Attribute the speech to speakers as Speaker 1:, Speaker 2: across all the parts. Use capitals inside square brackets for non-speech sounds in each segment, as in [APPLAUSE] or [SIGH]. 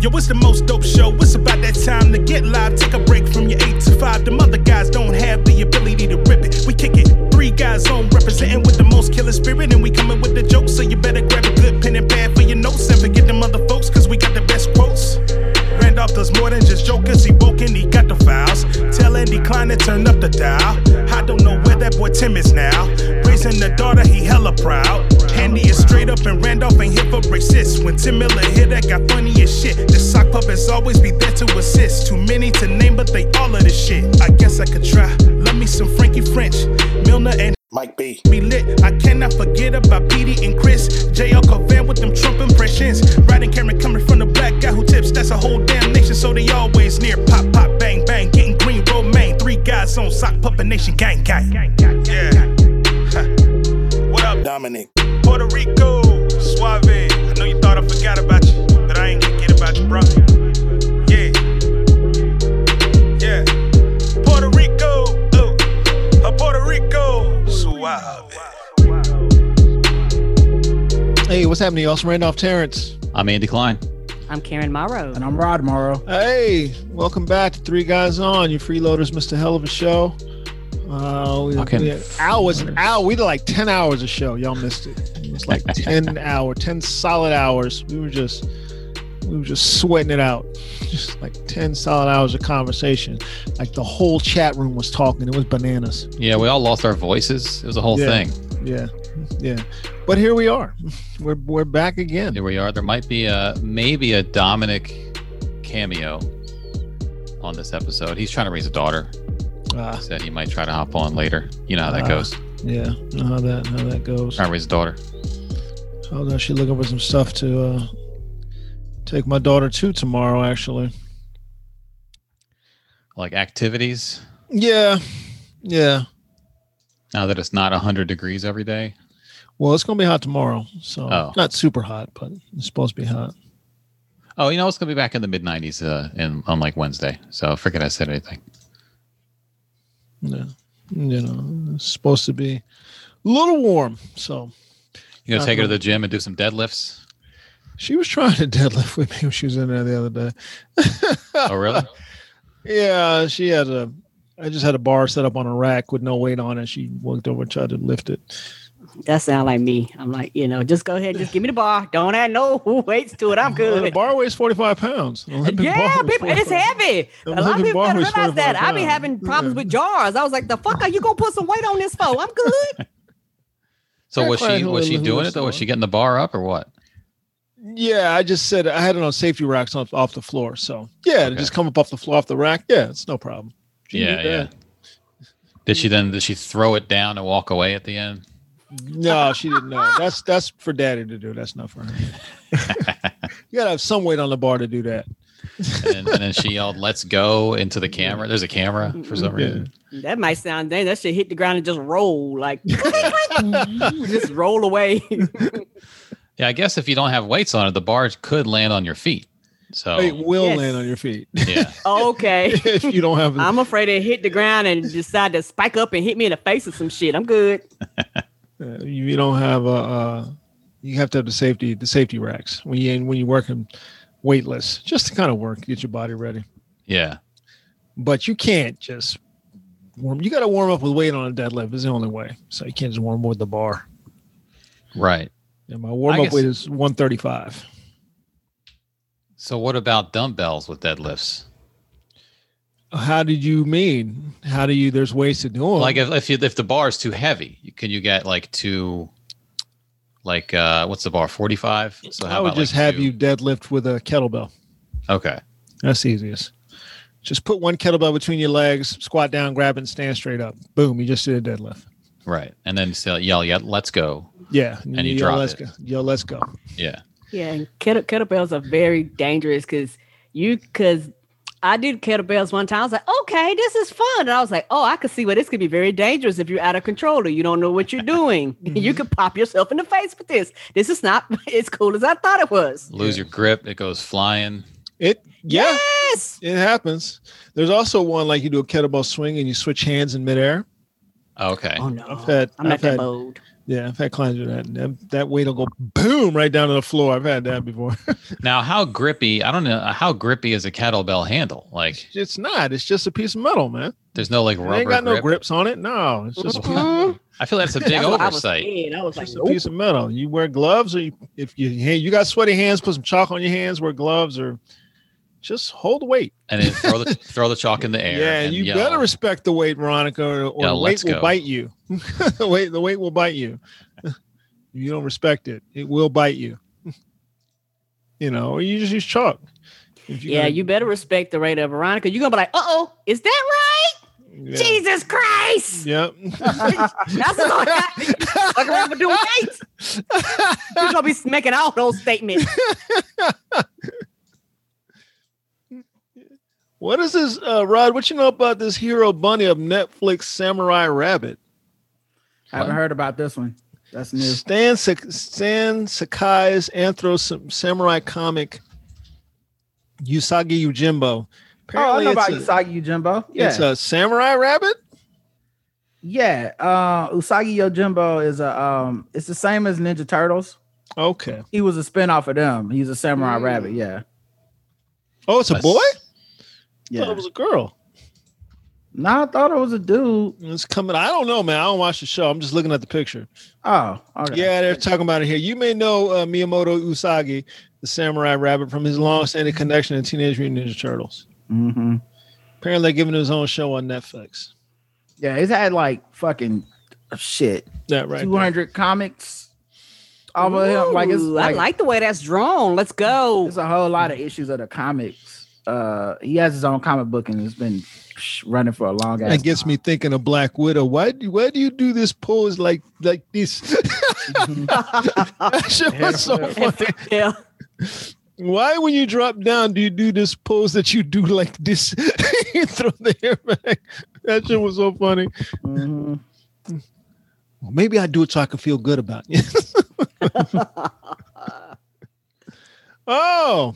Speaker 1: Yo, it's the most dope show. It's about that time to get live. Take a break from your 8 to 5. Them other guys don't have the ability to rip it. We kick it. Three guys on representing with the most killer spirit. And we coming with the jokes. So you better grab a good pen and pad for your notes. And forget them other folks, cause we got the best quotes. Randolph does more than just jokers. He woke and he got the files. Tell Andy Klein to turn up the dial. I don't know where that boy Tim is now. Raising the daughter, he hella proud. Handy is straight up and Randolph ain't here for racist. When Tim Miller hit, that got funny as shit. The sock puppets always be there to assist. Too many to name, but they all of this shit. I guess I could try. Love me some Frankie French, Milner and Mike B. Be lit. I cannot forget about Petey and Chris. JL Covan with them Trump impressions. Riding camera coming from the black guy who tips. That's a whole damn nation, so they always near. Pop, pop, bang, bang. Getting green, romaine. Three guys on sock puppet nation, gang, gang. Yeah. Huh. What up, Dominic? Puerto Rico, Suave. I know you thought I forgot about you, but I ain't gonna get about you, bro. Yeah. Yeah. Puerto Rico, uh, uh, Puerto Rico, Suave.
Speaker 2: Hey, what's happening, y'all? It's Randolph Terrence.
Speaker 3: I'm Andy Klein.
Speaker 4: I'm Karen Morrow.
Speaker 5: And I'm Rod Morrow.
Speaker 2: Hey, welcome back to Three Guys On. You freeloaders missed a hell of a show. Uh, we,
Speaker 3: Fucking
Speaker 2: we had hours and hours. We did like 10 hours of show. Y'all missed it. It was
Speaker 5: [LAUGHS]
Speaker 2: like 10 hour, 10 solid hours. We were just we were just sweating it out. Just like 10 solid hours of conversation. Like the whole chat room was talking. It was bananas.
Speaker 3: Yeah, we all lost our voices. It was a whole
Speaker 2: Yeah.
Speaker 3: thing.
Speaker 2: Yeah. Yeah. But here we are. [LAUGHS] We're we're back again.
Speaker 3: Here we are. There might be a maybe a Dominic cameo on this episode. He's trying to raise a daughter.
Speaker 2: Ah,
Speaker 3: He said he might try to hop on later. You know how that
Speaker 2: Ah.
Speaker 3: goes.
Speaker 2: yeah. Know how that how that goes.
Speaker 3: Trying to raise a daughter.
Speaker 2: Hold on, she looking for some stuff to uh, take my daughter to tomorrow. Actually,
Speaker 3: Like activities.
Speaker 2: yeah, yeah.
Speaker 3: Now that it's not hundred degrees every day.
Speaker 2: Well, it's gonna be hot tomorrow, so
Speaker 3: Oh.
Speaker 2: not super hot, but it's supposed to be hot.
Speaker 3: Oh, you know it's gonna be back in the mid nineties uh in on like Wednesday. So forget I said anything.
Speaker 2: Yeah, you know, it's supposed to be a little warm. So
Speaker 3: You gonna
Speaker 2: Not
Speaker 3: take her to
Speaker 2: really.
Speaker 3: the gym and do some
Speaker 2: [LAUGHS]
Speaker 3: deadlifts?
Speaker 2: she was trying to [LAUGHS] deadlift with me when she was in there the other day.
Speaker 3: Oh really?
Speaker 2: [LAUGHS] Yeah, she had a. I just had a bar set up on a rack with no weight on it. She walked over, and tried to lift it.
Speaker 4: That sound like me. I'm like, you know, just go ahead, just give me the bar. Don't add no [LAUGHS] weights to it. I'm
Speaker 2: Well, the
Speaker 4: good.
Speaker 2: bar weighs forty five pounds. An Olympic
Speaker 4: Yeah,
Speaker 2: bar weighs
Speaker 4: people, and it's
Speaker 2: 45
Speaker 4: heavy.
Speaker 2: The
Speaker 4: a lot
Speaker 2: Olympic
Speaker 4: of people
Speaker 2: bar
Speaker 4: don't
Speaker 2: was
Speaker 4: realize that. I be
Speaker 2: 25
Speaker 4: having problems
Speaker 2: Yeah.
Speaker 4: with jars. I was like, the fuck are you gonna put some weight on this for? I'm
Speaker 2: [LAUGHS]
Speaker 4: good.
Speaker 3: So was
Speaker 2: Clarify
Speaker 3: she
Speaker 2: who
Speaker 3: was
Speaker 2: I-
Speaker 3: she
Speaker 2: who
Speaker 3: doing
Speaker 2: was
Speaker 3: it though? Was
Speaker 2: the-
Speaker 3: she getting the bar up or what?
Speaker 2: Yeah, I just said I had it on safety racks off, off the floor. So yeah, to
Speaker 3: Okay.
Speaker 2: just come up off the floor, off the rack. Yeah, it's no problem. She
Speaker 3: Yeah,
Speaker 2: did
Speaker 3: yeah.
Speaker 2: that.
Speaker 3: Did she then did she throw it down and walk away at the end?
Speaker 2: No, she didn't know. That's that's for daddy to do. That's not for her.
Speaker 3: [LAUGHS]
Speaker 2: you gotta have some weight on the bar to do that.
Speaker 3: and, and then she yelled, "Let's go!" into the camera. There's a camera for some
Speaker 2: Yeah.
Speaker 3: reason.
Speaker 4: That might sound dang, that shit hit the ground and just
Speaker 2: [LAUGHS]
Speaker 4: roll like [LAUGHS] just roll away. [LAUGHS]
Speaker 3: Yeah, I guess if you don't have weights on it, the bar could land on your feet. So
Speaker 2: It will
Speaker 4: Yes.
Speaker 2: land on your feet
Speaker 3: [LAUGHS]
Speaker 2: [LAUGHS]
Speaker 3: yeah,
Speaker 4: okay.
Speaker 2: if you don't have.
Speaker 4: I'm afraid it hit the ground and decide to spike up and hit me in the face or some shit. I'm good.
Speaker 2: uh, you you don't have a. Uh, you have to have the safety the safety racks when you when you're working weightless just to kind of work get your body ready.
Speaker 3: yeah.
Speaker 2: but you can't just warm. You got to warm up with weight on a deadlift. Is the only way. So you can't just warm up with the bar.
Speaker 3: Right.
Speaker 2: And my warm
Speaker 3: I
Speaker 2: up
Speaker 3: guess-
Speaker 2: weight is one thirty five.
Speaker 3: So what about dumbbells with deadlifts?
Speaker 2: How did you mean? How do you? There's ways to do it.
Speaker 3: Like if if, you, if the bar is too heavy, you- can you get like two? Like uh, what's the bar? Forty five. So how
Speaker 2: I would
Speaker 3: about
Speaker 2: just
Speaker 3: like
Speaker 2: have
Speaker 3: two?
Speaker 2: you deadlift with a kettlebell.
Speaker 3: Okay.
Speaker 2: That's the easiest. Just put one kettlebell between your legs, squat down, grab it, and stand straight up. Boom! You just did a deadlift.
Speaker 3: Right. And then so yell, yeah, let's go.
Speaker 2: Yeah,
Speaker 3: And you drop
Speaker 2: let's
Speaker 3: it.
Speaker 2: Go. Yo, let's go.
Speaker 3: Yeah.
Speaker 4: Yeah, and kettle, kettlebells are very dangerous because you because I did kettlebells one time. I was like, okay, this is fun, and I was like, oh, I could see where this could be very dangerous if you're out of control or you don't know what you're
Speaker 2: [LAUGHS]
Speaker 4: doing.
Speaker 2: Mm-hmm.
Speaker 4: You could pop yourself in the face with this. This is not [LAUGHS] as cool as I thought it was.
Speaker 3: Lose your grip. It goes flying.
Speaker 2: It. yeah.
Speaker 4: Yes.
Speaker 2: It happens. There's also one like you do a kettlebell swing and you switch hands in midair.
Speaker 3: Okay.
Speaker 4: Oh no,
Speaker 2: I've had-
Speaker 4: I'm not
Speaker 2: I've
Speaker 4: that
Speaker 2: had-
Speaker 4: bold.
Speaker 2: Yeah, I've had clients do that. that. That weight will go boom right down to the floor. I've had that before. [LAUGHS]
Speaker 3: Now, how grippy? I don't know how grippy is a kettlebell handle. Like,
Speaker 2: it's not. It's just a piece of metal, man.
Speaker 3: there's no like
Speaker 2: It
Speaker 3: rubber
Speaker 2: ain't got no
Speaker 3: grip.
Speaker 2: grips on it. No, it's just a
Speaker 4: Mhm.
Speaker 3: I feel that's a big
Speaker 4: That's what I was
Speaker 3: oversight.
Speaker 4: saying. I was like,
Speaker 2: It's a
Speaker 4: nope.
Speaker 2: piece of metal. You wear gloves, or you, if you hey, you got sweaty hands, put some chalk on your hands. Wear gloves, or just hold weight.
Speaker 3: And then throw
Speaker 2: [LAUGHS]
Speaker 3: the throw the chalk in the air.
Speaker 2: yeah,
Speaker 3: and
Speaker 2: you
Speaker 3: yell.
Speaker 2: better respect the weight, Veronica, or, or
Speaker 3: Yeah,
Speaker 2: the
Speaker 3: let's
Speaker 2: weight will
Speaker 3: go.
Speaker 2: bite you. [LAUGHS] the weight, the weight will bite you. [LAUGHS] if you don't respect it, it will bite you. [LAUGHS] you know, or you just use chalk. If
Speaker 4: Yeah,
Speaker 2: gonna-
Speaker 4: you better respect the rate of Veronica. You're gonna be like, uh oh, is that right?
Speaker 2: yeah.
Speaker 4: Jesus Christ!
Speaker 2: Yep.
Speaker 4: That's all I got. Fuck around with the weights. You're gonna be making all those statements.
Speaker 2: What is this, uh, Rod? What you know about this hero bunny of Netflix Samurai Rabbit?
Speaker 5: I haven't heard about this one. That's new.
Speaker 2: Stan, Sak- Stan Sakai's Anthro Sam- Samurai comic Usagi Yojimbo.
Speaker 5: Oh, I
Speaker 2: Apparently,
Speaker 5: know about
Speaker 2: it's, a,
Speaker 5: Usagi Yojimbo. Yeah,
Speaker 2: it's a samurai rabbit.
Speaker 5: yeah. Uh, Usagi Yojimbo is a um. It's the same as Ninja Turtles.
Speaker 2: Okay.
Speaker 5: He was a spinoff of them. He's a samurai
Speaker 4: Mm.
Speaker 5: rabbit. Yeah,
Speaker 2: Oh, it's a
Speaker 3: That's-
Speaker 2: boy. I thought
Speaker 5: yeah.
Speaker 2: it was a girl.
Speaker 5: No, I thought it was a dude.
Speaker 2: It's coming. I don't know, man. I don't watch the show. I'm just looking at the picture.
Speaker 5: Oh, okay.
Speaker 2: Yeah, they're talking about it here. You may know uh, Miyamoto Usagi, the samurai rabbit, from his long-standing connection to Teenage Mutant Ninja Turtles.
Speaker 5: Mm-hmm.
Speaker 2: Apparently, they're giving his own show on Netflix.
Speaker 5: Yeah, it's had like fucking shit.
Speaker 2: That right.
Speaker 5: Two
Speaker 2: there.
Speaker 5: hundred comics. All of him. Like it's
Speaker 4: Ooh,
Speaker 5: like,
Speaker 4: I like the way that's drawn. Let's go.
Speaker 5: it's a whole lot of issues of the comics. Uh, he has his own comic book and it's been psh, running for a long ass.
Speaker 2: That gets me thinking of Black Widow. Why do why do you do this pose like like this? that shit was so funny.
Speaker 4: yeah.
Speaker 2: Why when you drop down do you do this pose that you do like this? [LAUGHS] you throw the hair back. That shit was so funny.
Speaker 5: Mhm.
Speaker 2: Mm-hmm. Well, maybe I do it so I can feel good about it. [LAUGHS] oh,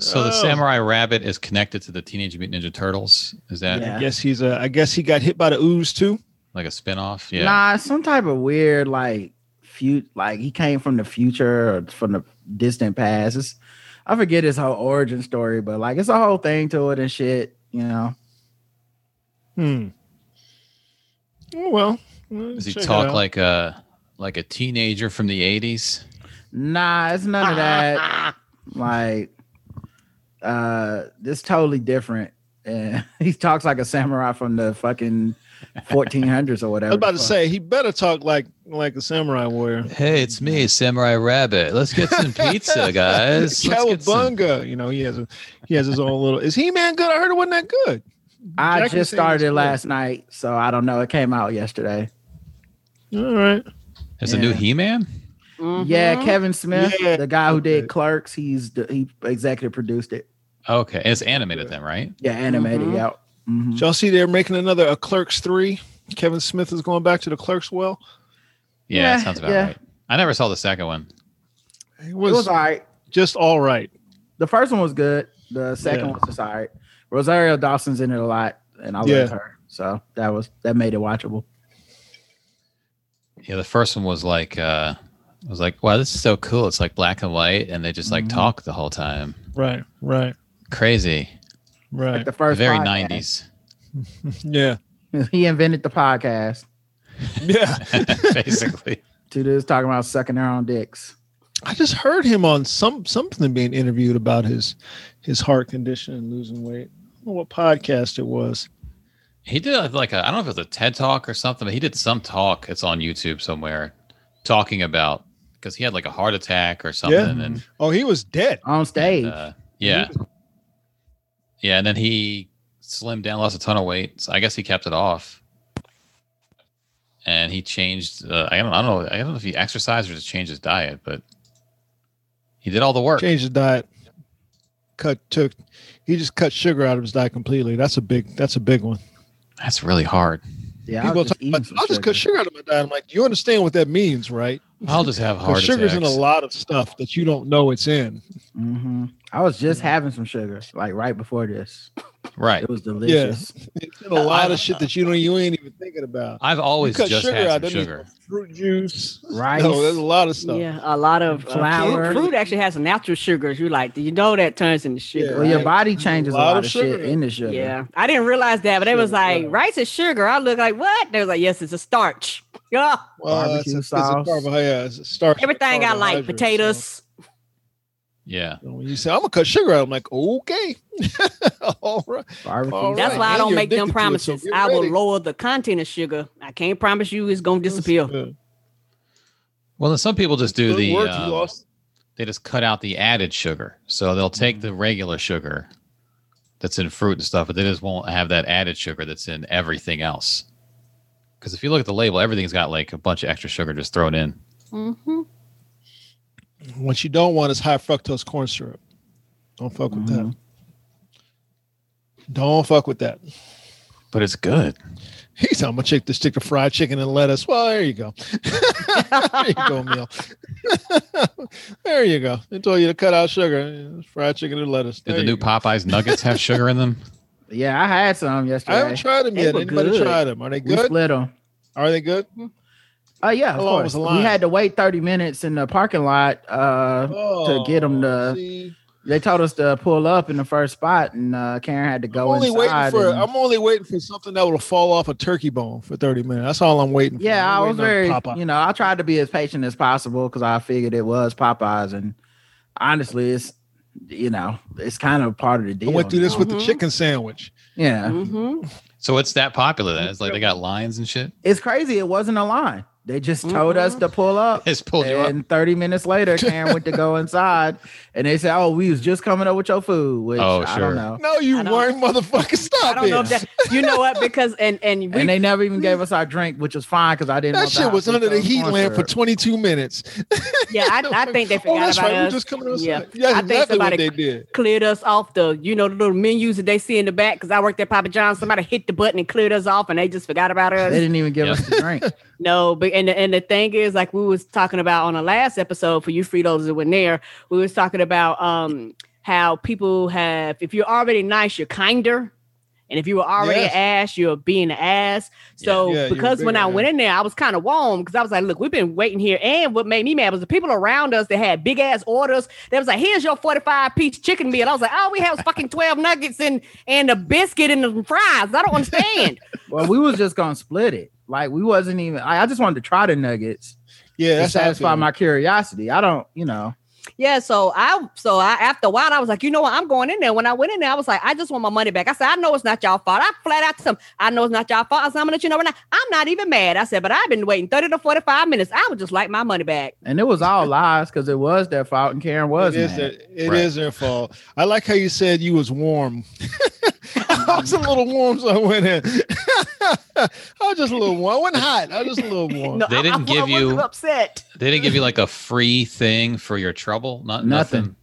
Speaker 3: So the
Speaker 2: Oh.
Speaker 3: samurai rabbit is connected to the Teenage Mutant Ninja Turtles. Is that
Speaker 5: Yeah.
Speaker 2: I guess he's a. I guess he got hit by the ooze too.
Speaker 3: like a spin-off? Yeah.
Speaker 5: Nah, some type of weird like fut like he came from the future or from the distant past. It's, I forget his whole origin story, but like it's a whole thing to it and shit. You know,
Speaker 2: Hmm. Oh, well,
Speaker 3: Does he
Speaker 2: check it
Speaker 3: talk
Speaker 2: out.
Speaker 3: like a like a teenager from the '80s?
Speaker 5: nah, it's none of that.
Speaker 2: [LAUGHS]
Speaker 5: like, uh, this totally different. And [LAUGHS] he talks like a samurai from the fucking 1400s or
Speaker 2: I
Speaker 5: whatever.
Speaker 2: was about to
Speaker 5: the fuck.
Speaker 2: say he better talk like like a samurai warrior.
Speaker 3: Hey, it's me, Samurai Rabbit. Let's get some
Speaker 2: [LAUGHS]
Speaker 3: pizza, [LAUGHS] guys. Let's get some-
Speaker 2: Cowabunga! You know he has a, he has his own little. Is he man good? I heard it wasn't that good.
Speaker 5: I
Speaker 2: Jack was
Speaker 5: just
Speaker 2: saying it's
Speaker 5: started it
Speaker 2: good.
Speaker 5: last night, so I don't know. It came out yesterday.
Speaker 2: All right. Uh-huh.
Speaker 3: There's a new
Speaker 5: Yeah.
Speaker 3: He-Man.
Speaker 4: Mm-hmm.
Speaker 5: Yeah, Kevin Smith,
Speaker 2: Yeah.
Speaker 5: the guy who
Speaker 2: Okay.
Speaker 5: did Clerks, he's the, he executive produced it.
Speaker 3: Okay, it's animated then, right?
Speaker 5: Yeah, animated.
Speaker 4: Mhm.
Speaker 5: Yeah. Mhm.
Speaker 2: Mm-hmm. Did y'all see they're making another a Clerks three. Kevin Smith is going back to the Clerks
Speaker 3: [LAUGHS]
Speaker 2: well.
Speaker 3: Yeah,
Speaker 5: Yeah,
Speaker 3: that sounds about
Speaker 5: yeah.
Speaker 3: right. I never saw the second one.
Speaker 2: It
Speaker 5: It
Speaker 2: was,
Speaker 5: was all right.
Speaker 2: just all right.
Speaker 5: The first one was good. The second
Speaker 2: Yeah.
Speaker 5: one was just all right. Rosario Dawson's in it a lot, and I
Speaker 2: Yeah.
Speaker 5: love her. So that was that made it watchable.
Speaker 3: Yeah, the first one was like, uh I was like, wow, this is so cool. It's like black and white, and they just like
Speaker 5: Mhm.
Speaker 3: talk the whole time.
Speaker 2: Right. [LAUGHS] Right.
Speaker 3: Crazy,
Speaker 5: Like
Speaker 2: Right.
Speaker 5: the first
Speaker 3: very
Speaker 5: podcast. [LAUGHS]
Speaker 3: '90s.
Speaker 2: Yeah.
Speaker 5: He invented the podcast.
Speaker 2: Yeah.
Speaker 3: basically.
Speaker 5: Two dudes talking about sucking their own dicks.
Speaker 2: I just heard him on some something being interviewed about his his heart condition and losing weight. I don't know what podcast it was.
Speaker 3: He did uh, like a, I don't know if it was a TED talk or something, but he did some talk. It's on YouTube somewhere, talking about because he had like a heart attack or something, and
Speaker 2: Oh, he was dead.
Speaker 5: On stage.
Speaker 3: uh, yeah, yeah, and then he slimmed down, lost a ton of weight. So I guess he kept it off, and he changed. Uh, I don't, I don't know, I don't know if he exercised or just changed his diet, but he did all the work.
Speaker 2: Changed his diet. Cut took he just cut sugar out of his diet completely. That's a big that's a big one.
Speaker 3: That's really hard.
Speaker 5: yeah, I
Speaker 2: People
Speaker 5: was
Speaker 2: talk
Speaker 5: just
Speaker 2: about,
Speaker 5: eating some
Speaker 2: I'll just cut sugar out of my diet. I'm like, do you understand what that means, right?
Speaker 3: I'll just have heart
Speaker 2: Because sugar's
Speaker 3: attacks.
Speaker 2: in a lot of stuff that you don't know it's in.
Speaker 5: Mhm. I was just having some sugar, like right before this.
Speaker 3: Right.
Speaker 5: It was delicious.
Speaker 2: It's been a lot of shit that you don't you ain't even thinking about.
Speaker 3: I've always
Speaker 2: cut
Speaker 3: just
Speaker 2: sugar
Speaker 3: had
Speaker 2: out,
Speaker 3: some
Speaker 2: that means-
Speaker 3: sugar.
Speaker 2: Fruit juice,
Speaker 5: Rice.
Speaker 2: No, there's a lot of stuff.
Speaker 4: Yeah, a lot of uh,
Speaker 5: Flour.
Speaker 4: fruit, fruit actually has natural sugars. You like, you know that turns into sugar.
Speaker 5: Well,
Speaker 4: right?
Speaker 5: your body changes a lot, of, shit
Speaker 2: sugar.
Speaker 5: in the sugar.
Speaker 4: Yeah, I didn't realize that, but it was
Speaker 2: Sugar,
Speaker 4: like
Speaker 2: yeah.
Speaker 4: rice is sugar. I look like what? They was like, yes, it's a starch. [LAUGHS] Yeah,
Speaker 2: Well, it's
Speaker 5: Barbecue
Speaker 2: a- it's a
Speaker 5: sauce.
Speaker 2: carbohydrate, yeah, it's a starch, it's a
Speaker 4: everything I
Speaker 2: carbohydrate,
Speaker 4: like,
Speaker 2: so-
Speaker 4: potatoes.
Speaker 3: Yeah.
Speaker 2: so when you say I'm gonna cut sugar out, I'm like, okay, [LAUGHS] all right.
Speaker 5: Barbecue.
Speaker 2: All
Speaker 4: That's
Speaker 2: right.
Speaker 4: why I
Speaker 2: And
Speaker 4: don't
Speaker 2: you're
Speaker 4: make
Speaker 2: addicted to it,
Speaker 4: them
Speaker 2: so
Speaker 4: promises.
Speaker 2: get
Speaker 4: I will
Speaker 2: ready.
Speaker 4: lower the content of sugar. I can't promise you it's gonna disappear.
Speaker 3: Well, then some people just do
Speaker 2: Good
Speaker 3: the.
Speaker 2: work, you
Speaker 3: um,
Speaker 2: lost.
Speaker 3: they just cut out the added sugar. So they'll
Speaker 5: Mm.
Speaker 3: take the regular sugar that's in fruit and stuff, but they just won't have that added sugar that's in everything else. Because if you look at the label, everything's got like a bunch of extra sugar just thrown in.
Speaker 4: Mhm.
Speaker 2: What you don't want is high fructose corn syrup. Don't fuck with that. Don't fuck with that.
Speaker 3: But it's good.
Speaker 2: He's said, I'm gonna check the stick of fried chicken and lettuce. Well, there you go. there you go, meal. [LAUGHS] there you go. They told you to cut out sugar, fried chicken and lettuce.
Speaker 3: Did
Speaker 2: There
Speaker 3: the new
Speaker 2: you go.
Speaker 3: Popeyes nuggets
Speaker 5: [LAUGHS]
Speaker 3: have sugar in them?
Speaker 5: Yeah, I had some
Speaker 2: I haven't
Speaker 5: yesterday.
Speaker 2: tried them
Speaker 4: They
Speaker 2: yet.
Speaker 4: were
Speaker 2: Anybody
Speaker 4: good.
Speaker 2: tried them? Are they
Speaker 5: We
Speaker 2: good?
Speaker 5: split them.
Speaker 2: Are they good?
Speaker 5: Oh yeah,
Speaker 2: How
Speaker 5: of
Speaker 2: long was
Speaker 5: course.
Speaker 2: the
Speaker 5: We
Speaker 2: line?
Speaker 5: had to wait 30 minutes in the parking lot. Uh,
Speaker 2: Oh,
Speaker 5: get 'em to-
Speaker 2: see?
Speaker 5: they told us to pull up in the first spot, and uh, Karen had to
Speaker 2: I'm
Speaker 5: go
Speaker 2: only
Speaker 5: inside.
Speaker 2: waiting for.
Speaker 5: and-
Speaker 2: I'm only waiting for something that will fall off a turkey bone for 30 minutes. That's all I'm waiting for.
Speaker 5: yeah,
Speaker 2: I'm
Speaker 5: I was
Speaker 2: waiting on
Speaker 5: very,
Speaker 2: Popeye.
Speaker 5: you know, I tried to be as patient as possible because I figured it was Popeyes, and honestly, it's you know, it's kind of part of the deal.
Speaker 2: I went through this
Speaker 5: now.
Speaker 2: with the
Speaker 4: Mhm.
Speaker 2: chicken sandwich.
Speaker 5: yeah.
Speaker 2: Mm-hmm.
Speaker 4: Mhm.
Speaker 3: So it's that popular then. It's like they got lines and shit.
Speaker 5: It's crazy. It wasn't a line. They just told us to pull up.
Speaker 3: It's pulled you up.
Speaker 5: and 30 minutes
Speaker 2: [LAUGHS]
Speaker 5: later, Karen went to go inside and they said, Oh, we was just coming up with your food, which
Speaker 3: Oh,
Speaker 5: I
Speaker 3: sure.
Speaker 5: don't know.
Speaker 2: No, you
Speaker 4: I don't-
Speaker 2: weren't, motherfucker. [LAUGHS]
Speaker 4: I
Speaker 2: Stop
Speaker 4: don't
Speaker 2: it.
Speaker 4: know if that you know what because and and we
Speaker 5: And they never even gave us our drink, which was fine because I didn't.
Speaker 2: That
Speaker 5: want the
Speaker 2: shit was
Speaker 5: hot
Speaker 2: under the
Speaker 5: Cheetos
Speaker 2: heat
Speaker 5: corn
Speaker 2: lamp for
Speaker 5: syrup.
Speaker 2: 22 minutes.
Speaker 4: [LAUGHS] yeah I, I think they forgot
Speaker 2: oh, that's
Speaker 4: about
Speaker 2: right.
Speaker 4: us.
Speaker 2: We just coming outside.
Speaker 4: Yeah.
Speaker 2: Yeah, that's
Speaker 4: I think
Speaker 2: exactly
Speaker 4: somebody-
Speaker 2: what they did.
Speaker 4: cleared us off the you know the little menus that they see in the back because I worked at Papa John's. Somebody hit the button and cleared us off, and they just forgot about us.
Speaker 5: They didn't even give
Speaker 3: Yeah.
Speaker 5: us the drink.
Speaker 4: [LAUGHS] No, but and the, and the thing is, like we was talking about on the last episode for you freeloaders that were there, we was talking about um how people have if you're already nice, you're kinder. And if you were already
Speaker 2: Yes.
Speaker 4: an ass, you're being an ass. So
Speaker 2: Yeah, you're a
Speaker 4: because
Speaker 2: big
Speaker 4: when I went
Speaker 2: ass.
Speaker 4: in there, I was kind of warm because I was like, look, we've been waiting here. And what made me mad was the people around us that had big ass orders. They was like, here's your 45 piece chicken meal. I was like, oh, we have fucking 12 nuggets and and a biscuit and the fries. I don't understand.
Speaker 5: well, we was just gonna split it. Like we wasn't even I, I just wanted to try the nuggets
Speaker 2: Yeah,
Speaker 5: to
Speaker 2: that's how I
Speaker 5: satisfy
Speaker 2: feel.
Speaker 5: my curiosity. I don't, you know.
Speaker 4: Yeah, so I so I after a while I was like, you know what, I'm going in there. When I went in there, I was like, I just want my money back. I said, I know it's not y'all fault. I flat out some. I know it's not y'all fault. I said, I'm gonna let you know right now. I'm not even mad. I said, but I've been waiting 30 to 45 minutes. I would just like my money back.
Speaker 5: And it was all lies because it was their fault and Karen was
Speaker 2: It is
Speaker 5: mad.
Speaker 2: their, it
Speaker 3: Right.
Speaker 2: is their fault. I like how you said you was warm. I was a little warm, so I went in. I was just a little warm. I wasn't hot. I was just a little warm.
Speaker 4: No,
Speaker 3: They
Speaker 4: I- I-
Speaker 3: didn't
Speaker 4: I
Speaker 3: give
Speaker 4: wasn't
Speaker 3: you-
Speaker 4: upset.
Speaker 3: They didn't give you like a free thing for your trouble. Not
Speaker 5: Nothing.
Speaker 3: nothing.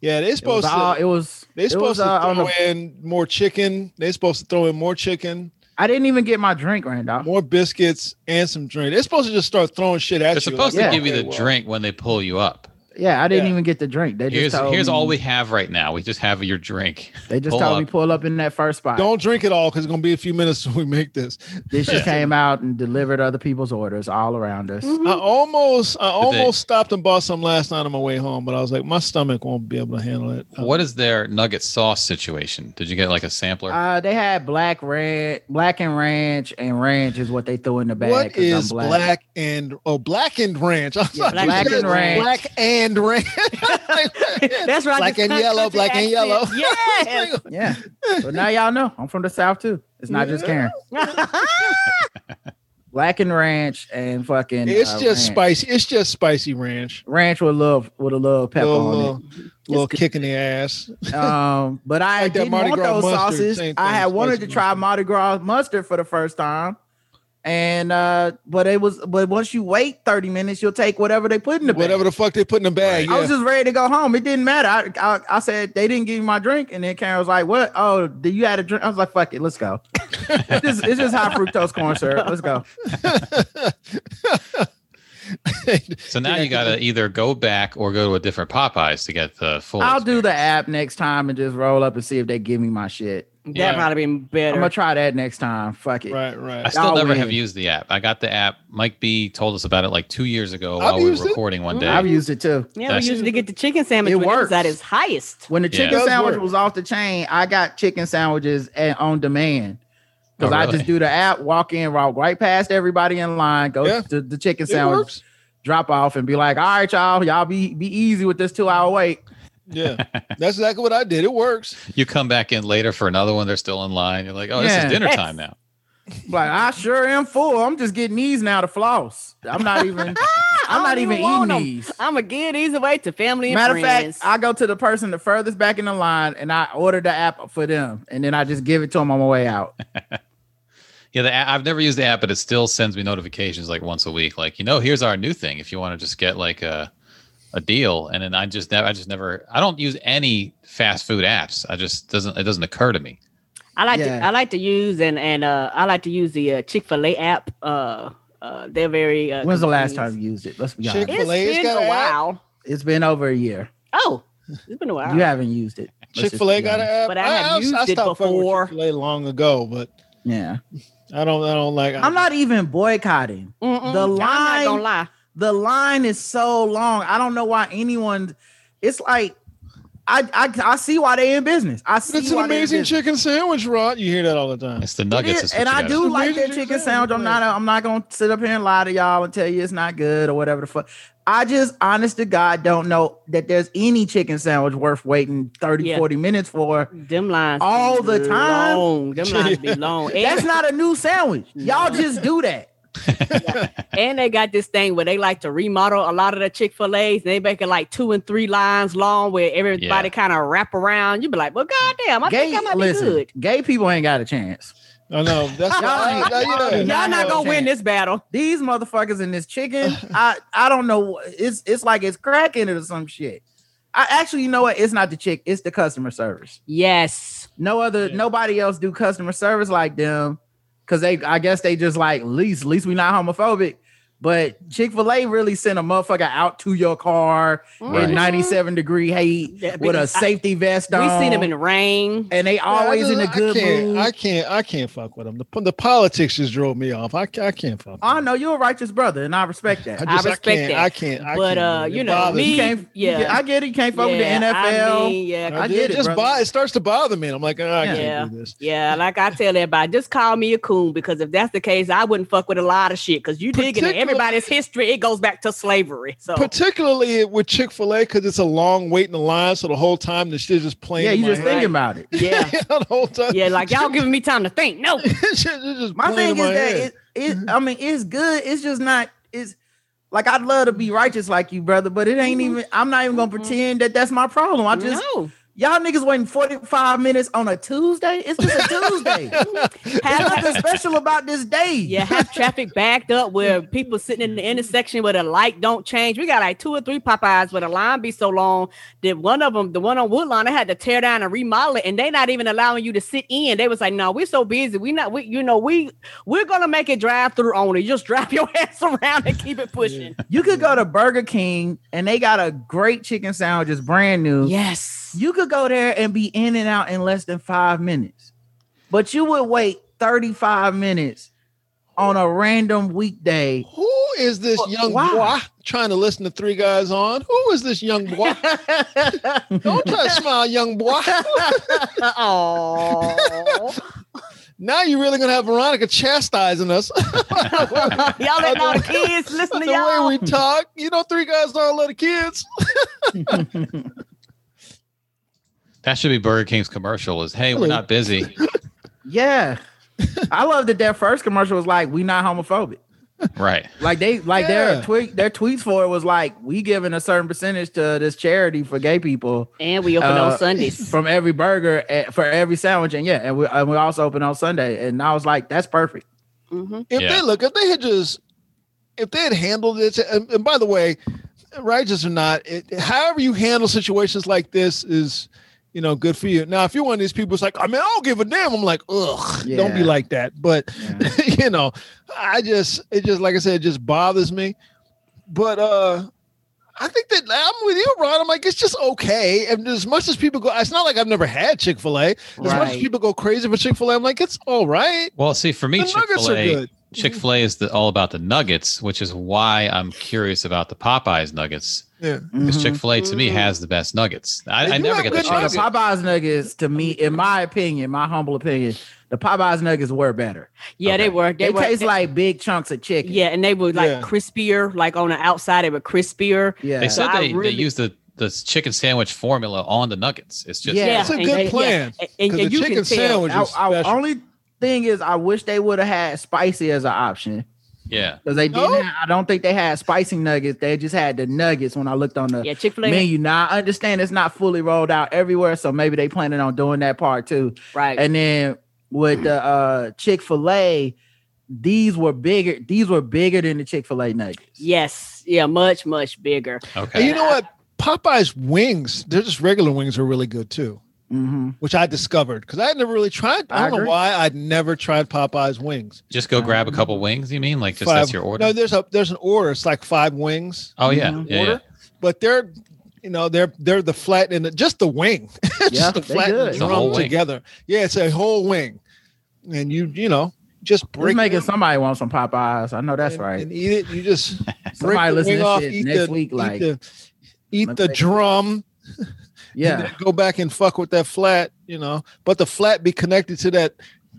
Speaker 2: Yeah, they
Speaker 5: It was
Speaker 2: supposed
Speaker 5: all
Speaker 2: to.
Speaker 5: it was
Speaker 2: They
Speaker 5: it was,
Speaker 2: supposed
Speaker 5: uh,
Speaker 2: to
Speaker 5: on
Speaker 2: throw
Speaker 5: the-
Speaker 2: in more chicken. They supposed to throw in more chicken,
Speaker 5: I didn't even get my drink, Randolph.
Speaker 2: more biscuits, and some drink. They're supposed to just start throwing shit at
Speaker 3: They're
Speaker 2: you.
Speaker 3: supposed
Speaker 5: Yeah.
Speaker 3: to give you
Speaker 2: okay,
Speaker 3: the
Speaker 2: well,
Speaker 3: drink when they pull you up.
Speaker 5: Yeah, I didn't
Speaker 2: Yeah.
Speaker 5: even get the drink. They
Speaker 3: Here's
Speaker 5: just told
Speaker 3: here's
Speaker 5: me,
Speaker 3: all we have right now. We just have your drink.
Speaker 5: they just
Speaker 3: pull
Speaker 5: told
Speaker 3: up.
Speaker 5: me pull up in that first spot.
Speaker 2: Don't drink it all because it's gonna be a few minutes [LAUGHS] when we make this.
Speaker 5: This
Speaker 2: [LAUGHS]
Speaker 5: just
Speaker 3: Yeah.
Speaker 5: came out and delivered other people's orders all around us.
Speaker 4: Mhm.
Speaker 2: I almost, I
Speaker 3: Did they-
Speaker 2: almost stopped and bought some last night on my way home, but I was like, my stomach won't be able to handle it.
Speaker 5: Um,
Speaker 2: Uh,
Speaker 3: What is their nugget sauce situation? Did you get like a sampler?
Speaker 5: Uh, they had black ranch, black and ranch, and ranch is what they threw in the bag.
Speaker 2: What
Speaker 5: 'cause I'm
Speaker 2: is black. and oh, black and ranch? [LAUGHS] I
Speaker 5: Yeah,
Speaker 2: thought
Speaker 4: black
Speaker 2: you
Speaker 4: and
Speaker 2: said [LAUGHS]
Speaker 5: ranch.
Speaker 2: Black and ranch.
Speaker 4: That's right.
Speaker 2: Black
Speaker 4: this
Speaker 2: and yellow,
Speaker 4: country
Speaker 2: black and
Speaker 4: accent.
Speaker 2: yellow. [LAUGHS]
Speaker 4: Yes.
Speaker 5: Yeah, [LAUGHS] but now y'all know I'm from the south too. It's not just Karen. Black and ranch and fucking.
Speaker 2: it's
Speaker 5: uh,
Speaker 2: just
Speaker 5: ranch.
Speaker 2: spicy. It's just spicy ranch.
Speaker 5: Ranch with a little with a little pepper
Speaker 2: Little,
Speaker 5: on
Speaker 2: little, little kick in the ass.
Speaker 5: it. Um, but
Speaker 2: [LAUGHS]
Speaker 5: I
Speaker 2: Like that
Speaker 5: didn't
Speaker 2: Mardi
Speaker 5: want
Speaker 2: Gras
Speaker 5: those
Speaker 2: mustard,
Speaker 5: sauces.
Speaker 2: same
Speaker 5: I
Speaker 2: thing,
Speaker 5: had wanted to
Speaker 2: spicy
Speaker 5: try
Speaker 2: mustard.
Speaker 5: Mardi Gras mustard for the first time, and uh, but it was but once you wait 30 minutes, you'll take whatever they put in the bag.
Speaker 2: Whatever the fuck they put in the bag.
Speaker 5: I
Speaker 2: yeah.
Speaker 5: was just ready to go home. It didn't matter. I, I I said they didn't give me my drink, and then Karen was like, "What? Oh, do you had a drink?" I was like, "Fuck it,
Speaker 2: [LAUGHS]
Speaker 5: let's go." it's, just, it's just high fructose corn syrup. Let's go.
Speaker 3: So now you got to either go back or go to a different Popeyes to get the full.
Speaker 5: I'll do the
Speaker 3: experience.
Speaker 5: app next time and just roll up and see if they give me my shit.
Speaker 3: Yeah.
Speaker 4: That probably been
Speaker 5: I'm
Speaker 4: better.
Speaker 5: gonna try that next time. Fuck it.
Speaker 2: Right,
Speaker 3: I
Speaker 2: right.
Speaker 3: still
Speaker 5: I'll
Speaker 3: never have
Speaker 5: win.
Speaker 3: used the app. I got the app. Mike B told us about it like two years ago
Speaker 2: I've
Speaker 3: while we were
Speaker 2: used it.
Speaker 3: recording one day.
Speaker 5: Mm-hmm. I've used it too.
Speaker 4: yeah,
Speaker 3: That's-
Speaker 4: we usually get the chicken sandwich
Speaker 5: It
Speaker 4: when
Speaker 5: works.
Speaker 4: it's at its highest.
Speaker 5: When the
Speaker 3: Yeah.
Speaker 5: chicken
Speaker 2: Does
Speaker 5: sandwich
Speaker 2: work.
Speaker 5: was off the chain, I got chicken sandwiches at, on demand. Because
Speaker 3: Oh,
Speaker 5: I
Speaker 3: really?
Speaker 5: just do the app, walk in, walk right past everybody in line, go
Speaker 2: Yeah.
Speaker 5: to the chicken
Speaker 2: It
Speaker 5: sandwich,
Speaker 2: works.
Speaker 5: drop off, and be like, all right, y'all, y'all be be easy with this two hour wait.
Speaker 2: Yeah, that's exactly what I did. It works.
Speaker 3: You come back in later for another one. They're still in line. You're like, oh, this
Speaker 5: Yeah.
Speaker 3: is dinner
Speaker 4: Yes.
Speaker 3: time now.
Speaker 5: Like, I sure am full. I'm just getting these now to floss. I'm not
Speaker 4: [LAUGHS]
Speaker 5: even I'm
Speaker 4: I
Speaker 5: not
Speaker 4: don't
Speaker 5: even
Speaker 4: even want
Speaker 5: eating
Speaker 4: 'em.
Speaker 5: these.
Speaker 4: I'm gonna give these away to family and
Speaker 5: Matter of fact,
Speaker 4: friends.
Speaker 5: I go to the person the furthest back in the line and I order the app for them and then I just give it to them on my way out.
Speaker 3: Yeah, the app, I've never used the app, but it still sends me notifications like once a week. Like, you know, here's our new thing. If you want to just get like a a deal, and then I just never, I just never, I don't use any fast food apps. I just doesn't, it doesn't occur to me.
Speaker 4: I like to
Speaker 5: Yeah.
Speaker 4: I like to use and and uh I like to use the uh, Chick Fil A app. Uh, uh, they're very. Uh,
Speaker 5: When's the last time
Speaker 4: convenient.
Speaker 5: you used it? Let's be
Speaker 2: Chick-
Speaker 5: honest.
Speaker 4: It's
Speaker 2: Chick-fil-A's
Speaker 4: been
Speaker 2: got
Speaker 4: a
Speaker 2: an app?
Speaker 4: while.
Speaker 5: It's been over a year.
Speaker 4: Oh, it's been a while.
Speaker 5: You haven't used it. Let's just
Speaker 2: Chick Fil A
Speaker 5: be
Speaker 2: got an
Speaker 5: honest.
Speaker 2: app,
Speaker 4: But I have used it before.
Speaker 2: Chick Fil A long ago, but
Speaker 5: Yeah.
Speaker 2: I don't. I don't like.
Speaker 5: I'm not even boycotting.
Speaker 4: Mm-mm.
Speaker 5: The
Speaker 4: I'm not
Speaker 5: line-
Speaker 4: gonna lie.
Speaker 5: The line is so long. I don't know why anyone it's like I I, I see why they in business. I see
Speaker 2: It's an
Speaker 5: why they in
Speaker 2: amazing
Speaker 5: business.
Speaker 2: chicken sandwich, Rod. You hear that all the time.
Speaker 3: It's the
Speaker 5: It
Speaker 3: nuggets.
Speaker 5: is,
Speaker 3: is what
Speaker 5: and
Speaker 3: you
Speaker 5: I
Speaker 3: gotta-
Speaker 5: do like their
Speaker 2: Amazing
Speaker 5: chicken
Speaker 2: chicken
Speaker 5: sandwich. I'm not. I'm not gonna sit up here and lie to y'all and tell you it's not good or whatever the fuck. I just, honest to God, don't know that there's any chicken sandwich worth waiting 30,
Speaker 4: Yeah.
Speaker 5: 40 minutes for.
Speaker 4: Them lines
Speaker 5: All
Speaker 4: be
Speaker 5: the time?
Speaker 4: Long. Them lines
Speaker 5: [LAUGHS]
Speaker 4: be long. And,
Speaker 5: That's not a new sandwich. Y'all
Speaker 4: No.
Speaker 5: just do that.
Speaker 4: and they got this thing where they like to remodel a lot of the Chick Fil A's. They make it like two and three lines long, where everybody
Speaker 3: Yeah.
Speaker 4: kind of wrap around. You be like, well, goddamn, I think I might
Speaker 5: listen,
Speaker 4: be good.
Speaker 5: gay people ain't got a chance.
Speaker 2: I know. Um, [LAUGHS] That's what I,
Speaker 5: Y'all-
Speaker 2: I- you know,
Speaker 5: y'all
Speaker 4: Y'all
Speaker 5: not
Speaker 4: not
Speaker 5: gonna
Speaker 4: gonna win
Speaker 5: chance.
Speaker 4: this battle.
Speaker 5: These motherfuckers in
Speaker 2: [LAUGHS]
Speaker 5: this chicken, I, I don't know. It's, it's like it's cracking it or some shit. I actually, you know what? It's not the chick. It's the customer service.
Speaker 4: Yes.
Speaker 5: No other,
Speaker 2: Yeah.
Speaker 5: nobody else do customer service like them, because they, I guess they just like least, least we not homophobic. But Chick Fil A really sent a motherfucker out to your car
Speaker 3: Right.
Speaker 5: in
Speaker 4: Mhm.
Speaker 5: ninety seven degree heat
Speaker 4: Yeah,
Speaker 5: with a
Speaker 4: because I-
Speaker 5: safety vest on.
Speaker 4: We seen them in the rain.
Speaker 5: and they always
Speaker 2: I
Speaker 5: in a
Speaker 2: just-
Speaker 5: good
Speaker 2: I can't,
Speaker 5: mood.
Speaker 2: I can't. I can't fuck with them. The, the politics just drove me off. I, ca- I can't fuck.
Speaker 5: I
Speaker 2: with 'em.
Speaker 5: know you're a righteous brother, and I respect that.
Speaker 4: I
Speaker 2: just-
Speaker 4: respect
Speaker 2: can't,
Speaker 4: that.
Speaker 2: I can't. I
Speaker 4: But,
Speaker 2: can't,
Speaker 4: uh,
Speaker 2: It
Speaker 4: you know,
Speaker 2: bothers
Speaker 4: me-
Speaker 5: You can't-
Speaker 4: yeah.
Speaker 5: you- I get it. You can't fuck with the NFL.
Speaker 4: I mean, yeah,
Speaker 5: I
Speaker 2: I
Speaker 5: get
Speaker 2: did.
Speaker 5: it,
Speaker 2: Just
Speaker 5: brother.
Speaker 2: bo- it starts to bother me. And I'm like, oh, I
Speaker 4: Yeah.
Speaker 2: can't do this.
Speaker 4: Yeah, like I tell everybody, just call me a coon because if that's the case, I wouldn't fuck with a lot of shit because you digging in
Speaker 2: Particular-
Speaker 4: everybody's history. It goes back to slavery. So
Speaker 2: Particularly with Chick Fil A because it's a long wait in the line, so the whole time the shit is just playing.
Speaker 5: yeah,
Speaker 2: in
Speaker 5: you
Speaker 2: my
Speaker 5: just
Speaker 2: head.
Speaker 5: thinking about it.
Speaker 2: [LAUGHS]
Speaker 4: yeah,
Speaker 2: the whole time.
Speaker 4: yeah, like y'all giving me time to think. No,
Speaker 2: [LAUGHS] It's just- it's just
Speaker 5: My
Speaker 2: playing
Speaker 5: thing
Speaker 2: in
Speaker 5: is
Speaker 2: my
Speaker 5: that
Speaker 2: head. Mm-hmm.
Speaker 5: it, it. I mean, it's good. It's just not. It's like I'd love to be righteous like you, brother, but it ain't even. I'm not even gonna pretend that that's my problem. I just
Speaker 4: Mm-hmm. no.
Speaker 5: y'all niggas waiting 45 minutes on a Tuesday. It's
Speaker 4: [LAUGHS]
Speaker 5: just a Tuesday. There's
Speaker 4: Have,
Speaker 5: nothing special about this day.
Speaker 4: yeah, have traffic backed up
Speaker 5: [LAUGHS]
Speaker 4: where people sitting in the intersection where the light don't change. We got like two or three Popeyes where the line be so long that one of them, the one on Woodlawn, they had to tear down and remodel it, and they not even allowing you to sit in. They was like, "No, we're so busy. We not, we, you know, we we're gonna make it drive through only. Just drive [LAUGHS] your ass around and keep it pushing."
Speaker 5: You could go to Burger King and they got a great chicken sandwich, it's brand new.
Speaker 4: Yes.
Speaker 5: You could go there and be in and out in less than five minutes, but you would wait 35 minutes on a random weekday.
Speaker 2: Who is this
Speaker 5: Well,
Speaker 2: young
Speaker 5: why?
Speaker 2: boy trying to listen to three guys on? Who is this young boy?
Speaker 4: [LAUGHS]
Speaker 2: Don't try to smile, young boy.
Speaker 4: Oh,
Speaker 2: Now you're really gonna have Veronica chastising us
Speaker 4: [LAUGHS] y'all letting all the kids listen to
Speaker 2: the
Speaker 4: y'all.
Speaker 2: way we talk. You know, three guys don't love the kids.
Speaker 3: That should be Burger King's commercial is, hey, we're
Speaker 2: [LAUGHS]
Speaker 3: not busy.
Speaker 5: yeah. I love that their first commercial was like, we not homophobic.
Speaker 3: right.
Speaker 5: Like they
Speaker 2: Yeah.
Speaker 5: like their tweet their tweets for it was like, we giving a certain percentage to this charity for gay people.
Speaker 4: And we open on
Speaker 5: Uh, [LAUGHS]
Speaker 4: Sundays.
Speaker 5: from every burger at, for every sandwich, and yeah, and we and we also open on Sunday. And I was like, that's perfect. Mm-hmm.
Speaker 4: hmm
Speaker 2: If
Speaker 3: Yeah.
Speaker 2: they look, if they had just, if they had handled it, and, and by the way, righteous or not, it, however you handle situations like this is, you know, good for you. Now, if you're one of these people, it's like, I mean, I don't give a damn. I'm like, ugh, don't be [LAUGHS]
Speaker 5: Yeah.
Speaker 2: like that. But you know, I just, it just, like I said, it just bothers me but uh I think that I'm with you, Ron. I'm like, it's just okay. And as much as people go, it's not like I've never had Chick fil A. As much as
Speaker 5: Right.
Speaker 2: people go crazy for Chick fil A, I'm like, it's all right.
Speaker 3: Well, see, for me,
Speaker 2: The
Speaker 3: Chick
Speaker 2: nuggets
Speaker 3: Fil
Speaker 2: are
Speaker 3: A,
Speaker 2: good.
Speaker 3: Chick Fil A is the, all about the nuggets, which is why I'm curious about the Popeyes nuggets
Speaker 2: Yeah.
Speaker 3: because
Speaker 5: Mhm.
Speaker 3: Chick Fil A to me
Speaker 4: Mm.
Speaker 3: has the best nuggets.
Speaker 2: Mm-hmm. They
Speaker 3: I, I
Speaker 2: do
Speaker 3: never
Speaker 2: have
Speaker 3: get the
Speaker 2: good
Speaker 3: chicken.
Speaker 5: Oh, the
Speaker 2: nuggets.
Speaker 5: Popeyes nuggets, to me, in my opinion, my humble opinion, the Popeyes nuggets were better.
Speaker 4: Yeah,
Speaker 3: Okay.
Speaker 4: they were. They,
Speaker 5: They,
Speaker 4: were.
Speaker 5: taste
Speaker 4: they-
Speaker 5: like big chunks of chicken.
Speaker 4: yeah, and they were like
Speaker 2: Yeah.
Speaker 4: crispier, like on the outside, they were crispier.
Speaker 5: yeah.
Speaker 3: They said
Speaker 4: I
Speaker 3: they,
Speaker 4: really-
Speaker 3: they use the, the chicken sandwich formula on the nuggets. It's just
Speaker 5: Yeah.
Speaker 4: Yeah,
Speaker 2: That's a
Speaker 4: and-
Speaker 2: good
Speaker 4: and- yeah,
Speaker 2: plan.
Speaker 4: And,
Speaker 2: 'Cause
Speaker 4: and
Speaker 2: the
Speaker 4: you
Speaker 2: chicken
Speaker 4: can tell.
Speaker 2: sandwich-
Speaker 5: Our,
Speaker 2: is
Speaker 5: our
Speaker 2: special.
Speaker 5: only thing is, I wish they would have had spicy as an option
Speaker 3: yeah.
Speaker 5: because they
Speaker 2: No?
Speaker 5: didn't. Have, I don't think they had spicy nuggets. They just had the nuggets when I looked on the
Speaker 4: Yeah, Chick Fil A.
Speaker 5: menu. Now I understand it's not fully rolled out everywhere, so maybe they planning on doing that part too.
Speaker 4: Right.
Speaker 5: And then with the uh, Chick Fil A, these were bigger. These were bigger than the Chick Fil A nuggets.
Speaker 4: yes. Yeah. Much much bigger.
Speaker 2: And
Speaker 3: Okay.
Speaker 2: you know what? Popeyes wings, they're just regular wings are really good too,
Speaker 5: Mm-hmm.
Speaker 2: which I discovered because I had never really tried. I
Speaker 5: I
Speaker 2: don't know
Speaker 5: agree.
Speaker 2: why I'd never tried Popeyes wings.
Speaker 3: Just go grab a couple wings. You mean like just
Speaker 2: Um, Five-
Speaker 3: that's your order?
Speaker 2: No, there's a there's an order. It's like five wings.
Speaker 3: oh yeah,
Speaker 5: Mhm.
Speaker 3: yeah, yeah.
Speaker 2: order, but they're you know they're they're the flat and the, just the wing, [LAUGHS] just
Speaker 5: Yeah,
Speaker 2: the
Speaker 5: they
Speaker 2: flat
Speaker 5: good.
Speaker 2: and
Speaker 5: It's
Speaker 3: a whole
Speaker 2: drum
Speaker 3: wing.
Speaker 2: together. Yeah, it's a whole wing, and you you know just break
Speaker 5: We're making
Speaker 2: it
Speaker 5: somebody want some Popeyes. I know that's
Speaker 2: and,
Speaker 5: right.
Speaker 2: and eat it. You just
Speaker 5: [LAUGHS]
Speaker 2: break
Speaker 5: Somebody
Speaker 2: the
Speaker 5: listen
Speaker 2: wing
Speaker 5: to
Speaker 2: off,
Speaker 5: this shit
Speaker 2: eat
Speaker 5: next
Speaker 2: the
Speaker 5: week.
Speaker 2: eat
Speaker 5: Like,
Speaker 2: the, eat
Speaker 5: let's
Speaker 2: the
Speaker 5: make-
Speaker 2: drum. [LAUGHS] and
Speaker 5: yeah,
Speaker 2: then go back and fuck with that flat, you know. But the flat be connected to that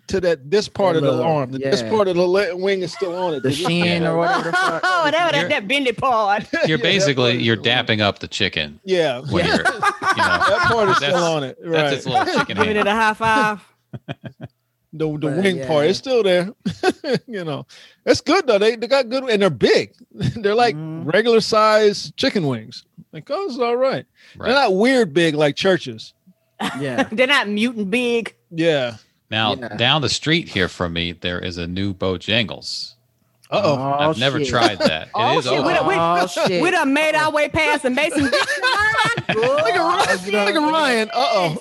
Speaker 2: to that this part of the
Speaker 5: Hello.
Speaker 2: arm. The, This
Speaker 5: Yeah.
Speaker 2: part of the le- wing is still on it.
Speaker 5: the
Speaker 2: They just-
Speaker 5: shin
Speaker 4: [LAUGHS]
Speaker 5: or whatever. The fuck.
Speaker 4: Oh, that,
Speaker 3: You're-
Speaker 4: that, that
Speaker 5: [LAUGHS]
Speaker 4: bended part.
Speaker 3: You're
Speaker 4: [LAUGHS]
Speaker 2: Yeah, that
Speaker 3: basically
Speaker 2: part is
Speaker 3: you're
Speaker 2: still on it.
Speaker 3: dapping up the chicken
Speaker 2: Yeah,
Speaker 3: when you're you know
Speaker 2: that part is still
Speaker 3: That's-
Speaker 2: on it. Right.
Speaker 3: that's its little chicken
Speaker 4: Giving it
Speaker 3: hand.
Speaker 4: a high five.
Speaker 2: [LAUGHS] the the
Speaker 5: But,
Speaker 2: wing part
Speaker 5: yeah.
Speaker 2: is still there. [LAUGHS] you know, it's good though. They they got good and they're big. [LAUGHS] they're like
Speaker 5: Mhm.
Speaker 2: regular size chicken wings. Like oh, it's all right.
Speaker 3: Right.
Speaker 2: They're not weird big like churches. [LAUGHS]
Speaker 5: Yeah.
Speaker 4: They're not mutant big.
Speaker 2: Yeah.
Speaker 3: Now
Speaker 5: Yeah.
Speaker 3: down the street here from me, there is a new Bojangles.
Speaker 2: Uh oh.
Speaker 3: I've never
Speaker 5: shit.
Speaker 3: tried that. It is
Speaker 4: Oh, shit,
Speaker 3: open.
Speaker 4: we done-
Speaker 2: [LAUGHS]
Speaker 5: Oh, shit.
Speaker 4: [LAUGHS] We done made our way past the Mason Dixon
Speaker 5: [LAUGHS]
Speaker 4: line.
Speaker 2: Look at Ryan.
Speaker 5: you done-
Speaker 2: Look at Ryan. Uh
Speaker 4: [LAUGHS]
Speaker 2: oh.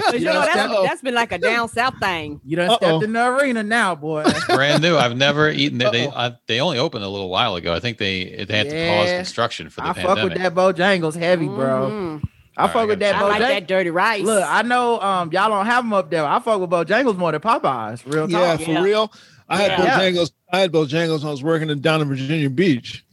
Speaker 4: 'Cause, you know,
Speaker 5: Yeah.
Speaker 4: that's,
Speaker 2: Uh-oh.
Speaker 4: that's been like a down south thing.
Speaker 5: You done
Speaker 2: Uh-oh.
Speaker 5: stepped in the arena
Speaker 2: [LAUGHS]
Speaker 5: now, boy.
Speaker 3: brand new. I've never eaten there. They
Speaker 2: Uh-oh.
Speaker 3: I, they only opened a little while ago. I think they they had to pause
Speaker 5: Yeah.
Speaker 3: construction for the
Speaker 5: I fuck
Speaker 3: pandemic.
Speaker 5: with that Bojangles heavy, bro.
Speaker 4: Mhm.
Speaker 5: I
Speaker 3: All right,
Speaker 5: fuck with
Speaker 3: I
Speaker 5: that
Speaker 4: I like
Speaker 5: Bojangles.
Speaker 4: that dirty rice.
Speaker 5: Look, I know um y'all don't have them up there. I fuck with Bojangles more than Popeyes. Real
Speaker 2: Yeah,
Speaker 5: talk.
Speaker 2: for
Speaker 4: Yeah.
Speaker 2: real. I had
Speaker 5: Yeah.
Speaker 2: Bojangles. I had Bojangles when I was working in down in Virginia Beach.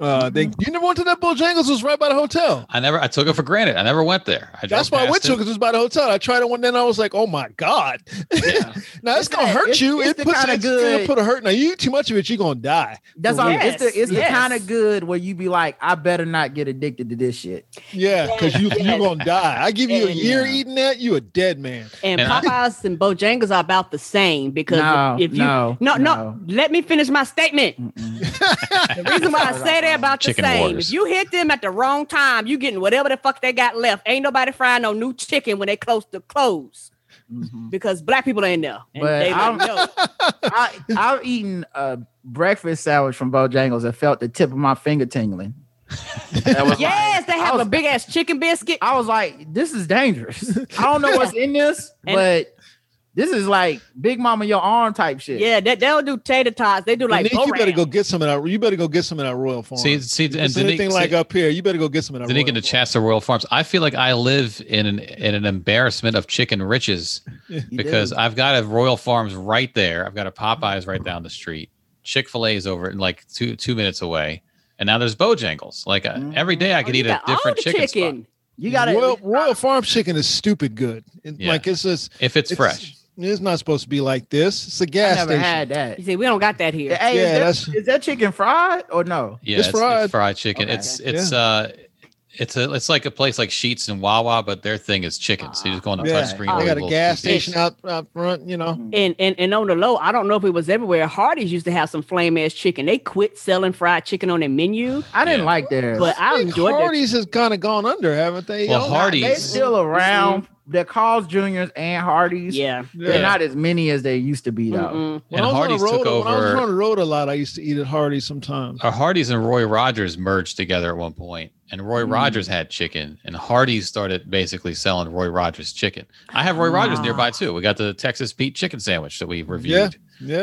Speaker 2: Uh, they you never went to that Bojangles? It was right by the hotel.
Speaker 3: I never. I took it for granted. I never went there. I
Speaker 2: That's
Speaker 3: drove
Speaker 2: why I went
Speaker 3: past
Speaker 2: to because it was by the hotel. I tried it one day and I was like, oh my God. [LAUGHS] now it's
Speaker 5: It's
Speaker 2: gonna
Speaker 5: that-
Speaker 2: hurt
Speaker 5: it's-
Speaker 2: you.
Speaker 5: it's
Speaker 2: It
Speaker 5: the
Speaker 2: puts
Speaker 5: kinda
Speaker 2: it's gonna
Speaker 5: good-
Speaker 2: put a hurt. Now you eat too much of it, you're gonna die.
Speaker 5: That's
Speaker 2: For
Speaker 5: all.
Speaker 2: real.
Speaker 4: Yes,
Speaker 5: It's the it's
Speaker 4: yes.
Speaker 5: the kind of good where you be like, I better not get addicted to this shit.
Speaker 2: Yeah, because you
Speaker 4: Yes.
Speaker 2: you're gonna die. I give you a
Speaker 4: Yeah.
Speaker 2: year eating that, you a dead man.
Speaker 4: and
Speaker 3: and I-
Speaker 4: Popeyes and Bojangles are about the same because
Speaker 5: No,
Speaker 4: if you
Speaker 5: no,
Speaker 4: no,
Speaker 5: no.
Speaker 4: let me finish my statement.
Speaker 5: Mm-mm.
Speaker 4: The reason why I say they're about the
Speaker 3: Chicken
Speaker 4: same.
Speaker 3: waters.
Speaker 4: If you hit them at the wrong time, you getting whatever the fuck they got left. Ain't nobody frying no new chicken when they close to close
Speaker 5: Mhm.
Speaker 4: because black people ain't there. And
Speaker 5: But
Speaker 4: they
Speaker 5: I
Speaker 4: don't know.
Speaker 5: I [LAUGHS] I've eaten a breakfast sandwich from Bojangles and felt the tip of my finger tingling. That was
Speaker 4: Yes,
Speaker 5: like-
Speaker 4: they
Speaker 5: I
Speaker 4: have
Speaker 5: was
Speaker 4: a big ass chicken biscuit.
Speaker 5: I was like, this is dangerous.
Speaker 4: [LAUGHS]
Speaker 5: I don't know what's in this,
Speaker 4: And-
Speaker 5: but this is like Big Mama your arm type shit.
Speaker 4: Yeah, they, they don't do tater tots. They do like
Speaker 2: Like, you better
Speaker 4: Boran.
Speaker 2: go get some of that. You better go get some of that Royal Farm.
Speaker 3: See, see,
Speaker 2: If
Speaker 3: and
Speaker 2: it's anything
Speaker 3: Danique,
Speaker 2: like
Speaker 3: like
Speaker 2: up here, you better go get some of that.
Speaker 3: Danique
Speaker 2: Royal
Speaker 3: and the
Speaker 2: Farm.
Speaker 3: Chester Royal Farms. I feel like I live in an in an embarrassment of chicken riches
Speaker 5: You
Speaker 3: because
Speaker 5: do.
Speaker 3: I've got a Royal Farms right there. I've got a Popeyes right down the street. Chick Fil A is over in like two two minutes away, and now there's Bojangles. Like
Speaker 2: Mm-hmm.
Speaker 3: uh, every day I
Speaker 4: Oh,
Speaker 3: could
Speaker 4: you
Speaker 3: eat a
Speaker 4: got all
Speaker 3: different
Speaker 4: the
Speaker 3: chicken,
Speaker 5: Mm. you gotta
Speaker 2: Royal, Royal Farm chicken is stupid good. It-
Speaker 3: Yeah.
Speaker 2: Like it's just
Speaker 3: spot if it's, fresh.
Speaker 2: It's not supposed to be like this. It's a
Speaker 5: I
Speaker 2: gas
Speaker 5: never
Speaker 2: station.
Speaker 5: had that.
Speaker 4: You see, we don't got that here.
Speaker 5: Hey,
Speaker 2: Yeah,
Speaker 5: is,
Speaker 2: that's-
Speaker 5: that, is that chicken fried or no?
Speaker 3: Yeah,
Speaker 2: It's
Speaker 3: it's, it's fried.
Speaker 2: fried.
Speaker 3: chicken.
Speaker 5: Okay.
Speaker 3: It's it's uh it's a it's like a place like Sheets and Wawa, but their thing is chicken. So you just go on a
Speaker 2: Yeah.
Speaker 3: touch screen.
Speaker 4: Oh,
Speaker 2: They
Speaker 3: with
Speaker 2: got a
Speaker 3: little
Speaker 2: gas
Speaker 3: TV.
Speaker 2: station out, out front. You know,
Speaker 4: Mm-hmm. And, and and on the low, I don't know if it was everywhere. Hardee's used to have some flame ass chicken. They quit selling fried chicken on their menu,
Speaker 5: I didn't
Speaker 3: Yeah.
Speaker 5: like theirs.
Speaker 4: but I
Speaker 2: think
Speaker 4: enjoyed it.
Speaker 2: Hardee's has kind of gone under, haven't they? Oh,
Speaker 3: Well,
Speaker 2: Y'all?
Speaker 3: Hardee's-
Speaker 5: they still around. they're Carl's Juniors and Hardee's.
Speaker 4: Yeah.
Speaker 5: They're not as many as they used to be though.
Speaker 4: Mm-mm.
Speaker 2: When
Speaker 3: And
Speaker 2: I was on the
Speaker 3: Hardee's took
Speaker 2: road- When I was
Speaker 3: over-
Speaker 2: on the road a lot, I used to eat at Hardee's sometimes.
Speaker 3: Uh, Hardy's and Roy Rogers merged together at one point, and Roy
Speaker 5: Mm.
Speaker 3: Rogers had chicken, and Hardy's started basically selling Roy Rogers chicken. I have Roy Rogers
Speaker 4: Ah.
Speaker 3: nearby too. We got the Texas Pete chicken sandwich that we reviewed.
Speaker 2: Yeah.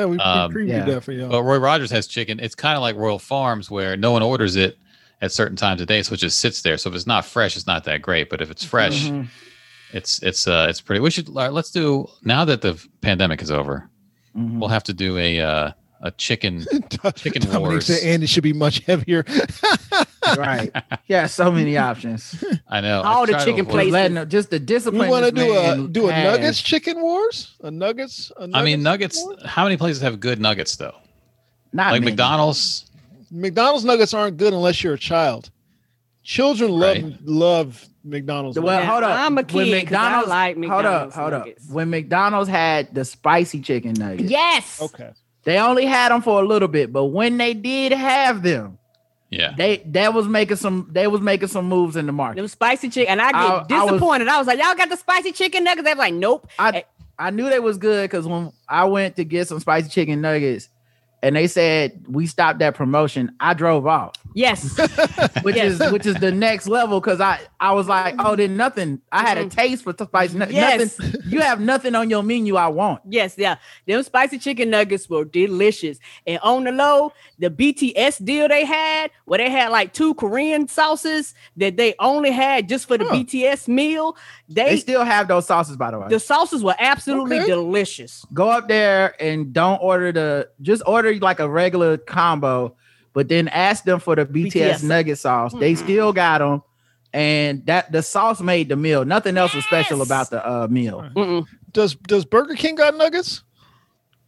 Speaker 2: Yeah, we, we
Speaker 3: Um,
Speaker 2: previewed
Speaker 5: Yeah.
Speaker 2: that for y'all.
Speaker 3: But Roy Rogers has chicken. It's kind of like Royal Farms, where no one orders it at certain times of day, so it just sits there. So if it's not fresh, it's not that great. But if
Speaker 2: Mm-hmm.
Speaker 3: it's fresh,
Speaker 6: Mm-hmm.
Speaker 5: Mhm.
Speaker 3: it's it's uh it's pretty. We should all right, let's do now that the pandemic is over.
Speaker 5: Mhm.
Speaker 3: We'll have to do a uh, a chicken.
Speaker 2: [LAUGHS]
Speaker 3: Chicken
Speaker 2: Dominique
Speaker 3: wars.
Speaker 2: said, and it should be much
Speaker 5: [LAUGHS]
Speaker 2: heavier.
Speaker 5: [LAUGHS] right. Yeah, so many options.
Speaker 3: I know
Speaker 4: All
Speaker 3: Oh, I
Speaker 4: the
Speaker 3: try to
Speaker 4: chicken
Speaker 3: avoid-
Speaker 5: Just
Speaker 4: places.
Speaker 5: letting them- just the
Speaker 2: you
Speaker 5: discipline.
Speaker 2: want to
Speaker 5: this
Speaker 2: do a
Speaker 5: man
Speaker 2: do a
Speaker 5: has.
Speaker 2: Nuggets chicken wars? A Nuggets? A nuggets
Speaker 3: I mean, nuggets.
Speaker 2: chicken war?
Speaker 3: How many places have good nuggets though?
Speaker 5: Not
Speaker 3: like
Speaker 5: many.
Speaker 3: McDonald's.
Speaker 2: McDonald's nuggets aren't good unless you're a child. Children love
Speaker 3: Right.
Speaker 2: love McDonald's.
Speaker 5: Well,
Speaker 2: nuggets.
Speaker 4: Yeah,
Speaker 5: hold up.
Speaker 4: I'm a
Speaker 5: When
Speaker 4: kid 'cause I
Speaker 5: McDonald's-
Speaker 4: like
Speaker 5: Hold up,
Speaker 4: McDonald's
Speaker 5: hold
Speaker 4: nuggets.
Speaker 5: up. When McDonald's had the spicy chicken nuggets,
Speaker 4: Yes.
Speaker 2: okay.
Speaker 5: they only had them for a little bit, but when they did have them,
Speaker 3: Yeah.
Speaker 5: they that was making some they was making some moves in the
Speaker 4: Them
Speaker 5: market.
Speaker 4: spicy chicken. And I get
Speaker 5: I- I was-
Speaker 4: disappointed. I was, like, y'all got the spicy chicken nuggets? They were like, nope. Eh.
Speaker 5: I I knew they was good because when I went to get some spicy chicken nuggets, and they said we stopped that promotion, I drove off,
Speaker 4: Yes.
Speaker 5: [LAUGHS] which
Speaker 4: Yes.
Speaker 5: is which is the next level because I I was like, oh, then nothing. I had a
Speaker 4: Mhm.
Speaker 5: taste for spicy nuggets.
Speaker 4: Yes.
Speaker 5: Nothing, you have nothing on your menu I want.
Speaker 4: Yes, yeah. Them spicy chicken nuggets were delicious. And on the low, the BTS deal they had, where they had like two Korean sauces that they only had just for the
Speaker 2: Huh.
Speaker 4: BTS meal. They,
Speaker 5: They still have those sauces, by the way.
Speaker 4: the sauces were absolutely
Speaker 2: Okay.
Speaker 4: delicious.
Speaker 5: go up there and don't order the just order like a regular combo, but then ask them for the BTS,
Speaker 4: BTS.
Speaker 5: nugget sauce. They
Speaker 4: Mm.
Speaker 5: still got them, and that the sauce made the meal. Nothing else was special
Speaker 4: Yes.
Speaker 5: about the uh, meal.
Speaker 2: Right.
Speaker 4: Mm-mm.
Speaker 2: Does does Burger King got nuggets?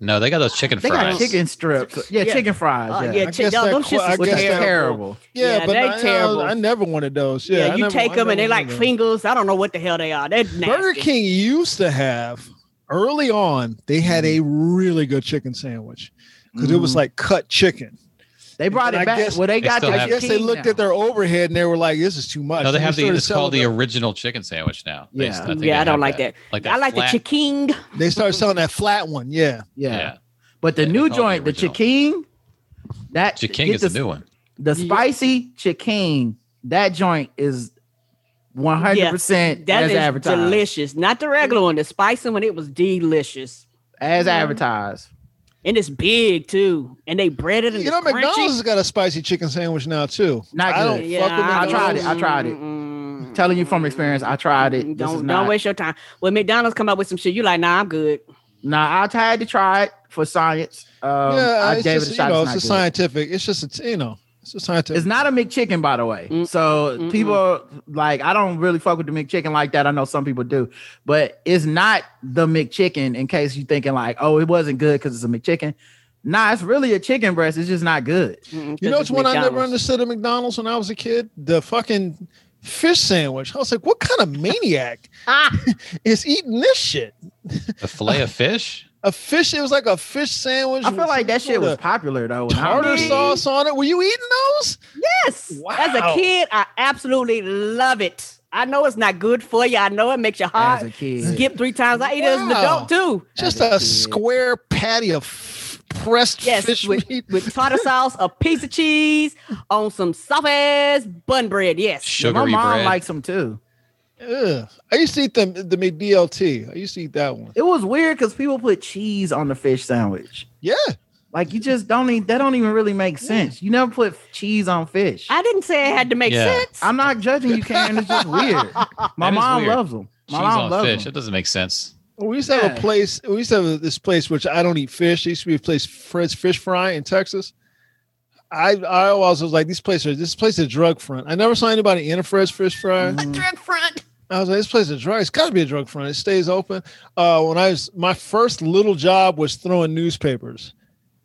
Speaker 3: No, they got those chicken
Speaker 5: They
Speaker 3: fries.
Speaker 5: got chicken strips, yeah,
Speaker 4: Yeah.
Speaker 5: chicken fries,
Speaker 4: Oh,
Speaker 5: yeah,
Speaker 4: yeah,
Speaker 2: I
Speaker 4: chi-
Speaker 2: guess
Speaker 4: y'all,
Speaker 2: that
Speaker 4: those
Speaker 2: qu-
Speaker 4: shits
Speaker 2: I
Speaker 4: was
Speaker 5: which is
Speaker 2: guess that-
Speaker 5: terrible.
Speaker 4: terrible.
Speaker 2: Yeah,
Speaker 4: Yeah,
Speaker 2: but
Speaker 4: they
Speaker 2: I,
Speaker 4: terrible.
Speaker 2: I, never wanted those. Yeah,
Speaker 4: Yeah,
Speaker 2: I
Speaker 4: you
Speaker 2: never-
Speaker 4: take
Speaker 2: I
Speaker 4: them and
Speaker 2: never
Speaker 4: they like
Speaker 2: wanted those.
Speaker 4: fingers. I don't know what the hell they are. They're nasty.
Speaker 2: Burger King used to have early on. They had a
Speaker 5: Mm.
Speaker 2: really good chicken sandwich because it was
Speaker 5: Mhm.
Speaker 2: like cut chicken.
Speaker 5: They brought
Speaker 2: And I
Speaker 5: it back.
Speaker 2: guess-
Speaker 5: well, they
Speaker 3: They
Speaker 5: got
Speaker 3: still
Speaker 5: the
Speaker 2: I
Speaker 3: have-
Speaker 2: guess they
Speaker 5: king
Speaker 2: looked
Speaker 5: now.
Speaker 2: at their overhead and they were like, "This is too much."
Speaker 3: No, they
Speaker 2: And
Speaker 3: have the.
Speaker 2: started
Speaker 3: It's called the
Speaker 2: selling
Speaker 3: original chicken sandwich now. They s-
Speaker 5: Yeah.
Speaker 3: think
Speaker 4: Yeah,
Speaker 3: they
Speaker 4: I don't
Speaker 3: have
Speaker 4: like that.
Speaker 3: Like that
Speaker 4: I like
Speaker 3: flat-
Speaker 4: the chicken.
Speaker 2: They started selling that flat one. Yeah,
Speaker 5: yeah.
Speaker 3: Yeah,
Speaker 5: but the
Speaker 3: They
Speaker 5: new
Speaker 3: called it
Speaker 5: joint, the
Speaker 3: original.
Speaker 5: chicken, that
Speaker 3: chicken
Speaker 5: get
Speaker 3: is the
Speaker 5: the
Speaker 3: new one.
Speaker 5: the
Speaker 4: Yeah.
Speaker 5: spicy chicken that joint is 100%
Speaker 4: That
Speaker 5: as
Speaker 4: is
Speaker 5: advertised
Speaker 4: delicious. Not the regular one, the spicy one. It was delicious. Mm-hmm.
Speaker 5: as advertised
Speaker 4: And it's big too. And they breaded and
Speaker 2: you know,
Speaker 4: it's crunchy.
Speaker 2: McDonald's has got a spicy chicken sandwich now too.
Speaker 5: Not
Speaker 2: I
Speaker 5: good.
Speaker 2: don't fuck with
Speaker 5: I
Speaker 2: McDonald's.
Speaker 5: tried it. I tried it.
Speaker 4: Mm-mm.
Speaker 5: telling you from experience i tried it
Speaker 4: Mm,
Speaker 5: this is
Speaker 4: Don't
Speaker 5: not,
Speaker 4: don't waste your time. When McDonald's come up with some shit, you like, nah, I'm good.
Speaker 5: nah i had to try it for science um
Speaker 2: yeah,
Speaker 5: i
Speaker 2: it's
Speaker 5: gave
Speaker 2: just,
Speaker 5: it a shot
Speaker 2: you know,
Speaker 5: it's,
Speaker 2: it's a
Speaker 5: not good.
Speaker 2: scientific. It's just, it's, you know, it's a scientific.
Speaker 5: it's not a McChicken, by the way.
Speaker 4: Mm.
Speaker 5: So
Speaker 4: Mm-mm.
Speaker 5: people like I don't really fuck with the McChicken like that. I know some people do, but it's not the McChicken. In case you're thinking like, oh, it wasn't good because it's a McChicken. Nah, it's really a chicken breast. It's just not good.
Speaker 4: Mm-mm,
Speaker 2: You
Speaker 4: 'cause
Speaker 2: know,
Speaker 4: it's
Speaker 2: it's one I never
Speaker 4: McDonald's.
Speaker 2: understood at McDonald's when I was a kid. The fucking fish sandwich. I was like, what kind of maniac [LAUGHS] is eating this shit?
Speaker 3: The fillet of fish.
Speaker 2: A fish. It was like a fish sandwich.
Speaker 5: I feel
Speaker 2: with
Speaker 5: like that
Speaker 2: some
Speaker 5: shit was
Speaker 2: sorta
Speaker 5: popular though. when I was
Speaker 2: tartar
Speaker 5: a kid.
Speaker 2: sauce on it. Were you eating those?
Speaker 4: Yes. As a
Speaker 2: Wow.
Speaker 4: kid, I absolutely love it. I know it's not good for you. I know it makes your heart
Speaker 5: As a kid,
Speaker 4: skip three times. I eat it as an
Speaker 2: Wow.
Speaker 4: adult too.
Speaker 2: Just
Speaker 5: As a
Speaker 2: a
Speaker 5: kid.
Speaker 2: square patty of f- pressed
Speaker 4: Yes,
Speaker 2: fish
Speaker 4: with,
Speaker 2: meat.
Speaker 4: with tartar sauce, a piece of cheese on some soft ass bun bread. Yes.
Speaker 5: Yeah, my
Speaker 3: Sugary
Speaker 5: mom
Speaker 3: bread.
Speaker 5: likes them too.
Speaker 2: Ugh. I used to eat the the McDLT. I used to eat that one.
Speaker 5: It was weird because people put cheese on the fish sandwich.
Speaker 2: Yeah,
Speaker 5: Like you just don't need that. Don't even really make sense. You never put cheese on fish. I,
Speaker 4: I didn't say it had to make
Speaker 3: Yeah.
Speaker 4: sense.
Speaker 5: am not judging you, Karen. It's just
Speaker 2: [LAUGHS]
Speaker 5: weird. My
Speaker 3: That is
Speaker 5: mom
Speaker 3: weird.
Speaker 5: loves them. My
Speaker 3: Cheese
Speaker 5: mom
Speaker 3: on
Speaker 5: loves
Speaker 3: fish. That
Speaker 5: them.
Speaker 3: doesn't make sense.
Speaker 2: we used to have
Speaker 5: Yeah.
Speaker 2: a place. We used to have this place which I don't eat fish. There used to be a place Fred's Fish Fry in Texas. I I always was like, these places are this place is a drug front. I never saw anybody in a Fred's Fish Fry.
Speaker 4: drug front.
Speaker 2: I was like, this place is a drug. It's got to be a drug front. It stays open. Uh, when I was my first little job was throwing newspapers,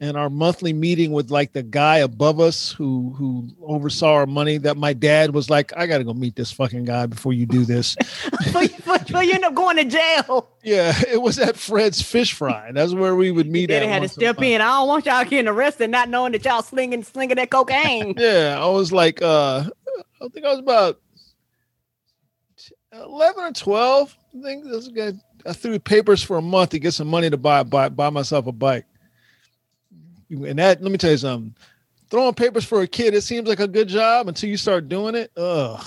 Speaker 2: and our monthly meeting with like the guy above us who who oversaw our money. That my dad was like, I got to go meet this fucking guy before you do this.
Speaker 4: [LAUGHS] but, but, but you end up going
Speaker 2: [LAUGHS]
Speaker 4: to jail.
Speaker 2: yeah, it was at Fred's Fish Fry. That's where we would meet.
Speaker 4: Then
Speaker 2: at
Speaker 4: they had to
Speaker 2: once in a
Speaker 4: step
Speaker 2: while.
Speaker 4: in. I don't want y'all getting arrested, not knowing that y'all slinging
Speaker 2: [LAUGHS]
Speaker 4: slinging that cocaine.
Speaker 2: Yeah, I was like, uh, I think I was about eleven or twelve. I think this guy. I threw papers for a month to get some money to buy buy buy myself a bike. And that let me tell you something. Throwing papers for a kid, it seems like a good job until you start doing it. Ugh,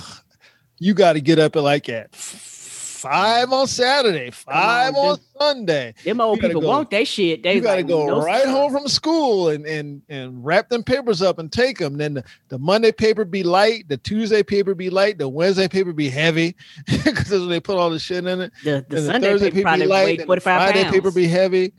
Speaker 2: you got to get up at like at five on Saturday, five
Speaker 4: on,
Speaker 2: on Sunday.
Speaker 4: Them old
Speaker 2: gotta
Speaker 4: people
Speaker 2: go.
Speaker 4: want that shit. They
Speaker 2: you got to
Speaker 4: like,
Speaker 2: go
Speaker 4: no,
Speaker 2: right
Speaker 4: sir.
Speaker 2: home from school and and and wrap them papers up and take them. Then the, the Monday paper be light, the Tuesday paper be light, the Wednesday paper be heavy [LAUGHS] because that's when they put all the shit in it.
Speaker 4: The, the
Speaker 2: Then
Speaker 4: Sunday paper probably weigh
Speaker 2: then the
Speaker 4: 45
Speaker 2: Friday
Speaker 4: pounds.
Speaker 2: paper be heavy.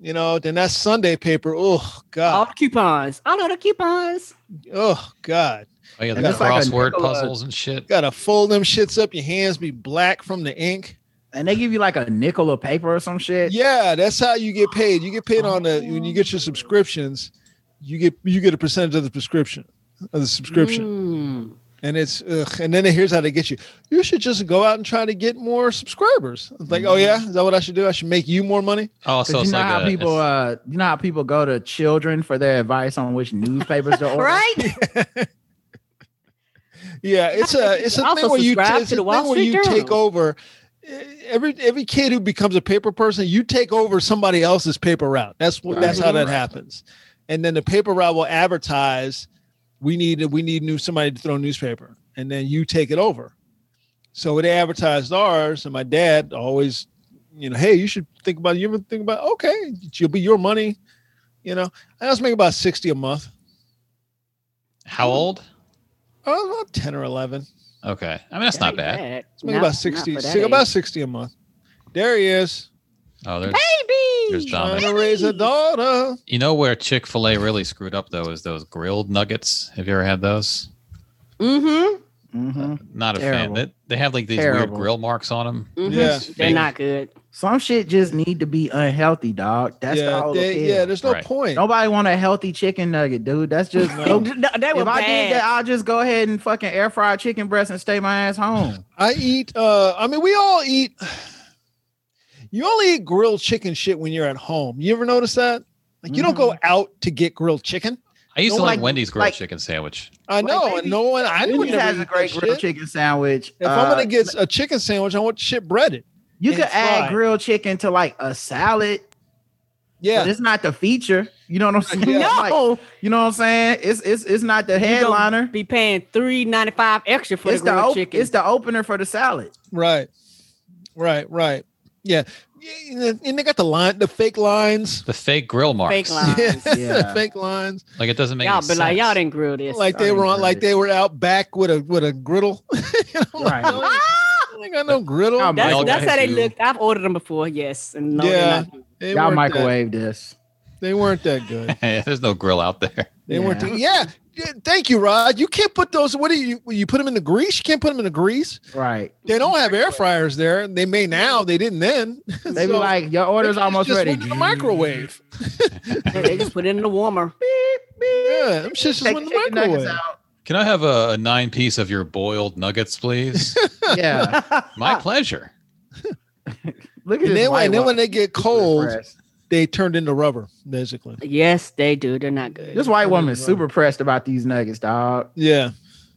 Speaker 2: You know, then that Sunday paper. Oh
Speaker 4: All
Speaker 2: God,
Speaker 4: the coupons. All of the coupons.
Speaker 2: oh God,
Speaker 3: Oh yeah, the
Speaker 2: And that's
Speaker 5: like a
Speaker 3: crossword
Speaker 5: Nicola-
Speaker 3: puzzles and shit.
Speaker 2: gotta fold them shits up. Your hands be black from the ink.
Speaker 5: and they give you like a nickel of paper or some shit.
Speaker 2: Yeah, that's how you get paid. You get paid on the when you get your subscriptions, you get you get a percentage of the prescription of the [LAUGHS] subscription.
Speaker 4: Mm.
Speaker 2: And it's ugh. and then here's how they get you. You should just go out and try to get more subscribers. It's like, oh yeah, is that what I should do? I should make you more
Speaker 5: [LAUGHS]
Speaker 2: money.
Speaker 3: Oh,
Speaker 5: 'Cause
Speaker 3: so
Speaker 5: you
Speaker 3: it's
Speaker 5: know
Speaker 3: like
Speaker 5: how
Speaker 3: a,
Speaker 5: people,
Speaker 3: it's-
Speaker 5: uh, you know how people go to children for their advice on which newspapers
Speaker 4: [LAUGHS]
Speaker 5: to order.
Speaker 4: Right?
Speaker 2: [LAUGHS] Yeah, it's a
Speaker 5: [LAUGHS]
Speaker 2: it's a
Speaker 4: Also
Speaker 2: thing where you
Speaker 4: subscribe
Speaker 2: it's
Speaker 4: to
Speaker 2: a
Speaker 4: the
Speaker 2: thing
Speaker 4: Wall
Speaker 2: where
Speaker 4: Street
Speaker 2: you take
Speaker 4: Journal.
Speaker 2: over. Every every kid who becomes a paper person, you take over somebody else's paper route. That's what that's how that happens. And then the paper route will advertise, we need we need new somebody to throw newspaper, and then you take it over. So they advertised ours, and my dad always, you know, hey, you should think about you ever think about okay, you'll be your money, you know. I was making about sixty a month.
Speaker 3: how old?
Speaker 2: I was Oh, about ten or eleven.
Speaker 3: Okay, I mean that's not bad.
Speaker 2: It's maybe about 60,
Speaker 4: Not for
Speaker 2: si-
Speaker 4: that age.
Speaker 2: about 60 a month. There he is,
Speaker 3: Oh, there's There's
Speaker 4: Baby.
Speaker 3: Dominic.
Speaker 2: trying to raise a daughter.
Speaker 3: You know where Chick Fil A really screwed up though is those grilled nuggets. Have you ever had those?
Speaker 4: Mm-hmm.
Speaker 5: Mhm.
Speaker 3: Not a
Speaker 5: Terrible.
Speaker 3: fan. They, they have like these
Speaker 5: Terrible.
Speaker 3: weird grill marks on them.
Speaker 4: Mm-hmm.
Speaker 2: Yeah.
Speaker 4: They're not good.
Speaker 5: Some shit just need to be unhealthy, dog. That's the
Speaker 2: yeah,
Speaker 5: whole
Speaker 2: they-
Speaker 5: appeal.
Speaker 2: yeah, there's no
Speaker 3: Right.
Speaker 2: point.
Speaker 5: Nobody want a healthy chicken nugget, dude. That's just
Speaker 2: No.
Speaker 5: if
Speaker 4: No, they were
Speaker 5: I
Speaker 4: bad.
Speaker 5: did that, I'll just go ahead and fucking air fry chicken breast and stay my ass home.
Speaker 2: I eat, uh, I mean, we all eat. You only eat grilled chicken shit when you're at home. You ever notice that? Like, you don't go out to get grilled chicken.
Speaker 3: I used
Speaker 2: No,
Speaker 3: to like,
Speaker 2: like-
Speaker 3: Wendy's grilled
Speaker 5: Mm-hmm. like-
Speaker 3: chicken sandwich.
Speaker 2: I
Speaker 5: Like,
Speaker 2: know,
Speaker 5: maybe-
Speaker 2: and no one, I would
Speaker 5: Wendy's
Speaker 2: never
Speaker 5: has a
Speaker 2: eat that
Speaker 5: great
Speaker 2: shit.
Speaker 5: grilled chicken sandwich.
Speaker 2: If I'm
Speaker 5: Uh,
Speaker 2: gonna get a chicken sandwich, I want shit breaded.
Speaker 5: you could
Speaker 2: and
Speaker 5: add
Speaker 2: fried.
Speaker 5: grilled chicken to like a salad, but
Speaker 2: Yeah,
Speaker 5: it's not the feature. You know what
Speaker 2: [LAUGHS]
Speaker 5: I'm saying?
Speaker 2: Yeah.
Speaker 5: Like,
Speaker 4: No.
Speaker 5: you know what I'm saying? It's it's it's not the
Speaker 4: You gonna
Speaker 5: headliner.
Speaker 4: Be paying three ninety five extra for
Speaker 5: It's
Speaker 4: the
Speaker 5: the
Speaker 4: grilled
Speaker 5: op-
Speaker 4: chicken.
Speaker 5: it's the opener for the salad.
Speaker 2: right, right, right. Yeah, Yeah, and they got the line, the fake lines.
Speaker 3: The fake grill marks. [LAUGHS]
Speaker 4: fake lines.
Speaker 2: [LAUGHS] yeah.
Speaker 5: Yeah.
Speaker 2: fake lines.
Speaker 3: Like it doesn't make
Speaker 4: Y'all
Speaker 3: any
Speaker 4: be
Speaker 3: sense.
Speaker 4: like, y'all didn't grill this.
Speaker 2: like they
Speaker 5: Starting
Speaker 2: were on, like
Speaker 5: griddle.
Speaker 2: they were out back with a with a griddle. [LAUGHS]
Speaker 4: [LAUGHS]
Speaker 5: Right.
Speaker 2: I ain't got no griddle.
Speaker 5: Y'all
Speaker 4: that's
Speaker 3: Y'all
Speaker 4: that's
Speaker 3: got
Speaker 4: how they
Speaker 3: you.
Speaker 4: looked. I've ordered them before, yes. And no,
Speaker 2: Yeah.
Speaker 4: yeah.
Speaker 2: They
Speaker 5: Y'all
Speaker 2: weren't
Speaker 5: microwave
Speaker 3: [LAUGHS]
Speaker 5: this.
Speaker 2: That, they weren't that good.
Speaker 3: There's no grill out there.
Speaker 2: They weren't.
Speaker 5: Yeah.
Speaker 2: That, yeah. Yeah, Thank you, Rod. You can't put those. What do you? You put them in the grease. You can't put them in the grease.
Speaker 5: Right.
Speaker 2: They don't have air fryers there. They may now. They didn't then. [LAUGHS]
Speaker 5: They be like, your order's almost
Speaker 2: just
Speaker 5: ready.
Speaker 2: Went in the microwave.
Speaker 4: [LAUGHS] they just put it in
Speaker 5: [LAUGHS]
Speaker 4: the warmer.
Speaker 2: Yeah, them shits just
Speaker 5: Take
Speaker 2: went in
Speaker 5: the
Speaker 2: the
Speaker 5: chicken nuggets
Speaker 2: microwave.
Speaker 5: out.
Speaker 3: Can I have a, a nine piece of your boiled
Speaker 2: [LAUGHS]
Speaker 3: nuggets, please?
Speaker 5: Yeah.
Speaker 3: My pleasure.
Speaker 5: Look at
Speaker 2: And
Speaker 5: this.
Speaker 2: then, when-
Speaker 5: white
Speaker 2: and then
Speaker 5: one.
Speaker 2: when they get cold, they turned into rubber, basically.
Speaker 4: Yes, they do. They're not good.
Speaker 5: This white woman is super pressed about these nuggets, dog.
Speaker 2: Yeah.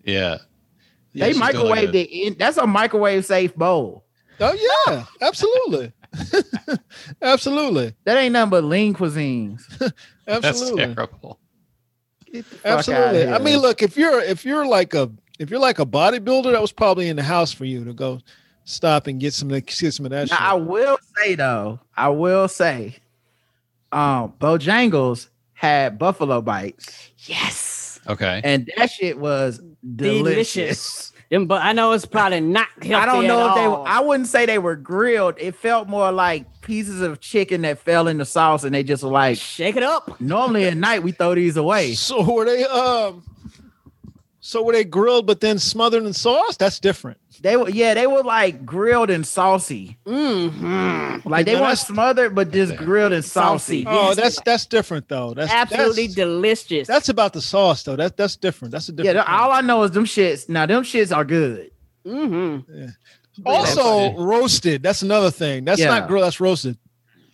Speaker 3: Yeah. Yeah,
Speaker 5: They
Speaker 3: she's doing like
Speaker 5: microwave
Speaker 3: a-
Speaker 5: the in, that's a microwave safe bowl.
Speaker 2: Oh yeah, absolutely, [LAUGHS] absolutely,
Speaker 5: That ain't nothing but lean
Speaker 2: [LAUGHS]
Speaker 5: cuisines.
Speaker 3: That's
Speaker 2: absolutely,
Speaker 3: terrible.
Speaker 5: outta
Speaker 2: absolutely. I
Speaker 5: here.
Speaker 2: mean, look if you're if you're like a if you're like a bodybuilder, that was probably in the house for you to go stop and get some get some of that.
Speaker 5: Now I
Speaker 2: shit.
Speaker 5: will say though, I will say, um, Bojangles had buffalo bites,
Speaker 4: yes.
Speaker 3: Okay.
Speaker 5: and that shit was delicious.
Speaker 4: Delicious. Them, but I know it's probably not healthy.
Speaker 5: I don't know
Speaker 4: at
Speaker 5: if they.
Speaker 4: all.
Speaker 5: Were, I wouldn't say they were grilled. It felt more like pieces of chicken that fell in the sauce, and they just were like.
Speaker 4: shake it up.
Speaker 5: Normally at night we throw these away.
Speaker 2: So were they um, so were they grilled but then smothered in sauce? That's different.
Speaker 5: They were yeah, they were like grilled and saucy.
Speaker 4: hmm
Speaker 5: Like they
Speaker 2: Now
Speaker 5: weren't
Speaker 2: that's-
Speaker 5: smothered, but just
Speaker 3: Yeah.
Speaker 5: grilled and saucy.
Speaker 4: Saucy.
Speaker 2: Oh,
Speaker 4: Yes.
Speaker 2: that's that's different though. That's
Speaker 4: Absolutely
Speaker 2: That's,
Speaker 4: delicious.
Speaker 2: that's about the sauce though. That's that's different. That's a
Speaker 5: Yeah,
Speaker 2: different.
Speaker 5: th- all I know is them shits. Now them shits are good.
Speaker 4: mm-hmm.
Speaker 5: Mm-hmm.
Speaker 2: thing. also roasted. That's another thing. That's
Speaker 5: Yeah.
Speaker 2: not grilled. That's roasted.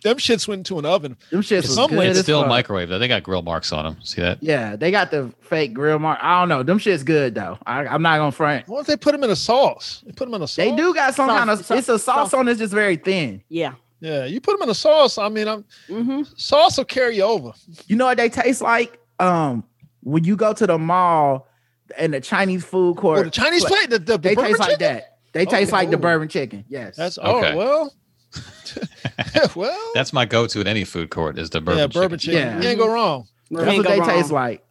Speaker 2: them shits went into an oven.
Speaker 5: Them shits was
Speaker 2: Some
Speaker 5: good.
Speaker 2: way
Speaker 3: it's
Speaker 5: as
Speaker 3: still
Speaker 5: fuck.
Speaker 3: microwaved. They got grill marks on them. See that?
Speaker 5: Yeah, they got the fake grill mark. I don't know. Them shits good though. I, I'm not gonna front.
Speaker 2: What if they put them in a sauce? They put them in a sauce.
Speaker 5: They do got some
Speaker 4: Sauce-
Speaker 5: kind of.
Speaker 4: sauce-
Speaker 5: it's a sauce,
Speaker 4: sauce.
Speaker 5: on. It's just very thin.
Speaker 4: Yeah.
Speaker 2: Yeah, you put them in a sauce. I mean, I'm,
Speaker 4: hmm
Speaker 2: sauce will carry you over.
Speaker 5: You know what they taste like? Um, when you go to the mall and the Chinese food court,
Speaker 2: Or Oh, the Chinese plate, the, the, the
Speaker 5: they
Speaker 2: bourbon
Speaker 5: taste like
Speaker 2: chicken?
Speaker 5: that. They taste like the
Speaker 2: oh.
Speaker 5: bourbon chicken. Yes.
Speaker 2: That's
Speaker 3: Okay.
Speaker 2: oh well. well,
Speaker 3: That's my go-to at any food court is the bourbon.
Speaker 2: yeah, bourbon
Speaker 3: chicken.
Speaker 2: chicken.
Speaker 5: Yeah.
Speaker 2: You can't go wrong.
Speaker 5: That's what they taste like.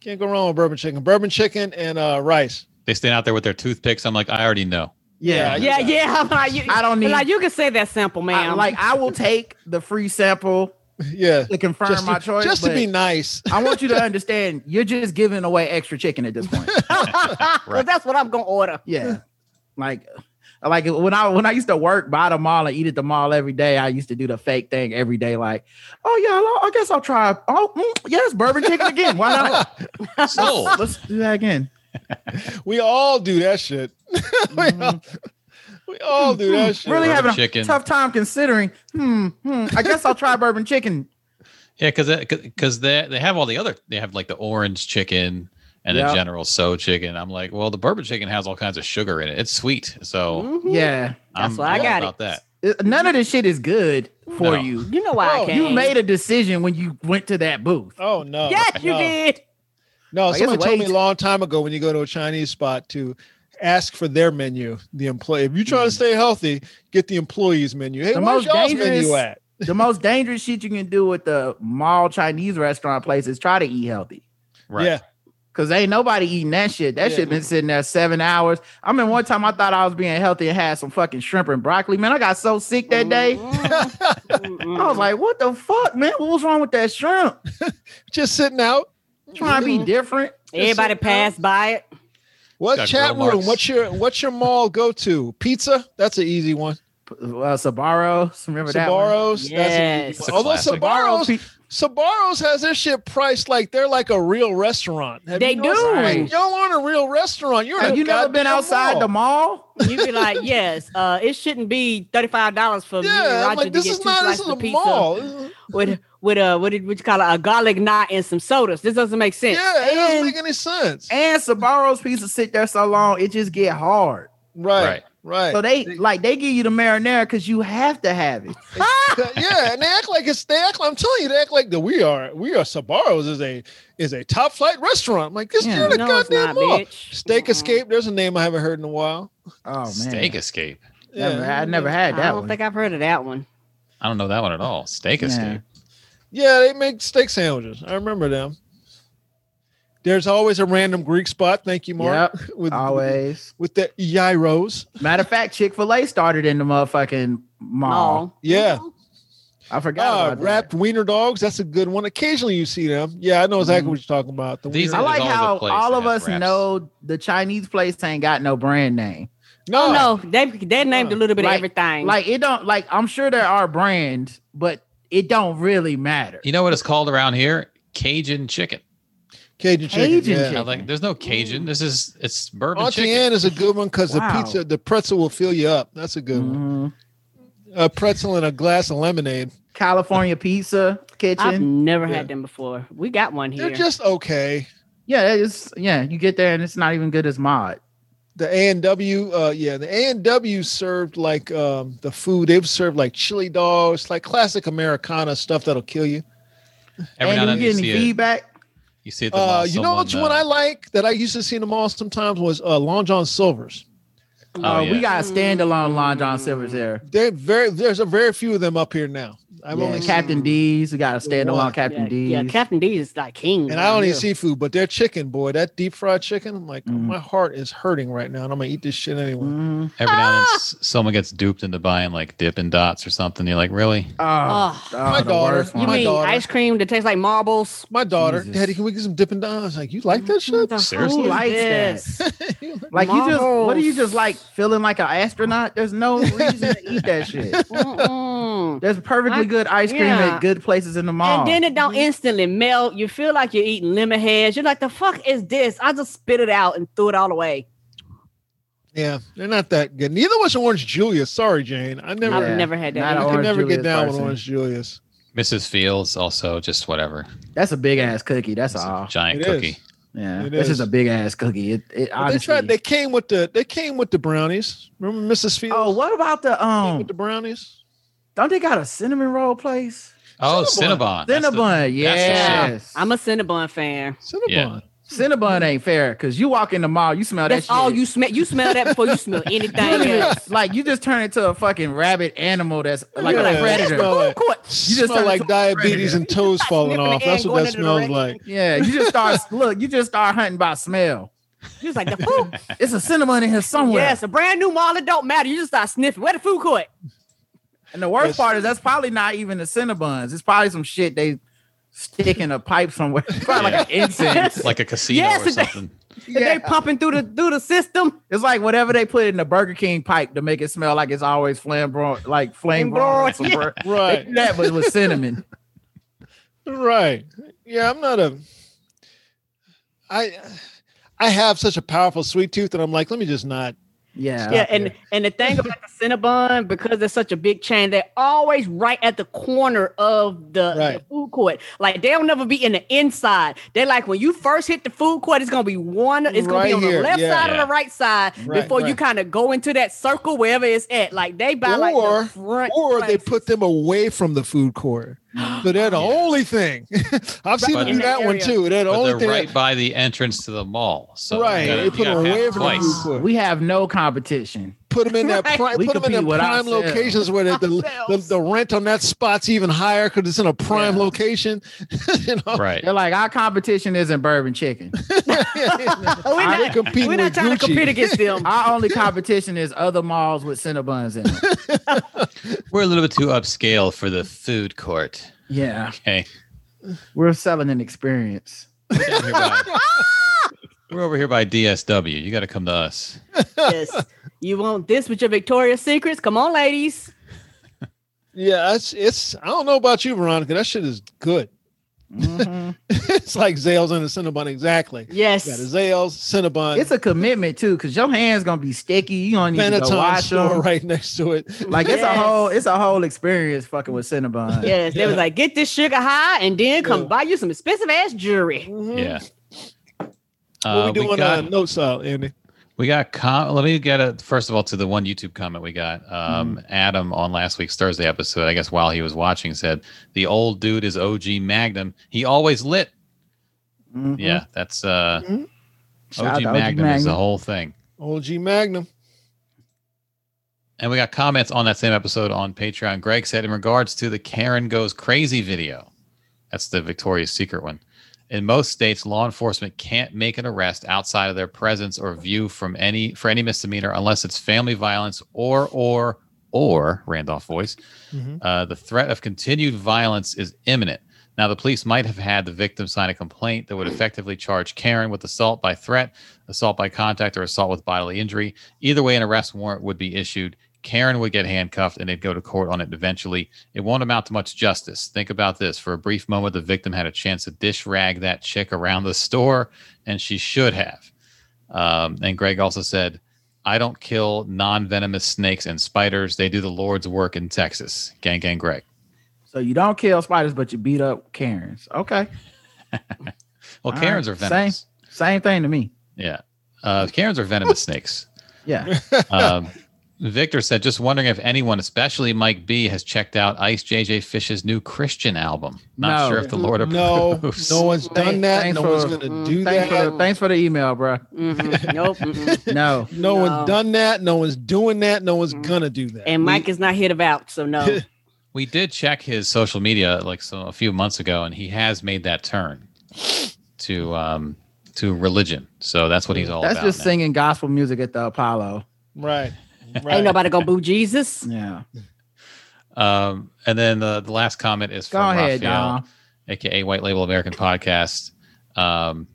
Speaker 2: Can't go wrong with bourbon chicken. Bourbon chicken and uh, rice.
Speaker 3: They stand out there with their toothpicks. I'm like, I already know.
Speaker 5: Yeah.
Speaker 2: Yeah,
Speaker 4: Yeah, yeah. I'm like, [LAUGHS] you,
Speaker 5: I don't need-
Speaker 4: Like you can say that sample,
Speaker 5: I-
Speaker 4: man.
Speaker 5: like I will take the free sample
Speaker 2: [LAUGHS] Yeah.
Speaker 5: to confirm
Speaker 2: Just,
Speaker 5: my
Speaker 2: to,
Speaker 5: choice.
Speaker 2: just to
Speaker 5: but
Speaker 2: be nice.
Speaker 5: I want
Speaker 2: [LAUGHS]
Speaker 5: you to understand, you're just giving away extra chicken at this point.
Speaker 4: well, that's what I'm gonna order. [LAUGHS]
Speaker 5: Yeah. Like like when I when I used to work by the mall and eat at the mall every day, I used to do the fake thing every day, like, oh yeah, I'll- I guess I'll try. Oh mm, yes, bourbon chicken again. Why
Speaker 2: [LAUGHS]
Speaker 5: not? [LAUGHS]
Speaker 3: Sold.
Speaker 5: Let's do that again.
Speaker 2: We all do that shit. we, all, we all do that shit.
Speaker 5: Hmm, Really
Speaker 3: Bourbon
Speaker 5: having a
Speaker 3: chicken.
Speaker 5: tough time considering. Hmm, hmm. I guess I'll try bourbon chicken.
Speaker 3: Yeah, because because they they have all the other they have like the orange chicken and
Speaker 5: Yeah.
Speaker 3: the general so chicken. I'm like, well, the bourbon chicken has all kinds of sugar in it. It's sweet, so
Speaker 2: Mm-hmm.
Speaker 4: Mhm.
Speaker 5: Yeah.
Speaker 3: I'm
Speaker 4: That's why I
Speaker 3: all
Speaker 4: got it.
Speaker 3: about that.
Speaker 5: It- None of this shit is good for
Speaker 3: No.
Speaker 5: you.
Speaker 4: You know why
Speaker 2: Oh,
Speaker 4: I
Speaker 2: you
Speaker 4: came.
Speaker 5: You made a decision when you went to that booth.
Speaker 2: Oh no.
Speaker 4: Yes, you
Speaker 2: no.
Speaker 4: did.
Speaker 2: No,
Speaker 5: Like, it's
Speaker 2: someone
Speaker 5: a
Speaker 2: told me a
Speaker 5: waste.
Speaker 2: long time ago when you go to a Chinese spot to ask for their menu, the employee. If you're trying to stay healthy, get the employee's menu. Hey,
Speaker 5: Mm. The
Speaker 2: where's
Speaker 5: most
Speaker 2: y'all's menu
Speaker 5: dangerous-
Speaker 2: at?
Speaker 5: [LAUGHS] the most dangerous shit you can do at the mall Chinese restaurant place is try to eat healthy.
Speaker 3: Right.
Speaker 2: Yeah.
Speaker 5: Cause ain't nobody eating that shit. That
Speaker 2: Yeah.
Speaker 5: shit been sitting there seven hours. I mean, one time I thought I was being healthy and had some fucking shrimp and broccoli. Man, I got so sick that day.
Speaker 4: Mm-hmm.
Speaker 5: I
Speaker 2: Mm-hmm.
Speaker 5: was like, what the fuck, man? What was wrong with that shrimp?
Speaker 2: [LAUGHS] Just sitting out.
Speaker 5: Trying to be different.
Speaker 4: everybody passed by it.
Speaker 2: What
Speaker 3: Got
Speaker 2: chat
Speaker 3: grill
Speaker 2: room?
Speaker 3: marks.
Speaker 2: What's your what's your mall go to? Pizza? That's an easy one.
Speaker 5: Uh, Sabaro. Remember that? one?
Speaker 2: Sabaros. That's
Speaker 4: Yes.
Speaker 3: It's
Speaker 2: an easy
Speaker 3: a
Speaker 2: one. Although
Speaker 3: classic.
Speaker 2: Sabaros
Speaker 5: Sbarro's pe-
Speaker 2: Sabaros has their shit priced like they're like a real restaurant. Have
Speaker 4: They
Speaker 2: you
Speaker 4: do.
Speaker 2: noticed that? Y'all aren't a real restaurant. You're in
Speaker 5: Have
Speaker 2: a
Speaker 5: you never been
Speaker 2: goddamn
Speaker 5: outside
Speaker 2: mall.
Speaker 5: the mall?
Speaker 4: You be like, yes, uh, it shouldn't be thirty five dollars for me and
Speaker 2: Yeah, I'm
Speaker 4: Roger
Speaker 2: like
Speaker 4: to
Speaker 2: this
Speaker 4: get
Speaker 2: is
Speaker 4: two
Speaker 2: not this
Speaker 4: slices
Speaker 2: is
Speaker 4: of
Speaker 2: a
Speaker 4: pizza
Speaker 2: mall.
Speaker 4: with with a what did what you call it a garlic knot and some sodas. This doesn't make sense.
Speaker 2: Yeah, it doesn't
Speaker 5: And-
Speaker 2: make any sense.
Speaker 5: And Sabaro's pizza sit there so long, it just get hard.
Speaker 2: Right, right.
Speaker 5: So they like they give you the marinara because you have to have it.
Speaker 2: [LAUGHS] yeah, and they act like it's they act. I'm telling you, they act like that we are we are Sabaros is a is a top flight restaurant. I'm like this
Speaker 5: Yeah.
Speaker 2: you're in a
Speaker 4: No, it's
Speaker 2: goddamn
Speaker 4: not,
Speaker 2: mall.
Speaker 4: bitch.
Speaker 2: Steak
Speaker 4: Mm-mm.
Speaker 2: Escape. There's a name I haven't heard in a while.
Speaker 5: Oh man,
Speaker 3: Steak escape.
Speaker 5: Never, I never had
Speaker 4: I
Speaker 5: that
Speaker 4: don't
Speaker 5: one.
Speaker 4: think I've heard of that one.
Speaker 3: I don't know that one at all. Steak
Speaker 5: Yeah.
Speaker 3: escape.
Speaker 2: Yeah, they make steak sandwiches. I remember them. There's always a random Greek spot. Thank you, Mark. [LAUGHS] with,
Speaker 5: Always.
Speaker 2: with the E gyros.
Speaker 5: Matter of fact, Chick Fil A started in the motherfucking mall.
Speaker 4: Mall.
Speaker 2: Yeah.
Speaker 5: I forgot
Speaker 2: Uh,
Speaker 5: about that.
Speaker 2: wrapped wiener dogs. That's a good one. Occasionally you see them. Yeah, I know exactly
Speaker 5: Mhm.
Speaker 2: what you're talking about. The
Speaker 3: These
Speaker 5: I
Speaker 2: wiener-
Speaker 3: are-
Speaker 5: like
Speaker 3: There's always a
Speaker 5: how
Speaker 3: place
Speaker 5: all
Speaker 3: that
Speaker 5: of
Speaker 3: has
Speaker 5: us
Speaker 3: wraps.
Speaker 5: know the Chinese place ain't got no brand name.
Speaker 2: no,
Speaker 4: Oh no, they they named a little bit
Speaker 5: Like-
Speaker 4: of everything.
Speaker 5: Like it don't like I'm sure there are brands, but it don't really matter.
Speaker 3: You know what it's called around here? Cajun chicken.
Speaker 2: Cajun chicken.
Speaker 5: Cajun
Speaker 2: yeah.
Speaker 5: chicken.
Speaker 3: I'm like, there's no Cajun. This is it's bourbon
Speaker 2: Auntie
Speaker 3: chicken.
Speaker 2: Anne is a good one because
Speaker 5: Wow.
Speaker 2: the pizza, the pretzel will fill you up. That's a good one.
Speaker 5: Mhm.
Speaker 4: Mm-hmm.
Speaker 2: A pretzel and a glass of lemonade.
Speaker 5: California Pizza
Speaker 4: I've
Speaker 5: Kitchen.
Speaker 4: never
Speaker 2: Yeah.
Speaker 4: had them before. We got one here.
Speaker 2: They're just okay.
Speaker 5: yeah, it's yeah. You get there and it's not even good as mod.
Speaker 2: the A and W, uh, yeah, the A and W served like um, the food. They've served like chili dogs, like classic Americana stuff that'll kill you.
Speaker 3: Every
Speaker 5: and
Speaker 3: now and
Speaker 5: you
Speaker 3: then
Speaker 5: get
Speaker 3: you
Speaker 5: any
Speaker 3: see it.
Speaker 5: feedback?
Speaker 3: You see it. at The mall,
Speaker 2: Uh, you know which
Speaker 3: someone,
Speaker 2: one I
Speaker 3: uh,
Speaker 2: like that I used to see in the mall sometimes was uh, Long John Silver's.
Speaker 5: Oh,
Speaker 3: Oh,
Speaker 5: we
Speaker 3: yeah.
Speaker 5: got a standalone Lon John Silver's there.
Speaker 2: They're very there's a very few of them up here now. I've
Speaker 5: Yeah,
Speaker 2: only seen,
Speaker 5: Captain D's. We got a
Speaker 2: one.
Speaker 5: standalone Captain
Speaker 4: yeah,
Speaker 5: D's.
Speaker 4: yeah, Captain D is like king.
Speaker 2: and I don't
Speaker 4: around
Speaker 2: eat
Speaker 4: here.
Speaker 2: seafood, but their chicken, boy, that deep fried chicken. I'm like,
Speaker 5: Mhm.
Speaker 2: my heart is hurting right now, and I'm gonna eat this shit anyway.
Speaker 5: Mhm.
Speaker 3: Every now and
Speaker 2: Ah!
Speaker 3: then s- someone gets duped into buying like Dippin' Dots or something. You're like, really?
Speaker 5: Oh,
Speaker 4: Oh,
Speaker 5: oh,
Speaker 2: My
Speaker 5: the
Speaker 2: daughter.
Speaker 5: worst
Speaker 4: you
Speaker 5: one.
Speaker 2: my
Speaker 4: mean
Speaker 2: daughter.
Speaker 4: ice cream that tastes like marbles?
Speaker 2: My daughter,
Speaker 5: Jesus.
Speaker 2: Daddy, can we get some Dippin' Dots? Like, you like that
Speaker 4: What
Speaker 2: shit?
Speaker 4: the
Speaker 3: Seriously?
Speaker 4: fuck
Speaker 5: Who likes
Speaker 4: is
Speaker 5: that?
Speaker 4: this? [LAUGHS]
Speaker 5: Like you just what do you just
Speaker 4: Marbles.
Speaker 5: like feeling like an astronaut? There's
Speaker 4: [LAUGHS]
Speaker 5: no reason to eat that shit.
Speaker 4: Mm-mm.
Speaker 5: There's perfectly
Speaker 4: I-
Speaker 5: good ice cream
Speaker 4: yeah.
Speaker 5: at good places in the mall.
Speaker 4: And then it don't instantly melt. You feel like you're eating lemon heads. You're like, the fuck is this? I just spit it out and threw it all away.
Speaker 2: Yeah, they're not that good. Neither was Orange Julius. Sorry, Jane. I never,
Speaker 5: Yeah.
Speaker 4: I've never had
Speaker 5: Not
Speaker 4: that.
Speaker 5: an
Speaker 2: I
Speaker 4: either.
Speaker 2: could
Speaker 5: Orange
Speaker 2: never
Speaker 5: Julius
Speaker 2: get down
Speaker 5: person.
Speaker 2: with Orange Julius.
Speaker 3: Mrs. Fields also just whatever.
Speaker 5: That's a big ass cookie. That's
Speaker 3: It's
Speaker 5: all.
Speaker 3: a giant
Speaker 2: It
Speaker 3: cookie.
Speaker 2: is.
Speaker 5: Yeah,
Speaker 2: It
Speaker 5: this is
Speaker 2: is.
Speaker 5: a big ass cookie. It, it
Speaker 2: But They
Speaker 5: honestly.
Speaker 2: tried. They came with the. They came with the brownies. Remember Mrs. Fields?
Speaker 5: oh, what about the
Speaker 2: Came
Speaker 5: um?
Speaker 2: with the brownies.
Speaker 5: Don't they got a cinnamon roll place?
Speaker 3: Oh,
Speaker 2: Cinnabon.
Speaker 3: Cinnabon. That's the-
Speaker 5: Cinnabon, yes.
Speaker 3: that's
Speaker 4: I'm a Cinnabon fan.
Speaker 2: Cinnabon.
Speaker 3: Yeah.
Speaker 5: Cinnabon ain't fair because you walk in the mall, you smell
Speaker 4: That's
Speaker 5: that. shit.
Speaker 4: all you smell. You smell that before you
Speaker 5: [LAUGHS]
Speaker 4: smell
Speaker 5: You
Speaker 4: anything
Speaker 5: don't even-
Speaker 4: else.
Speaker 5: like you just turn into a fucking rabbit animal that's like
Speaker 2: Yeah,
Speaker 5: a predator.
Speaker 2: smell like-
Speaker 5: You just
Speaker 2: smell
Speaker 5: turned
Speaker 2: like
Speaker 5: into a predator.
Speaker 2: diabetes [LAUGHS] and toes falling
Speaker 4: Sniffing the
Speaker 2: off.
Speaker 4: air
Speaker 2: That's
Speaker 4: and
Speaker 2: what
Speaker 4: going
Speaker 2: that
Speaker 4: in the
Speaker 2: smells
Speaker 4: direction.
Speaker 2: like.
Speaker 5: Yeah, you just
Speaker 2: [LAUGHS]
Speaker 5: start look. You just start hunting by smell.
Speaker 4: You was like the food.
Speaker 5: [LAUGHS] It's a cinnamon in here somewhere.
Speaker 4: yes, a brand new mall. It don't matter. You just start sniffing. Where the food court?
Speaker 5: And the worst
Speaker 2: Yes.
Speaker 5: part is that's probably not even the Cinnabons. It's probably some shit they stick in a pipe somewhere. [LAUGHS] It's probably like an incense.
Speaker 4: [LAUGHS]
Speaker 3: [LAUGHS] Like a casino
Speaker 4: Yes,
Speaker 3: or
Speaker 4: it-
Speaker 3: something.
Speaker 5: Yeah.
Speaker 4: They pumping through the through the system.
Speaker 5: It's like whatever they put in the Burger King pipe to make it smell like it's always flamboyant, like flamboyant.
Speaker 4: Flamboyant,
Speaker 5: flamboyant.
Speaker 2: [LAUGHS] Right.
Speaker 5: That was with cinnamon.
Speaker 2: Right. Yeah, I'm not a I I have such a powerful sweet tooth that I'm like, let me just not.
Speaker 5: Yeah.
Speaker 4: yeah, and and
Speaker 2: [LAUGHS]
Speaker 4: the thing about the Cinnabon because they're such a big chain, they're always right at the corner of the, the
Speaker 2: Right.
Speaker 4: food court. Like they'll never be in the inside. They like when you first hit the food court, it's gonna be one. It's gonna
Speaker 2: Right
Speaker 4: be on
Speaker 2: here,
Speaker 4: the left
Speaker 2: yeah.
Speaker 4: side or
Speaker 3: Yeah.
Speaker 4: the right side
Speaker 2: Right,
Speaker 4: before you
Speaker 2: right.
Speaker 4: kind of go into that circle wherever it's at. Like they buy like
Speaker 2: Or- [LAUGHS]
Speaker 4: the front
Speaker 2: Or they
Speaker 4: places. Oh,
Speaker 2: put them away from the food
Speaker 4: [GASPS]
Speaker 2: court. So they're the
Speaker 3: Yeah.
Speaker 2: only thing. [LAUGHS] I've seen
Speaker 3: But-
Speaker 2: them do that one too. They're the
Speaker 3: But
Speaker 2: only
Speaker 3: they're
Speaker 2: thing.
Speaker 3: right by the entrance to the mall. So you
Speaker 2: right.
Speaker 3: gotta-
Speaker 2: They
Speaker 3: you
Speaker 2: put
Speaker 3: gotta
Speaker 2: them
Speaker 3: have
Speaker 2: away from the
Speaker 5: Twice.
Speaker 2: food court.
Speaker 5: We have no competition.
Speaker 2: Put them in that
Speaker 4: Right.
Speaker 2: prime,
Speaker 5: We
Speaker 2: put them in
Speaker 5: compete
Speaker 2: the
Speaker 5: with
Speaker 2: prime
Speaker 5: ourselves.
Speaker 2: locations where the, the, the,
Speaker 4: Ourselves.
Speaker 2: the rent on that spot's even higher because it's in a prime
Speaker 5: Yeah.
Speaker 2: location. [LAUGHS] you know?
Speaker 3: Right.
Speaker 5: They're like, our competition isn't
Speaker 2: [LAUGHS]
Speaker 5: bourbon chicken.
Speaker 4: Oh, we're
Speaker 5: I
Speaker 4: not,
Speaker 2: They compete
Speaker 4: we're
Speaker 2: with
Speaker 4: not trying
Speaker 2: Gucci.
Speaker 4: to compete against them.
Speaker 2: [LAUGHS]
Speaker 5: Our only competition is other malls with Cinnabons in them.
Speaker 3: We're a little bit too upscale for the food court.
Speaker 5: Yeah.
Speaker 3: Okay.
Speaker 5: We're selling an experience.
Speaker 3: We're, down here by- we're over here by DSW. You got to come to us.
Speaker 4: Yes. You want this with your Victoria's Secrets? Come on, ladies.
Speaker 2: Yeah, it's, it's I don't know about you, Veronica. That shit is good.
Speaker 5: Mhm.
Speaker 2: [LAUGHS] it's like Zales and a Cinnabon, exactly.
Speaker 4: Mm-hmm. Yes.
Speaker 2: You got a Zales, Cinnabon,
Speaker 5: It's a commitment too, because your hands gonna be sticky. You don't need to go
Speaker 2: Benetton
Speaker 5: wash
Speaker 2: store
Speaker 5: them.
Speaker 2: right next to it.
Speaker 5: Like it's
Speaker 4: Yes.
Speaker 5: a whole, it's a whole experience fucking with Cinnabon.
Speaker 4: Yes,
Speaker 2: [LAUGHS]
Speaker 4: they was like, get this sugar high and then come
Speaker 2: Yeah.
Speaker 4: buy you some expensive ass jewelry.
Speaker 2: Mhm.
Speaker 3: Yeah.
Speaker 2: What
Speaker 3: Uh,
Speaker 2: we doing
Speaker 3: got-
Speaker 2: on note style, Andy?
Speaker 3: We got com- let me get a first of all to the one YouTube comment we got. Um, Adam on last week's Thursday episode, I guess while he was watching, said the old dude is OG Magnum. He always lit.
Speaker 4: Mm-hmm.
Speaker 5: Mhm.
Speaker 2: Mm-hmm.
Speaker 3: Yeah, that's uh
Speaker 2: Mhm.
Speaker 5: Shout out
Speaker 3: OG
Speaker 5: to
Speaker 3: Magnum, is the whole thing.
Speaker 2: OG Magnum.
Speaker 3: And we got comments on that same episode on Patreon. Greg said in regards to the Karen goes crazy video. That's the Victoria's Secret one. In most states, law enforcement can't make an arrest outside of their presence or view from any for any misdemeanor unless it's family violence or or or Randolph voice
Speaker 2: Mhm.
Speaker 7: Mm-hmm.
Speaker 3: uh, the threat of continued violence is imminent. Now, the police might have had the victim sign a complaint that would effectively charge Karen with assault by threat, assault by contact, or assault with bodily injury. Either way, an arrest warrant would be issued. Karen would get handcuffed and they'd go to court on it eventually. It won't amount to much justice. Think about this. For a brief moment, the victim had a chance to dish rag that chick around the store, and she should have. Um, and Greg also said, I don't kill non venomous snakes and spiders. They do the Lord's work in Texas. Gang, gang, Greg.
Speaker 5: So you don't kill spiders, but you beat up Karens. Okay,
Speaker 3: Well,
Speaker 5: All
Speaker 3: Karens
Speaker 5: right,
Speaker 3: are venomous.
Speaker 5: same thing to me.
Speaker 3: Yeah. Uh, Karens are venomous snakes.
Speaker 5: [LAUGHS]
Speaker 3: [LAUGHS]
Speaker 5: Yeah,
Speaker 3: Um, Victor said, just wondering if anyone, especially Mike B, has checked out Ice JJ Fish's new Christian album. Not
Speaker 5: No.
Speaker 3: sure if the Lord
Speaker 2: No,
Speaker 3: approves.
Speaker 2: no one's done
Speaker 5: Thank-
Speaker 2: that.
Speaker 5: thanks
Speaker 2: No
Speaker 5: for-
Speaker 2: one's gonna
Speaker 4: mm,
Speaker 2: do
Speaker 5: thanks
Speaker 2: that.
Speaker 5: for the, thanks for the email, bro.
Speaker 2: [LAUGHS]
Speaker 4: Mhm. Nope. mm-mm.
Speaker 5: No,
Speaker 2: No,
Speaker 4: No.
Speaker 2: one's done that. No one's doing that. No one's
Speaker 4: Mm.
Speaker 2: gonna do that.
Speaker 4: And Mike is not here to vouch, so no.
Speaker 2: [LAUGHS]
Speaker 3: We did check his social media like so a few months ago, and he has made that turn to um, to religion. So that's what he's all
Speaker 5: that's
Speaker 3: about.
Speaker 5: just
Speaker 3: now.
Speaker 5: singing gospel music at the Apollo.
Speaker 2: right.
Speaker 4: Ain't
Speaker 2: Right.
Speaker 4: nobody gonna boo Jesus.
Speaker 5: Yeah,
Speaker 3: Um, and then the, the last comment is
Speaker 5: go
Speaker 3: from
Speaker 5: ahead,
Speaker 3: Raphael.
Speaker 5: Dom.
Speaker 3: aka White Label American Podcast. Um,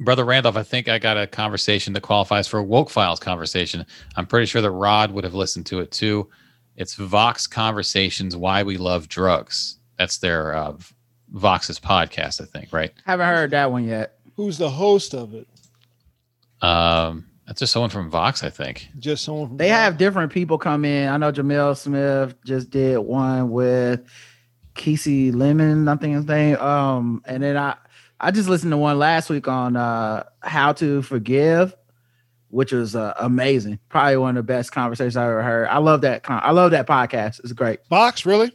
Speaker 3: Brother Randolph, I think I got a conversation that qualifies for a woke files conversation. I'm pretty sure that Rod would have listened to it too. It's Vox Conversations: Why We Love Drugs. That's their uh, Vox's podcast, I think, right?
Speaker 5: Haven't heard that one yet.
Speaker 2: Who's the host of it?
Speaker 3: Um, That's just someone from Vox, I think.
Speaker 2: Just someone. From
Speaker 5: They have different people come in. I know Jamel Smith just did one with Kesey Lemon, I think his name. Um, and then I I just listened to one last week on uh how to forgive, which was uh, amazing. Probably one of the best conversations I ever heard. I love that. Con- I love that podcast. It's great.
Speaker 2: Fox, really?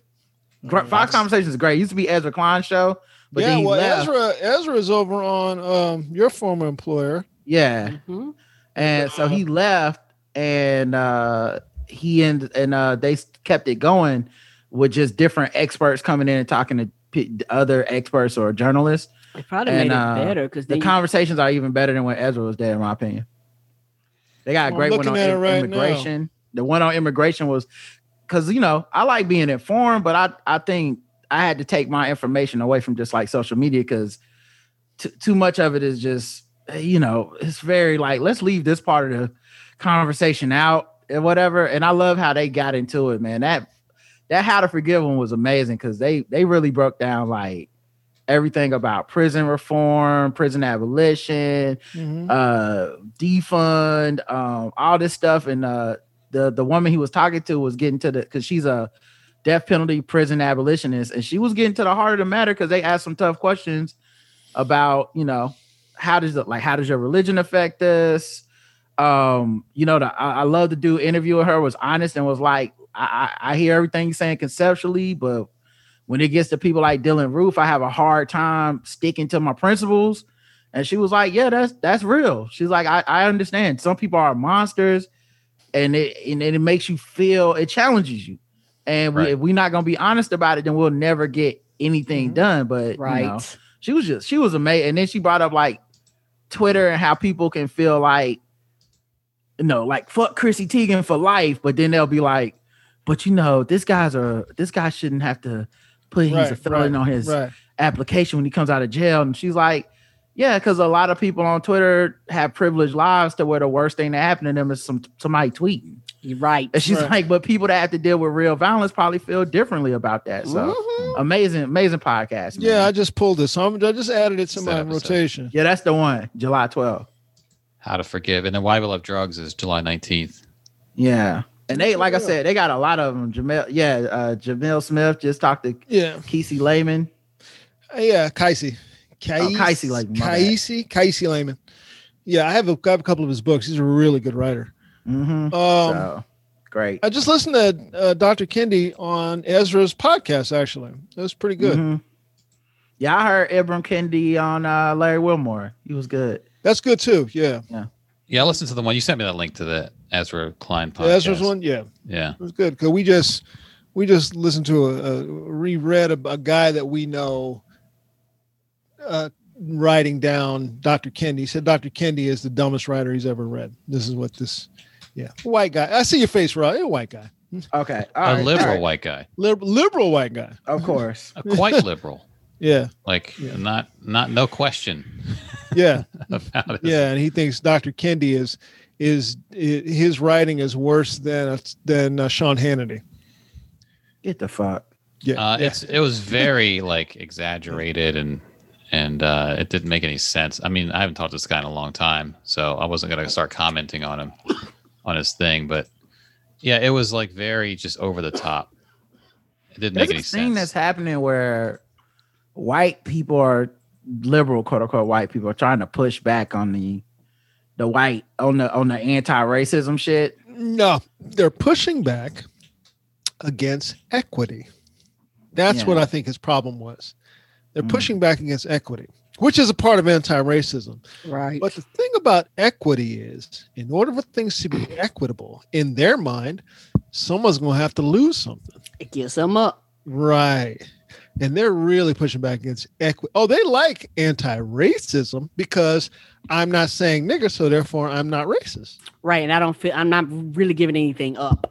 Speaker 5: Gr- Fox Conversations is great. It used to be Ezra Klein's show, but
Speaker 2: yeah,
Speaker 5: then he
Speaker 2: well,
Speaker 5: left.
Speaker 2: Ezra Ezra's over on um, your former employer.
Speaker 5: yeah,
Speaker 4: hmm
Speaker 5: And so he left, and uh, he and and uh, they s- kept it going with just different experts coming in and talking to p- other experts or journalists.
Speaker 4: It probably
Speaker 5: And,
Speaker 4: made
Speaker 5: uh,
Speaker 4: it better because
Speaker 5: The conversations are even better than when Ezra was there, in my opinion. They got a
Speaker 2: I'm
Speaker 5: great one
Speaker 2: looking
Speaker 5: on
Speaker 2: at it
Speaker 5: im-
Speaker 2: right now.
Speaker 5: immigration. The one on immigration was because you know I like being informed, but I I think I had to take my information away from just like social media because t- too much of it is just you know it's very like let's leave this part of the conversation out and whatever. And I love how they got into it, man. That that how to forgive one was amazing because they they really broke down like everything about prison reform, prison abolition,
Speaker 2: Mhm.
Speaker 5: uh defund um all this stuff and uh the the woman he was talking to was getting to the because she's a death penalty prison abolitionist and she was getting to the heart of the matter because they asked some tough questions about you know how does it like how does your religion affect this um you know the i, I love to do interview with her was honest and was like I, I i hear everything you're saying conceptually but when it gets to people like dylan roof i have a hard time sticking to my principles and she was like, Yeah, that's that's real. She's like, I, I understand. Some people are monsters, and it and it makes you feel it challenges you. And we,
Speaker 3: Right.
Speaker 5: if we're not gonna be honest about it, then we'll never get anything
Speaker 2: Mhm.
Speaker 5: done. But right.
Speaker 4: right.
Speaker 5: she was just she was amazing. And then she brought up like Twitter and how people can feel like you know, like fuck Chrissy Teigen for life, but then they'll be like, But you know, this guy's a this guy shouldn't have to put he's a
Speaker 2: Right,
Speaker 5: felon on his
Speaker 2: Right.
Speaker 5: application when he comes out of jail. And she's like, yeah, because a lot of people on Twitter have privileged lives to where the worst thing that happened to them is some somebody tweeting.
Speaker 4: You're right.
Speaker 5: And she's
Speaker 2: Right.
Speaker 5: like, but people that have to deal with real violence probably feel differently about that. So
Speaker 2: Mm-hmm.
Speaker 4: Mhm.
Speaker 5: amazing, amazing podcast. man.
Speaker 2: Yeah, I just pulled this. So I'm, I just added it to
Speaker 3: It's
Speaker 2: my
Speaker 3: that episode.
Speaker 2: rotation.
Speaker 5: yeah, that's the one, July 12th.
Speaker 3: How to forgive, and then why we love drugs is July nineteenth.
Speaker 5: Yeah. And they, like I
Speaker 2: Yeah.
Speaker 5: said, they got a lot of them. Jamel, yeah, uh, Jamel Smith just talked to
Speaker 2: Yeah,
Speaker 5: Kesey Lehman.
Speaker 2: Uh, yeah, Kaisi. Kaisi,
Speaker 5: Oh, Kaisi Lehman, my bad.
Speaker 2: Kaisi, Kaisi Lehman. Yeah, I have, a, I have a couple of his books. He's a really good writer.
Speaker 5: hmm
Speaker 2: Um,
Speaker 5: so great.
Speaker 2: I just listened to uh, Dr. Kendi on Ezra's podcast. Actually, that was pretty good.
Speaker 5: Mhm. Yeah, I heard Ibram Kendi on uh, Larry Wilmore. He was good.
Speaker 2: That's good too. Yeah,
Speaker 3: Yeah, I listened to the one you sent me that link to the Ezra Klein
Speaker 2: The
Speaker 3: podcast.
Speaker 2: Ezra's one. Yeah,
Speaker 3: Yeah,
Speaker 2: It was good because we just we just listened to a, a reread a, a guy that we know uh, writing down Dr. Kendi. He said Dr. Kendi is the dumbest writer he's ever read. This is what this, yeah, white guy. I see your face, Rob. You're a white guy,
Speaker 5: Okay.
Speaker 3: a
Speaker 5: all right,
Speaker 3: liberal
Speaker 5: all right.
Speaker 3: white guy,
Speaker 2: Liber- liberal white guy.
Speaker 5: Of course.
Speaker 3: a
Speaker 2: [LAUGHS]
Speaker 3: quite liberal,
Speaker 2: Yeah,
Speaker 3: like
Speaker 2: Yeah.
Speaker 3: not not no question
Speaker 2: yeah,
Speaker 3: [LAUGHS] about it.
Speaker 2: yeah. And he thinks Dr. Kendi is is, i his writing is worse than uh, than uh, Sean Hannity.
Speaker 5: Get the fuck.
Speaker 2: Yeah,
Speaker 3: Uh,
Speaker 2: yeah.
Speaker 3: it's it was very like exaggerated and and uh, it didn't make any sense. I mean, I haven't talked to this guy in a long time, so I wasn't gonna start commenting on him on his thing, but yeah, it was like very just over the top. It didn't
Speaker 5: There's
Speaker 3: make any
Speaker 5: a thing
Speaker 3: sense.
Speaker 5: that's happening where white people are liberal, quote unquote white people are trying to push back on the the white on the on the anti-racism shit.
Speaker 2: No, they're pushing back against equity. That's
Speaker 5: Yeah.
Speaker 2: what I think his problem was. They're
Speaker 4: Hmm.
Speaker 5: Mm.
Speaker 2: pushing back against equity, which is a part of anti racism.
Speaker 4: Right.
Speaker 2: But the thing about equity is, in order for things to be equitable, in their mind, someone's going to have to lose something.
Speaker 4: it gives them up.
Speaker 2: Right. And they're really pushing back against equity. Oh, they like anti racism because I'm not saying nigger, so therefore I'm not racist.
Speaker 4: Right. And I don't feel I'm not really giving anything up.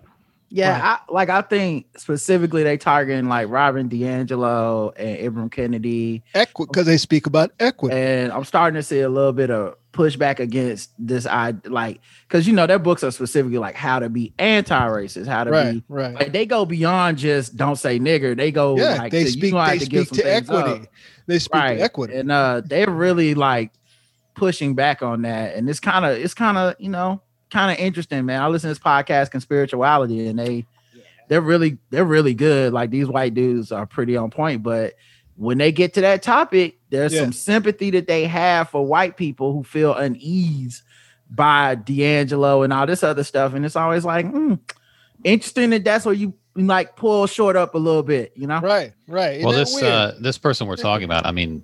Speaker 5: Yeah, I, like I think specifically they targeting like Robin D'Angelo and Ibram Kennedy.
Speaker 2: Equi- Because they speak about equity.
Speaker 5: and I'm starting to see a little bit of pushback against this. I like because you know their books are specifically like how to be anti-racist, how to
Speaker 2: Right,
Speaker 5: be.
Speaker 2: right.
Speaker 5: Like they go beyond just don't say nigger. They go
Speaker 2: yeah,
Speaker 5: like
Speaker 2: they
Speaker 5: to,
Speaker 2: speak.
Speaker 5: you gonna
Speaker 2: They
Speaker 5: have to give
Speaker 2: speak
Speaker 5: some
Speaker 2: to
Speaker 5: things
Speaker 2: equity.
Speaker 5: up.
Speaker 2: They speak
Speaker 5: right?
Speaker 2: to equity.
Speaker 5: and uh, they're really like pushing back on that, and it's kind of it's kind of you know kind of interesting, man. I listen to this podcast, Conspirituality, and they they're really they're really good. Like these white dudes are pretty on point, but when they get to that topic, there's
Speaker 2: Yeah.
Speaker 5: some sympathy that they have for white people who feel unease by D'Angelo and all this other stuff, and it's always like, hmm, interesting that that's where you like pull short up a little bit, you know?
Speaker 2: Right, right. Isn't
Speaker 3: well,
Speaker 2: that
Speaker 3: this
Speaker 2: weird?
Speaker 3: uh, this person we're talking about, I mean,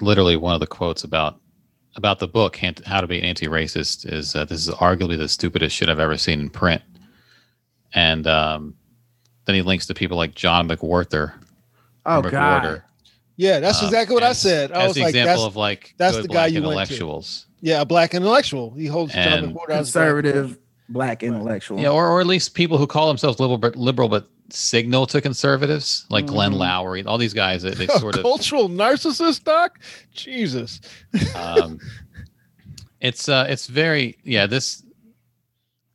Speaker 3: literally one of the quotes about about the book Han- "How to Be an Anti-Racist" is uh, this is arguably the stupidest shit I've ever seen in print. And um, then he links to people like John McWhorter.
Speaker 5: Oh
Speaker 3: or
Speaker 5: god,
Speaker 3: McWhorter,
Speaker 2: yeah, that's
Speaker 3: um,
Speaker 2: exactly what I
Speaker 3: as-
Speaker 2: said. I
Speaker 3: as
Speaker 2: was
Speaker 3: the
Speaker 2: like,
Speaker 3: example
Speaker 2: that's
Speaker 3: of like
Speaker 2: that's
Speaker 3: good
Speaker 2: the guy
Speaker 3: black
Speaker 2: you went to.
Speaker 3: intellectuals.
Speaker 2: yeah, a black intellectual. He holds John
Speaker 3: And-
Speaker 2: McWhorter out as a black-
Speaker 5: conservative black intellectual.
Speaker 3: Yeah, or, or at least people who call themselves liberal but liberal but signal to conservatives, like Glenn
Speaker 5: Mhm.
Speaker 3: Lowry, all these
Speaker 5: [LAUGHS]
Speaker 3: guys that
Speaker 2: [LAUGHS]
Speaker 3: they
Speaker 2: A
Speaker 3: sort of
Speaker 2: cultural narcissist, doc. Jesus.
Speaker 3: um, it's uh it's very yeah, this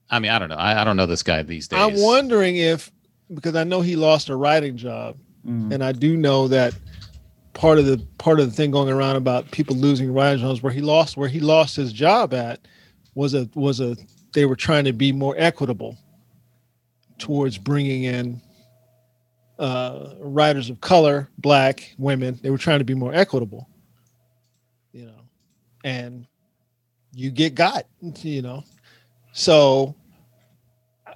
Speaker 3: I mean, I don't know. I, I don't know this guy these days.
Speaker 2: I'm wondering if because I know he lost a writing job,
Speaker 5: Mm.
Speaker 2: and I do know that part of the part of the thing going around about people losing writing jobs where he lost where he lost his job at was a was a they were trying to be more equitable towards bringing in uh, writers of color, black women. They were trying to be more equitable, you know, and you get got, you know. So,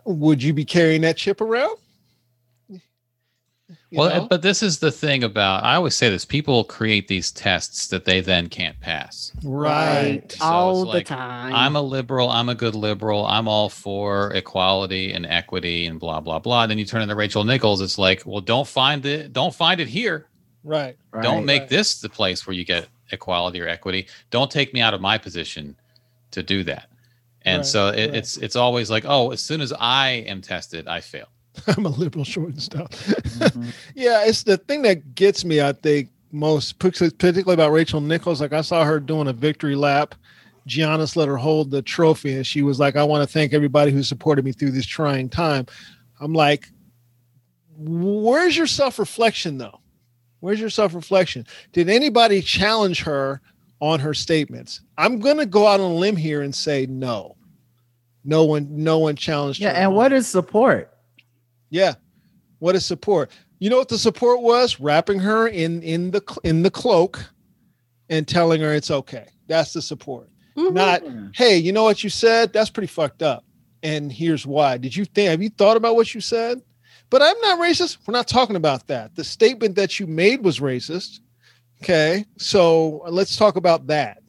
Speaker 2: would you be carrying that chip around? You
Speaker 3: well, uh,
Speaker 2: know?
Speaker 3: but this is the thing about I always say this people create these tests that they then can't pass.
Speaker 2: right.
Speaker 3: So it's
Speaker 4: all
Speaker 3: like,
Speaker 4: the time.
Speaker 3: I'm a liberal. I'm a good liberal. I'm all for equality and equity and blah blah blah. Then you turn into Rachel Nichols. It's like, well, don't find it. Don't find it here.
Speaker 2: Right.
Speaker 5: Right.
Speaker 3: Don't make
Speaker 2: Right.
Speaker 3: this the place where you get equality or equity. Don't take me out of my position to do that. And
Speaker 2: Right,
Speaker 3: so it,
Speaker 2: right.
Speaker 3: it's it's always like, oh, as soon as I am tested, I fail.
Speaker 2: [LAUGHS] I'm a liberal short and stuff.
Speaker 5: Mhm.
Speaker 2: [LAUGHS] yeah, it's the thing that gets me, I think, most particularly about Rachel Nichols. Like I saw her doing a victory lap. Giannis let her hold the trophy and she was like, I want to thank everybody who supported me through this trying time. I'm like, where's your self-reflection though? Where's your self-reflection? Did anybody challenge her on her statements? I'm gonna go out on a limb here and say no. No one, no one challenged
Speaker 5: Yeah,
Speaker 2: her.
Speaker 5: and
Speaker 2: on
Speaker 5: what is support?
Speaker 2: yeah. What is support? You know what the support was? Wrapping her in in the cl- in the cloak and telling her it's okay. That's the support.
Speaker 4: Mhm.
Speaker 2: Not, hey, you know what you said? That's pretty fucked up. And here's why. Did you think have you thought about what you said? But I'm not racist. We're not talking about that. The statement that you made was racist. Okay. So uh, let's talk about that.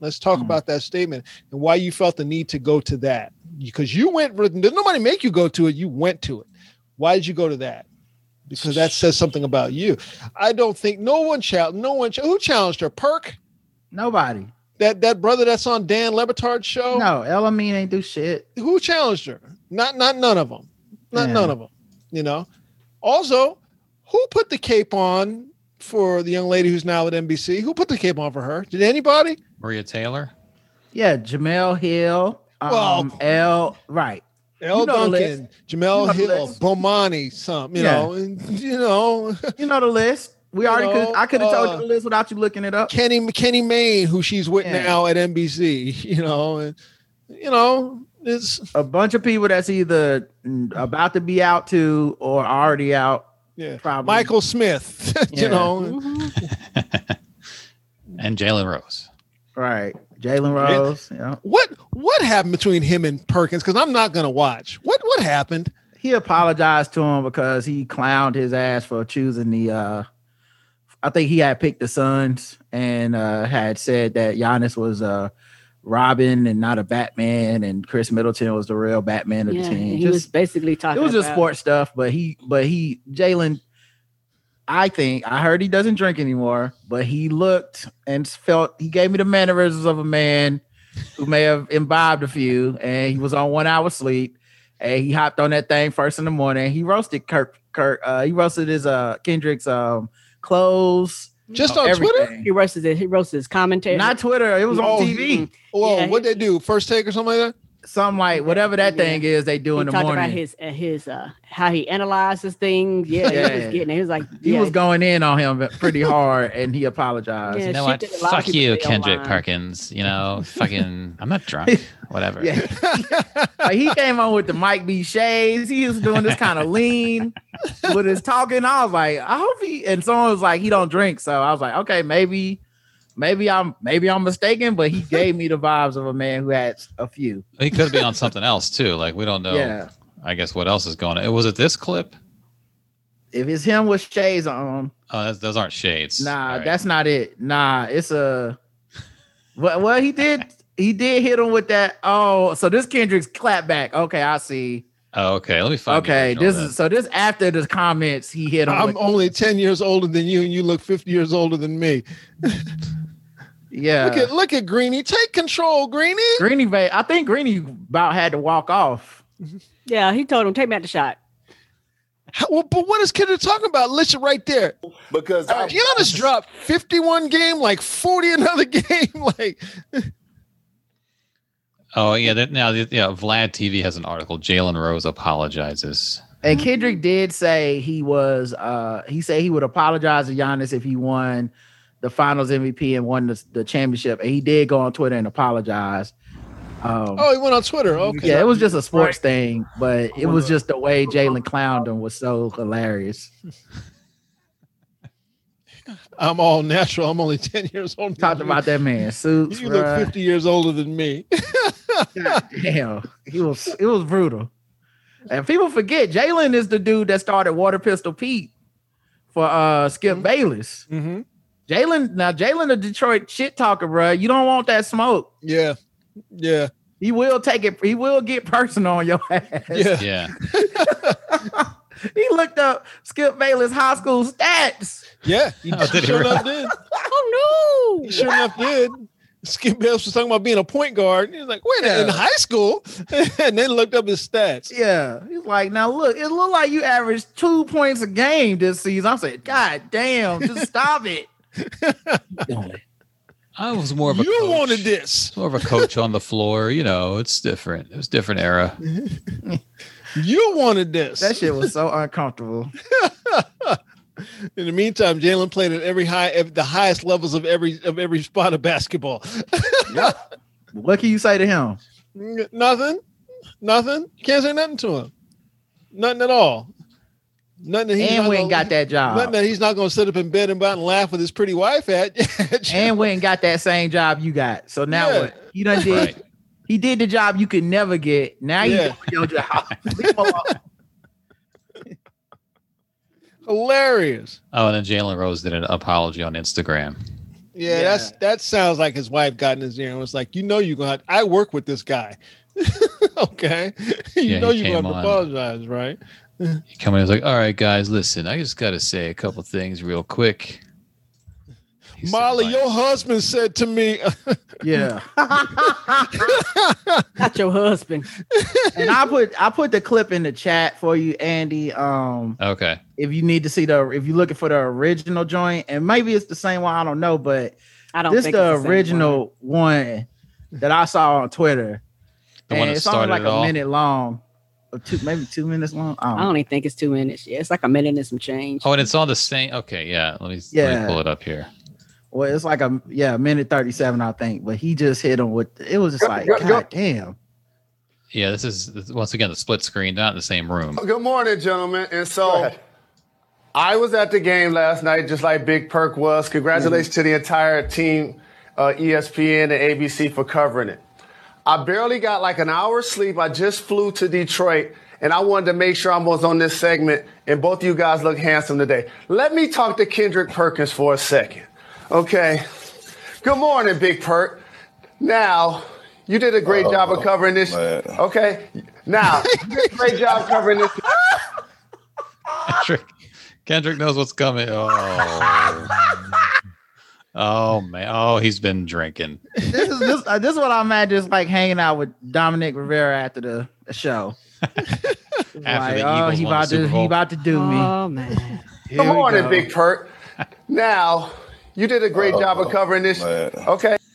Speaker 2: Let's talk
Speaker 5: Mm.
Speaker 2: about that statement and why you felt the need to go to that. Because you went did nobody make you go to it. You went to it. Why did you go to that? Because that says something about you. I don't think no one challenged no one cha- who challenged her. Perk
Speaker 5: Nobody.
Speaker 2: that that brother that's on Dan Lebatard's show.
Speaker 5: No, Elamine ain't do shit.
Speaker 2: who challenged her? Not not none of them. Not
Speaker 5: Yeah.
Speaker 2: none of them. You know. Also, who put the cape on for the young lady who's now at NBC? Who put the cape on for her? Did anybody?
Speaker 3: Maria Taylor.
Speaker 5: Yeah, Jamel Hill. Um,
Speaker 2: Well-
Speaker 5: L. Right.
Speaker 2: L.
Speaker 5: know the
Speaker 2: Duncan, Jamel
Speaker 5: You know the
Speaker 2: Hill,
Speaker 5: list.
Speaker 2: Bomani, some, you
Speaker 5: Yeah.
Speaker 2: know, and, you know,
Speaker 5: You know the list. We already
Speaker 2: You
Speaker 5: could.
Speaker 2: know,
Speaker 5: I could have
Speaker 2: uh,
Speaker 5: told you the list without you looking it up.
Speaker 2: Kenny Kenny Mayne, who she's with
Speaker 5: Yeah.
Speaker 2: now at NBC, [LAUGHS] you know, and you know, it's
Speaker 5: A bunch of people that's either mm, about to be out to or already out.
Speaker 2: yeah,
Speaker 5: Probably.
Speaker 2: Michael Smith, [LAUGHS]
Speaker 5: Yeah.
Speaker 2: you know, and-
Speaker 4: Mhm.
Speaker 3: And Jalen Rose.
Speaker 5: Right. Jalen Rose. Yeah.
Speaker 2: what what happened between him and Perkins? Because I'm not gonna watch. What what happened?
Speaker 5: He apologized to him because he clowned his ass for choosing the. uh I think he had picked the Suns and uh had said that Giannis was uh Robin and not a Batman, and Chris Middleton was the real Batman of
Speaker 4: yeah,
Speaker 5: the team.
Speaker 4: he was basically talking.
Speaker 5: it was just
Speaker 4: about-
Speaker 5: sports stuff, but he but he Jalen, I think I heard he doesn't drink anymore, but he looked and felt he gave me the mannerisms of a man who may have imbibed a few, and he was on one hour sleep, and he hopped on that thing first in the morning. He roasted Kirk Kirk, uh, he roasted his uh Kendrick's um clothes, Oh,
Speaker 2: Just on Twitter?
Speaker 5: everything.
Speaker 4: He roasted it. He roasted his commentary.
Speaker 5: Not Twitter, it was on
Speaker 2: Oh,
Speaker 5: TV.
Speaker 4: Mhm.
Speaker 2: Well,
Speaker 4: Yeah,
Speaker 2: what'd
Speaker 4: he-
Speaker 2: they do? First take or something like that?
Speaker 5: something like whatever that
Speaker 4: Yeah.
Speaker 5: thing is they do
Speaker 4: He
Speaker 5: in the
Speaker 4: talked
Speaker 5: morning.
Speaker 4: about his uh, his uh how he analyzes things. Yeah, he was
Speaker 5: Yeah.
Speaker 4: getting. It. He was like,
Speaker 5: he
Speaker 4: yeah,
Speaker 5: was going in on him pretty hard, and he apologized.
Speaker 4: Yeah,
Speaker 3: You know
Speaker 4: shit
Speaker 3: what?
Speaker 4: that a lot of
Speaker 3: Fuck
Speaker 4: people
Speaker 3: you,
Speaker 4: say
Speaker 3: Kendrick
Speaker 4: online.
Speaker 3: Perkins.
Speaker 5: [LAUGHS]
Speaker 3: You know, fucking, I'm not drunk. Whatever.
Speaker 5: Yeah. like he came on with the Mike B shades. He was doing this kind of lean with his talking. I was like, I hope he and someone was like, he don't drink. So I was like, okay, maybe, maybe I'm maybe I'm mistaken, but he gave me the vibes of a man who had a few.
Speaker 3: He could be on something else too. Like we don't know.
Speaker 5: Yeah.
Speaker 3: I guess what else is going on? Was it this clip?
Speaker 5: If it's him with shades on,
Speaker 3: Oh, that's, those aren't shades.
Speaker 5: nah,
Speaker 3: All right.
Speaker 5: that's not it. Nah, it's a well, well he did he did hit him with that. Oh, so this Kendrick's clapback. Okay, I see.
Speaker 3: Oh, okay. Let me find. the
Speaker 5: Okay,
Speaker 3: original
Speaker 5: this
Speaker 3: then.
Speaker 5: is so this after the comments he hit him.
Speaker 2: I'm
Speaker 5: with
Speaker 2: only 10 years older than you, and you look 50 years older than me.
Speaker 5: Yeah.
Speaker 2: Look at look at Greeny. Take control, Greeny.
Speaker 5: Greeny Bay. I think Greeny about had to walk off.
Speaker 4: yeah. He told him, take me out the shot.
Speaker 2: How- well, but what is Kendrick talking about? Listen right there. Uh,
Speaker 8: because I,
Speaker 2: Giannis dropped 51 game, like 40 another [LAUGHS] game. Like
Speaker 3: Oh yeah. That, now, the- yeah. Vlad TV has an article. Jalen Rose apologizes.
Speaker 5: And
Speaker 2: Mm-hmm.
Speaker 5: Kendrick did say he was uh he said he would apologize to Giannis if he won the finals MVP and won the, the championship. And he did go on Twitter and apologize. Um
Speaker 2: oh, he went on Twitter. Okay.
Speaker 5: yeah, it was just a sports thing, but it was just the way Jalen clowned him was so hilarious.
Speaker 2: I'm all natural. I'm only [LAUGHS] 10 years older. than
Speaker 5: Talked
Speaker 2: you.
Speaker 5: about that man suits.
Speaker 2: you look 50 years older than
Speaker 4: [LAUGHS]
Speaker 2: me.
Speaker 5: Damn, he was it was brutal. And people forget Jalen is the dude that started Water Pistol Pete for uh Skip Bayless.
Speaker 2: Mm-hmm.
Speaker 5: Jalen now Jalen a Detroit shit talker, bro. You don't want that smoke.
Speaker 2: Yeah. Yeah.
Speaker 5: He will take it. He will get personal on your [LAUGHS] ass.
Speaker 2: Yeah.
Speaker 3: Yeah.
Speaker 5: he looked up Skip Bayless high school stats.
Speaker 2: Yeah. He
Speaker 3: [LAUGHS] Oh, did he
Speaker 2: sure
Speaker 3: really?
Speaker 2: enough did.
Speaker 4: Oh
Speaker 2: He
Speaker 4: no!
Speaker 2: sure enough did. Skip Bayless was talking about being a point guard. He was like, wait, in high school? [LAUGHS] and then looked up his stats.
Speaker 5: Yeah, he's like, now look, it looked like you averaged two points a game this season. I said, God damn, just
Speaker 2: [LAUGHS]
Speaker 5: stop it.
Speaker 3: I was more of a.
Speaker 2: You
Speaker 3: coach.
Speaker 2: wanted this.
Speaker 3: More of a coach on the floor. You know, it's different. It was a different era.
Speaker 2: [LAUGHS] You wanted this.
Speaker 5: That shit was so uncomfortable.
Speaker 2: [LAUGHS] In the meantime, Jalen played at every high, at the highest levels of every of every spot of basketball. [LAUGHS]
Speaker 5: What can you say to him?
Speaker 2: nothing, nothing. You can't say nothing to him. Nothing at all. Nothing. That he's
Speaker 5: and
Speaker 2: not
Speaker 5: we ain't
Speaker 2: gonna-
Speaker 5: got that
Speaker 2: Nothing
Speaker 5: job.
Speaker 2: that he's not going to sit up in bed and bout and laugh with his pretty wife at. [LAUGHS]
Speaker 5: And we ain't got that same job you got. So now
Speaker 2: Yeah.
Speaker 5: what? He done did.
Speaker 3: Right.
Speaker 5: He did the job you could never get. Now you
Speaker 2: Yeah.
Speaker 5: [LAUGHS] doing your job. Leave him alone.
Speaker 2: [LAUGHS] hilarious.
Speaker 3: Oh, and then Jalen Rose did an apology on Instagram.
Speaker 2: Yeah, that's that sounds like his wife got in his ear and was like, "You know, you're gonna. Have, I work with this guy. [LAUGHS] okay, you
Speaker 3: Yeah,
Speaker 2: know,
Speaker 3: he
Speaker 2: you're gonna have
Speaker 3: came
Speaker 2: to
Speaker 3: on.
Speaker 2: apologize, right?
Speaker 3: He come in and was like, "All right, guys, listen. I just got to say a couple things real quick." He said,
Speaker 2: [LAUGHS] Molly,
Speaker 3: like-
Speaker 2: your husband said to me, [LAUGHS]
Speaker 5: Yeah.
Speaker 4: Not your husband.
Speaker 5: And I put I put the clip in the chat for you, Andy. Um,
Speaker 3: Okay.
Speaker 5: if you need to see the if you're looking for the original joint, and maybe it's the same one, I don't know, but
Speaker 4: I don't.
Speaker 5: this
Speaker 4: think
Speaker 5: the
Speaker 4: it's same one.
Speaker 5: original one. that I saw on Twitter.
Speaker 3: The one
Speaker 5: and
Speaker 3: that
Speaker 5: it's only
Speaker 3: started
Speaker 5: like
Speaker 3: it
Speaker 5: a
Speaker 3: all.
Speaker 5: minute long, or two maybe two minutes long. I don't
Speaker 4: I
Speaker 5: know.
Speaker 4: don't even think it's two minutes. Yeah, it's like a minute and some change.
Speaker 3: Oh, and it's all the same. Okay, yeah. Let me, let
Speaker 5: Yeah.
Speaker 3: me pull it up here.
Speaker 5: Well, it's like a yeah, a minute thirty seven, I think. But he just hit him with it was just like, God damn.
Speaker 3: Yeah, this is this- once again the split screen, not in the same room. [LAUGHS]
Speaker 8: good morning, gentlemen. And so I was at the game last night, just like Big Perk was. Congratulations to the entire team, uh, ESPN and ABC for covering it. I barely got like an hour's sleep. I just flew to Detroit, and I wanted to make sure I was on this segment. And both of you guys look handsome today. Let me talk to Kendrick Perkins for a second, okay? Good morning, Big Perk. Now, you did a great job of covering this.
Speaker 6: man.
Speaker 8: Okay. Now, you did a great job covering this.
Speaker 3: Kendrick, Kendrick knows what's coming.
Speaker 5: [LAUGHS]
Speaker 3: Oh. Oh man! Oh, he's been drinking.
Speaker 5: This is this, uh, this is what I'm at, just like hanging out with Dominic Rivera after the the show.
Speaker 3: [LAUGHS] After
Speaker 5: like,
Speaker 3: the
Speaker 5: oh,
Speaker 3: Eagles
Speaker 5: he
Speaker 3: won the
Speaker 5: about
Speaker 3: Super
Speaker 5: to he
Speaker 3: Bowl.
Speaker 5: about to do me.
Speaker 4: Oh man.
Speaker 5: Here
Speaker 8: Good
Speaker 5: we
Speaker 8: morning,
Speaker 5: go.
Speaker 8: Big Perk. Now, you did a great job of covering this.
Speaker 6: man.
Speaker 8: Okay. [LAUGHS]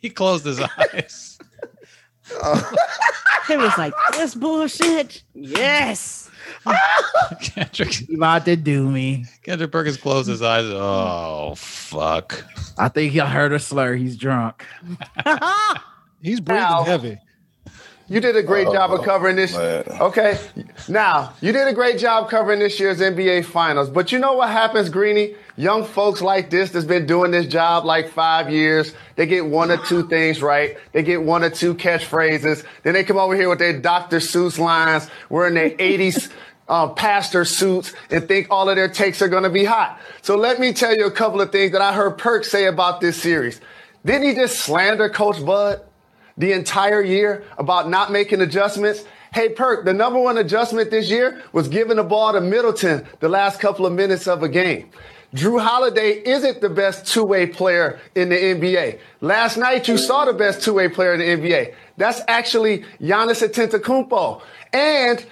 Speaker 3: He closed his eyes.
Speaker 8: Uh,
Speaker 4: It was [LAUGHS] like this bullshit.
Speaker 5: [LAUGHS]
Speaker 4: Yes.
Speaker 3: Kendrick,
Speaker 5: You about to do me.
Speaker 3: Kendrick Perkins closed his eyes. Oh, fuck.
Speaker 5: I think y'all heard a slur. He's drunk.
Speaker 2: He's breathing
Speaker 8: Ow.
Speaker 2: heavy.
Speaker 8: You did a great job of covering this.
Speaker 6: man.
Speaker 8: Okay, now you did a great job covering this year's NBA Finals. But you know what happens, Greeny? Young folks like this that's been doing this job like five years, they get one or two things right. They get one or two catchphrases. Then they come over here with their Dr. Seuss lines. We're in their 80s. Uh, pastor suits and think all of their takes are going to be hot. So let me tell you a couple of things that I heard Perk say about this series. Didn't he just slander Coach Bud? the entire year about not making adjustments. Hey, Perk, the number one adjustment this year was giving the ball to Middleton the last couple of minutes of a game. Drew Holiday isn't the best two way player in the NBA. Last night, you saw the best two way player in the NBA. That's actually Giannis Antetokounmpo. And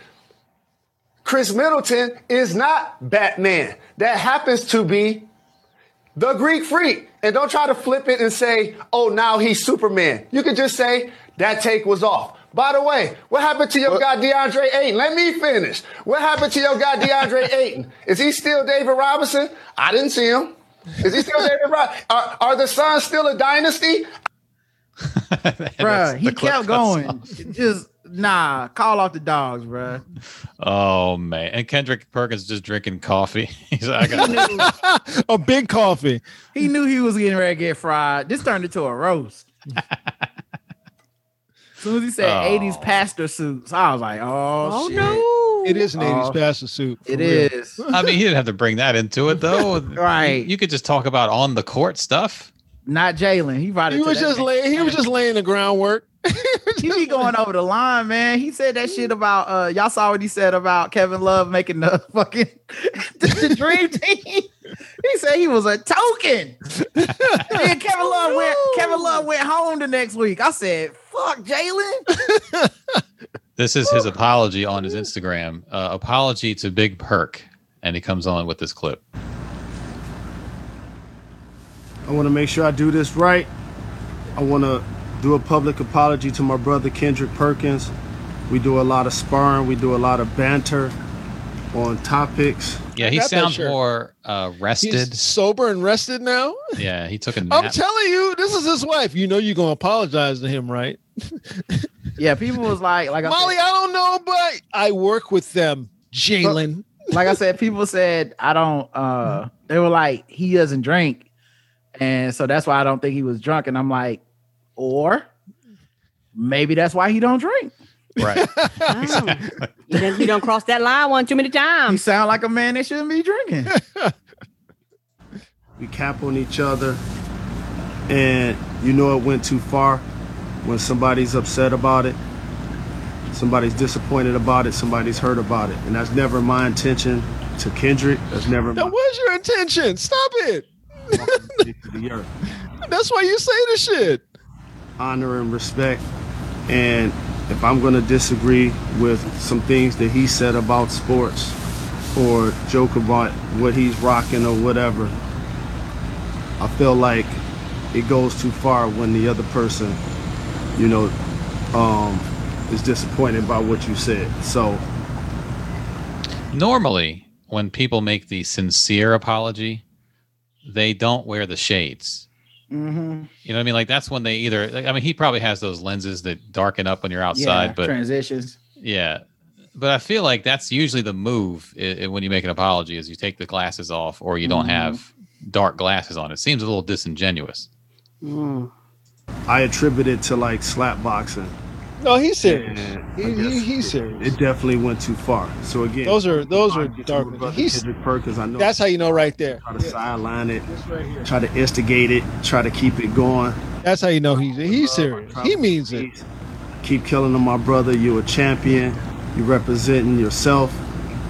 Speaker 8: Chris Middleton is not Batman. That happens to be the Greek freak. And don't try to flip it and say, oh, now he's Superman. You can just say, that take was off. By the way, what happened to your guy DeAndre Ayton? Let me finish. What happened to your guy DeAndre Ayton? Is he still David Robinson? I didn't see him. Is he still David Robinson? Are, are the Suns still a dynasty?
Speaker 5: Bruh,
Speaker 3: That's
Speaker 5: he
Speaker 3: the clip
Speaker 5: kept
Speaker 3: cuts.
Speaker 5: going. Just nah, call off the dogs, bruh.
Speaker 3: Oh, man. And Kendrick Perkins just drinking coffee. [LAUGHS] He's like, I got
Speaker 2: [LAUGHS] A big coffee.
Speaker 5: He knew he was getting ready to get fried. This turned into a roast.
Speaker 2: [LAUGHS]
Speaker 5: as soon as he said
Speaker 3: Oh.
Speaker 5: 80s pastor suits, I was like, oh,
Speaker 4: Oh
Speaker 5: shit.
Speaker 4: no.
Speaker 2: It is an 80s
Speaker 5: Oh.
Speaker 2: pastor suit. for
Speaker 5: [LAUGHS] It
Speaker 2: real.
Speaker 5: is.
Speaker 3: I mean, he didn't have to bring that into it,
Speaker 5: [LAUGHS]
Speaker 3: though.
Speaker 5: Right.
Speaker 3: You could just talk about on the court stuff.
Speaker 5: Not Jalen. He brought it.
Speaker 2: He
Speaker 5: to
Speaker 2: was
Speaker 5: that
Speaker 2: just
Speaker 5: man.
Speaker 2: laying. He was just laying the groundwork. [LAUGHS]
Speaker 5: He be going over the line, man. He said that shit about uh y'all saw what he said about Kevin Love making the [LAUGHS] fucking the, the
Speaker 2: [LAUGHS]
Speaker 5: dream team. He said he was a token. and then Kevin Love went Kevin Love went home the next week. I said, fuck Jalen.
Speaker 3: This is his apology on his Instagram. Uh, apology to Big Perk. And he comes on with this clip.
Speaker 9: I want to make sure I do this right. I want to do a public apology to my brother Kendrick Perkins. We do a lot of sparring, we do a lot of banter on topics.
Speaker 3: Yeah, he
Speaker 2: got that
Speaker 3: sounds
Speaker 2: shirt.
Speaker 3: more uh,
Speaker 2: He's
Speaker 3: rested.
Speaker 2: sober and rested now.
Speaker 3: Yeah, he took a nap.
Speaker 2: I'm telling you, this is his wife. You know you're gonna apologize to him, right? [LAUGHS]
Speaker 5: Yeah, people was like, like I
Speaker 2: Molly,
Speaker 5: said,
Speaker 2: I don't know, but I work with them. Jalen.
Speaker 5: like I said, people said I don't uh they were like, he doesn't drink. And so that's why I don't think he was drunk. And I'm like, or maybe that's why he don't drink.
Speaker 2: [LAUGHS]
Speaker 3: right.
Speaker 4: Wow. Oh. You done- You don't cross that line one too many
Speaker 5: You
Speaker 4: times.
Speaker 5: sound like a man that shouldn't be drinking.
Speaker 9: We cap on each other, and you know it went too far when somebody's upset about it, somebody's disappointed about it, somebody's hurt about it. And that's never my intention to Kendrick. That's
Speaker 2: [LAUGHS]
Speaker 9: never
Speaker 2: That
Speaker 9: my
Speaker 2: was your intention. Stop it.
Speaker 9: to the earth.
Speaker 2: That's why you say this shit.
Speaker 9: honor and respect. And if I'm going to disagree with some things that he said about sports or joke about what he's rocking or whatever, I feel like it goes too far when the other person, you know, um, is disappointed by what you said. So
Speaker 3: Normally, when people make the sincere apology, they don't wear the shades.
Speaker 5: Mhm.
Speaker 3: You know what I mean? Like that's when they either. Like, I mean, he probably has those lenses that darken up when you're [LAUGHS] outside,
Speaker 5: yeah,
Speaker 3: but
Speaker 5: transitions.
Speaker 3: yeah. But I feel like that's usually the move i i when you make an apology is you take the glasses off or you don't
Speaker 2: Mm-hmm.
Speaker 3: have dark glasses on. It seems a little disingenuous.
Speaker 2: Mm.
Speaker 9: I attribute it to like slap boxing.
Speaker 2: No, Oh, he's serious.
Speaker 9: And
Speaker 2: He,
Speaker 9: I guess
Speaker 2: he, he's serious.
Speaker 9: It definitely went too far. So again,
Speaker 2: Those are those are
Speaker 9: I get you with
Speaker 2: dark.
Speaker 9: brother
Speaker 2: He's
Speaker 9: Kendrick Perkins. I know
Speaker 2: that's how you know right there.
Speaker 9: try to sideline it.
Speaker 2: That's right here.
Speaker 9: try to instigate it, try to keep it going.
Speaker 2: That's how you know he's he's serious. He means it.
Speaker 9: Keep killing them, my brother. you a champion. you representing yourself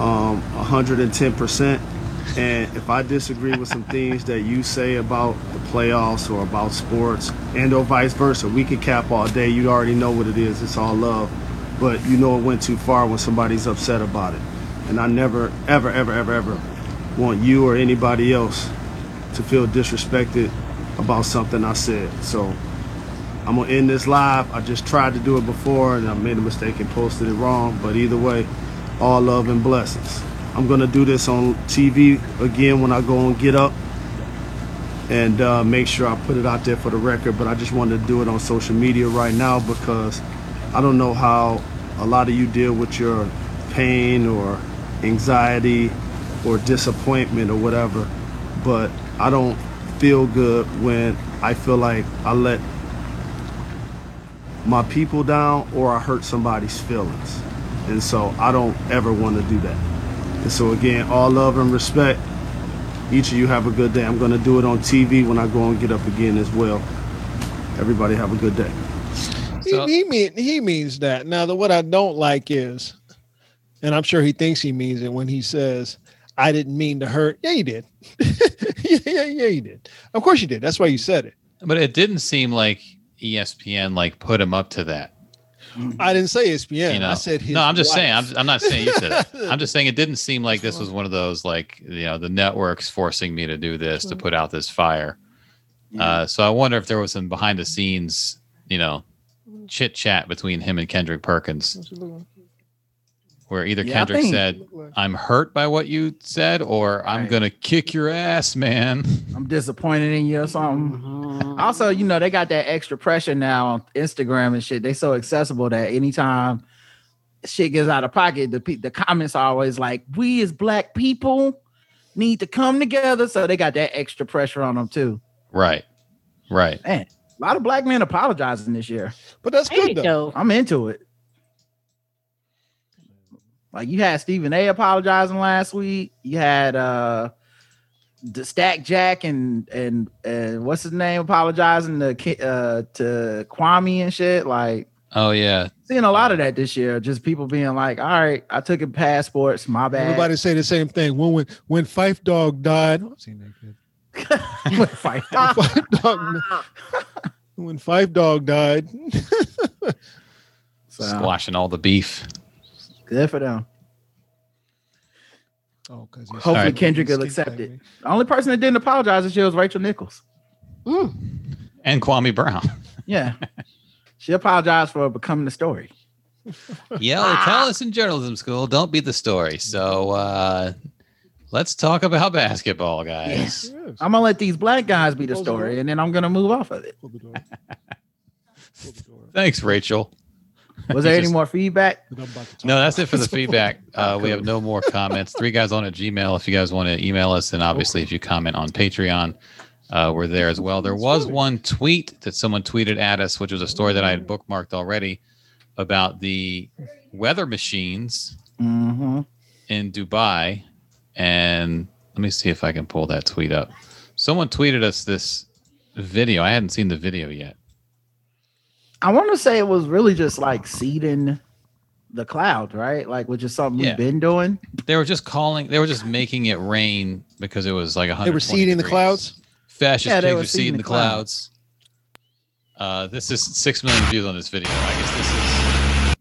Speaker 9: um, 110%. And if I disagree with some things that you say about the playoffs or about sports and or vice versa, we could cap all day. You already know what it is. It's all love. But you know it went too far when somebody's upset about it. And I never, ever, ever, ever, ever want you or anybody else to feel disrespected about something I said. So I'm gonna end this live. I just tried to do it before and I made a mistake and posted it wrong. But either way, all love and blessings. I'm gonna do this on TV again when I go on Get Up and uh, make sure I put it out there for the record. But I just wanted to do it on social media right now because I don't know how a lot of you deal with your pain or anxiety or disappointment or whatever. But I don't feel good when I feel like I let my people down or I hurt somebody's feelings. And so I don't ever want to do that. And so again, all love and respect. Each of you have a good day. I'm going to do it on TV when I go and get up again as well. Everybody have a good day.
Speaker 3: So-
Speaker 2: he, he mean he means that. Now, the, what I don't like is, and I'm sure he thinks he means it when he says, "I didn't mean to hurt." Yeah, you did. [LAUGHS] yeah, yeah, yeah, you did. Of course you did. That's why you said it.
Speaker 3: But it didn't seem like E ESPN like put him up to that.
Speaker 2: I didn't say ESPN.
Speaker 3: you know,
Speaker 2: I said his
Speaker 3: no. I'm just
Speaker 2: wife.
Speaker 3: saying. I'm, I'm not saying you said
Speaker 5: [LAUGHS]
Speaker 3: it. I'm just saying it didn't seem like this was one of those like you know the networks forcing me to do this to put out this fire. Uh, so I wonder if there was some behind the scenes, you know, chit chat between him and Kendrick Perkins, where either
Speaker 5: Yeah, I
Speaker 3: Kendrick
Speaker 5: think-
Speaker 3: said, "I'm hurt by what you said," or "I'm
Speaker 5: Right.
Speaker 3: gonna kick your ass, man." [LAUGHS]
Speaker 5: I'm disappointed in you or something. Also, you know, they got that extra pressure now on Instagram and shit. They so accessible that anytime shit gets out of pocket, the pe- the comments are always like, "We as black people need to come together." So they got that extra pressure on them too.
Speaker 3: right, right.
Speaker 5: Man, a lot of black men apologizing this year.
Speaker 2: But that's
Speaker 4: Hey,
Speaker 2: good though.
Speaker 4: though.
Speaker 5: I'm into it. Like you had Stephen A apologizing last week. You had uh the Stack Jack and and and what's his name apologizing to Ki- uh to Kwame and shit. Like
Speaker 3: Oh yeah,
Speaker 5: seeing a lot of that this year. Just people being like, "All right, I took in passports. My
Speaker 2: [LAUGHS]
Speaker 5: bad."
Speaker 2: Everybody say the same thing. When when when Fife Dog died, I've seen that kid.
Speaker 5: Fight.
Speaker 2: Fife Dog, [LAUGHS] when Fife Dog died, [LAUGHS]
Speaker 5: so,
Speaker 3: squashing all the beef.
Speaker 5: good for them.
Speaker 2: oh, because
Speaker 5: Hopefully Kendrick will accept it. The only person that didn't apologize this year was Rachel Nichols.
Speaker 4: Mm.
Speaker 3: And Kwame [LAUGHS] Brown.
Speaker 5: Yeah, she apologized for becoming the story.
Speaker 3: Yeah, they tell us in journalism school, don't be the story. So uh, let's talk about basketball, guys.
Speaker 5: I'm gonna let these black guys be the story, and then I'm gonna move off of it.
Speaker 3: Thanks, Rachel.
Speaker 5: [LAUGHS] Was there
Speaker 3: It's
Speaker 5: any
Speaker 3: just-
Speaker 5: more feedback?
Speaker 3: No, that's it
Speaker 5: [LAUGHS]
Speaker 3: for the feedback. Uh, we have no more comments. Three guys on a Gmail if you guys want to email us. And obviously, if you comment on Patreon, uh, we're there as well. There was one tweet that someone tweeted at us, which was a story that I had bookmarked already about the weather machines
Speaker 5: Mm-hmm.
Speaker 3: in Dubai, and let me see if I can pull that tweet up. Someone tweeted us this video. I hadn't seen the video yet.
Speaker 5: I want to say it was really just like seeding the cloud, right? Like, which is something
Speaker 3: Yeah.
Speaker 5: we've been doing.
Speaker 4: Mm-hmm.
Speaker 3: They were just calling. They were just making it rain because it was like a
Speaker 2: They
Speaker 3: hundred.
Speaker 2: were seeding the clouds.
Speaker 3: Fascist
Speaker 5: Yeah, they
Speaker 3: pigs
Speaker 5: were
Speaker 3: were seeding the clouds. Uh, this is six million views on this video. I guess this is.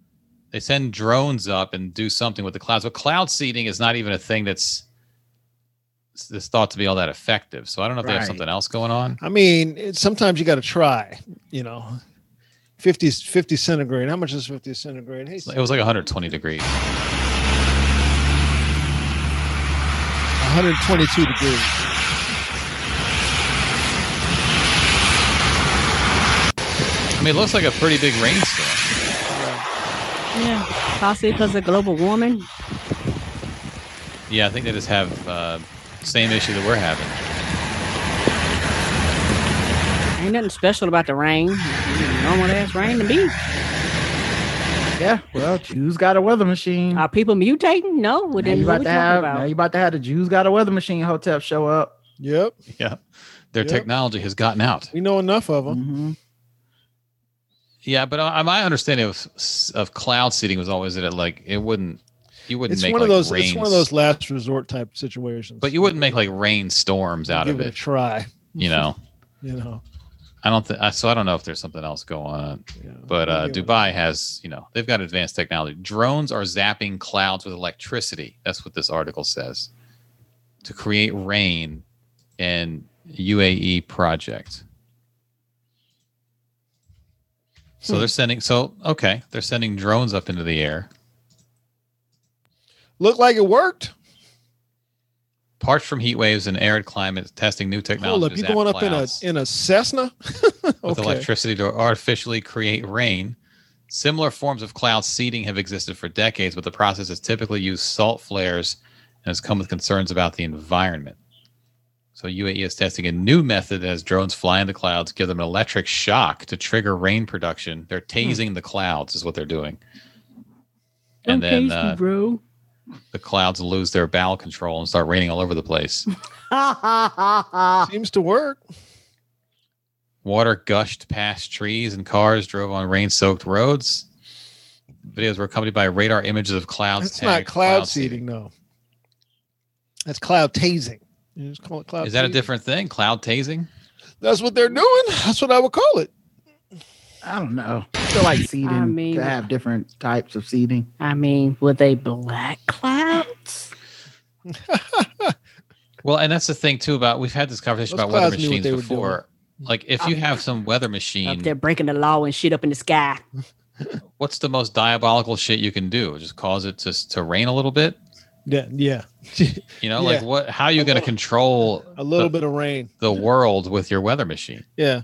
Speaker 3: They send drones up and do something with the clouds, but cloud seeding is not even a thing that's. that's thought to be all that effective. So I don't know if they have
Speaker 5: Right.
Speaker 3: something else going on.
Speaker 2: I mean, it, sometimes you got to try. You know, 50, 50 centigrade. How much is fifty centigrade? Hey,
Speaker 3: It was like 120 degrees.
Speaker 2: 122 degrees.
Speaker 3: I mean, it looks like a pretty big rainstorm.
Speaker 4: Yeah. Possibly because of global warming.
Speaker 3: Yeah, I think they just have uh, same issue that we're having.
Speaker 4: Ain't nothing special about the rain. Normal ass rain to me.
Speaker 5: Yeah. Well, Jews got a weather machine.
Speaker 4: Are people mutating? No. Well,
Speaker 5: now
Speaker 4: then
Speaker 5: you about
Speaker 4: what we
Speaker 5: to
Speaker 4: talking
Speaker 5: have? Now
Speaker 4: about?
Speaker 5: you about to have the Jews got a weather machine hotel show up.
Speaker 2: Yep,
Speaker 3: Yeah, their
Speaker 2: Yep.
Speaker 3: technology has gotten out.
Speaker 2: we know enough of them.
Speaker 5: Mm-hmm.
Speaker 3: Yeah, but uh, my understanding of of cloud seeding was always that it like it wouldn't you wouldn't
Speaker 2: It's
Speaker 3: make
Speaker 2: one of
Speaker 3: like,
Speaker 2: those.
Speaker 3: rains,
Speaker 2: It's one of those last resort type situations.
Speaker 3: but you wouldn't make like rainstorms out
Speaker 2: give
Speaker 3: of
Speaker 2: it a
Speaker 3: it.
Speaker 2: try.
Speaker 3: You know,
Speaker 2: [LAUGHS] You know,
Speaker 3: I don't think so. I don't know if there's something else going on.
Speaker 2: Yeah.
Speaker 3: But uh,
Speaker 2: Give it a-
Speaker 3: Dubai has, you know, they've got advanced technology. Drones are zapping clouds with electricity. That's what this article says to create rain E in UAE project. So
Speaker 2: Hmm.
Speaker 3: they're sending. So okay, they're sending drones up into the air.
Speaker 2: Looked like it worked.
Speaker 3: Parched from heat waves and arid climates, testing new technologies.
Speaker 2: Hold up, you
Speaker 3: that
Speaker 2: going up in a
Speaker 3: allows
Speaker 2: in a Cessna? [LAUGHS]
Speaker 3: with
Speaker 2: okay.
Speaker 3: electricity to artificially create rain. Similar forms of cloud seeding have existed for decades, but the process has typically used salt flares and has come with concerns about the environment. So UAE is testing a new method as drones fly in the clouds, give them an electric shock to trigger rain production. They're tasing the clouds, is what they're doing. And
Speaker 4: Don't
Speaker 3: then
Speaker 4: case
Speaker 3: uh,
Speaker 4: me, bro.
Speaker 3: the clouds lose their bow control and start raining all over the place.
Speaker 2: [LAUGHS] Seems to work.
Speaker 3: Water gushed past trees and cars drove on rain soaked roads. Videos were accompanied by radar images of clouds.
Speaker 2: That's not
Speaker 3: tagged
Speaker 2: cloud seeding, though. That's cloud tasing. You just call it cloud
Speaker 3: Is that a
Speaker 2: tasing.
Speaker 3: different thing? Cloud tasing?
Speaker 2: That's what they're doing. That's what I would call it.
Speaker 5: I don't know. I feel like seeding
Speaker 4: I mean-
Speaker 5: to have different types of seeding.
Speaker 4: I mean, were they black clouds?
Speaker 3: Well, and that's the thing too about we've had this conversation
Speaker 2: Those
Speaker 3: about weather
Speaker 2: clouds knew what
Speaker 3: machines
Speaker 2: they were
Speaker 3: before. Like if you have some weather machine,
Speaker 4: Up there breaking the law and shit up in the sky.
Speaker 3: what's the most diabolical shit you can do? Just cause it to to rain a little bit?
Speaker 2: Yeah, yeah.
Speaker 3: You know, like
Speaker 2: Yeah.
Speaker 3: what how are you going to control
Speaker 2: a little
Speaker 3: the,
Speaker 2: bit of rain.
Speaker 3: the world with your weather machine?
Speaker 2: Uh, Yeah.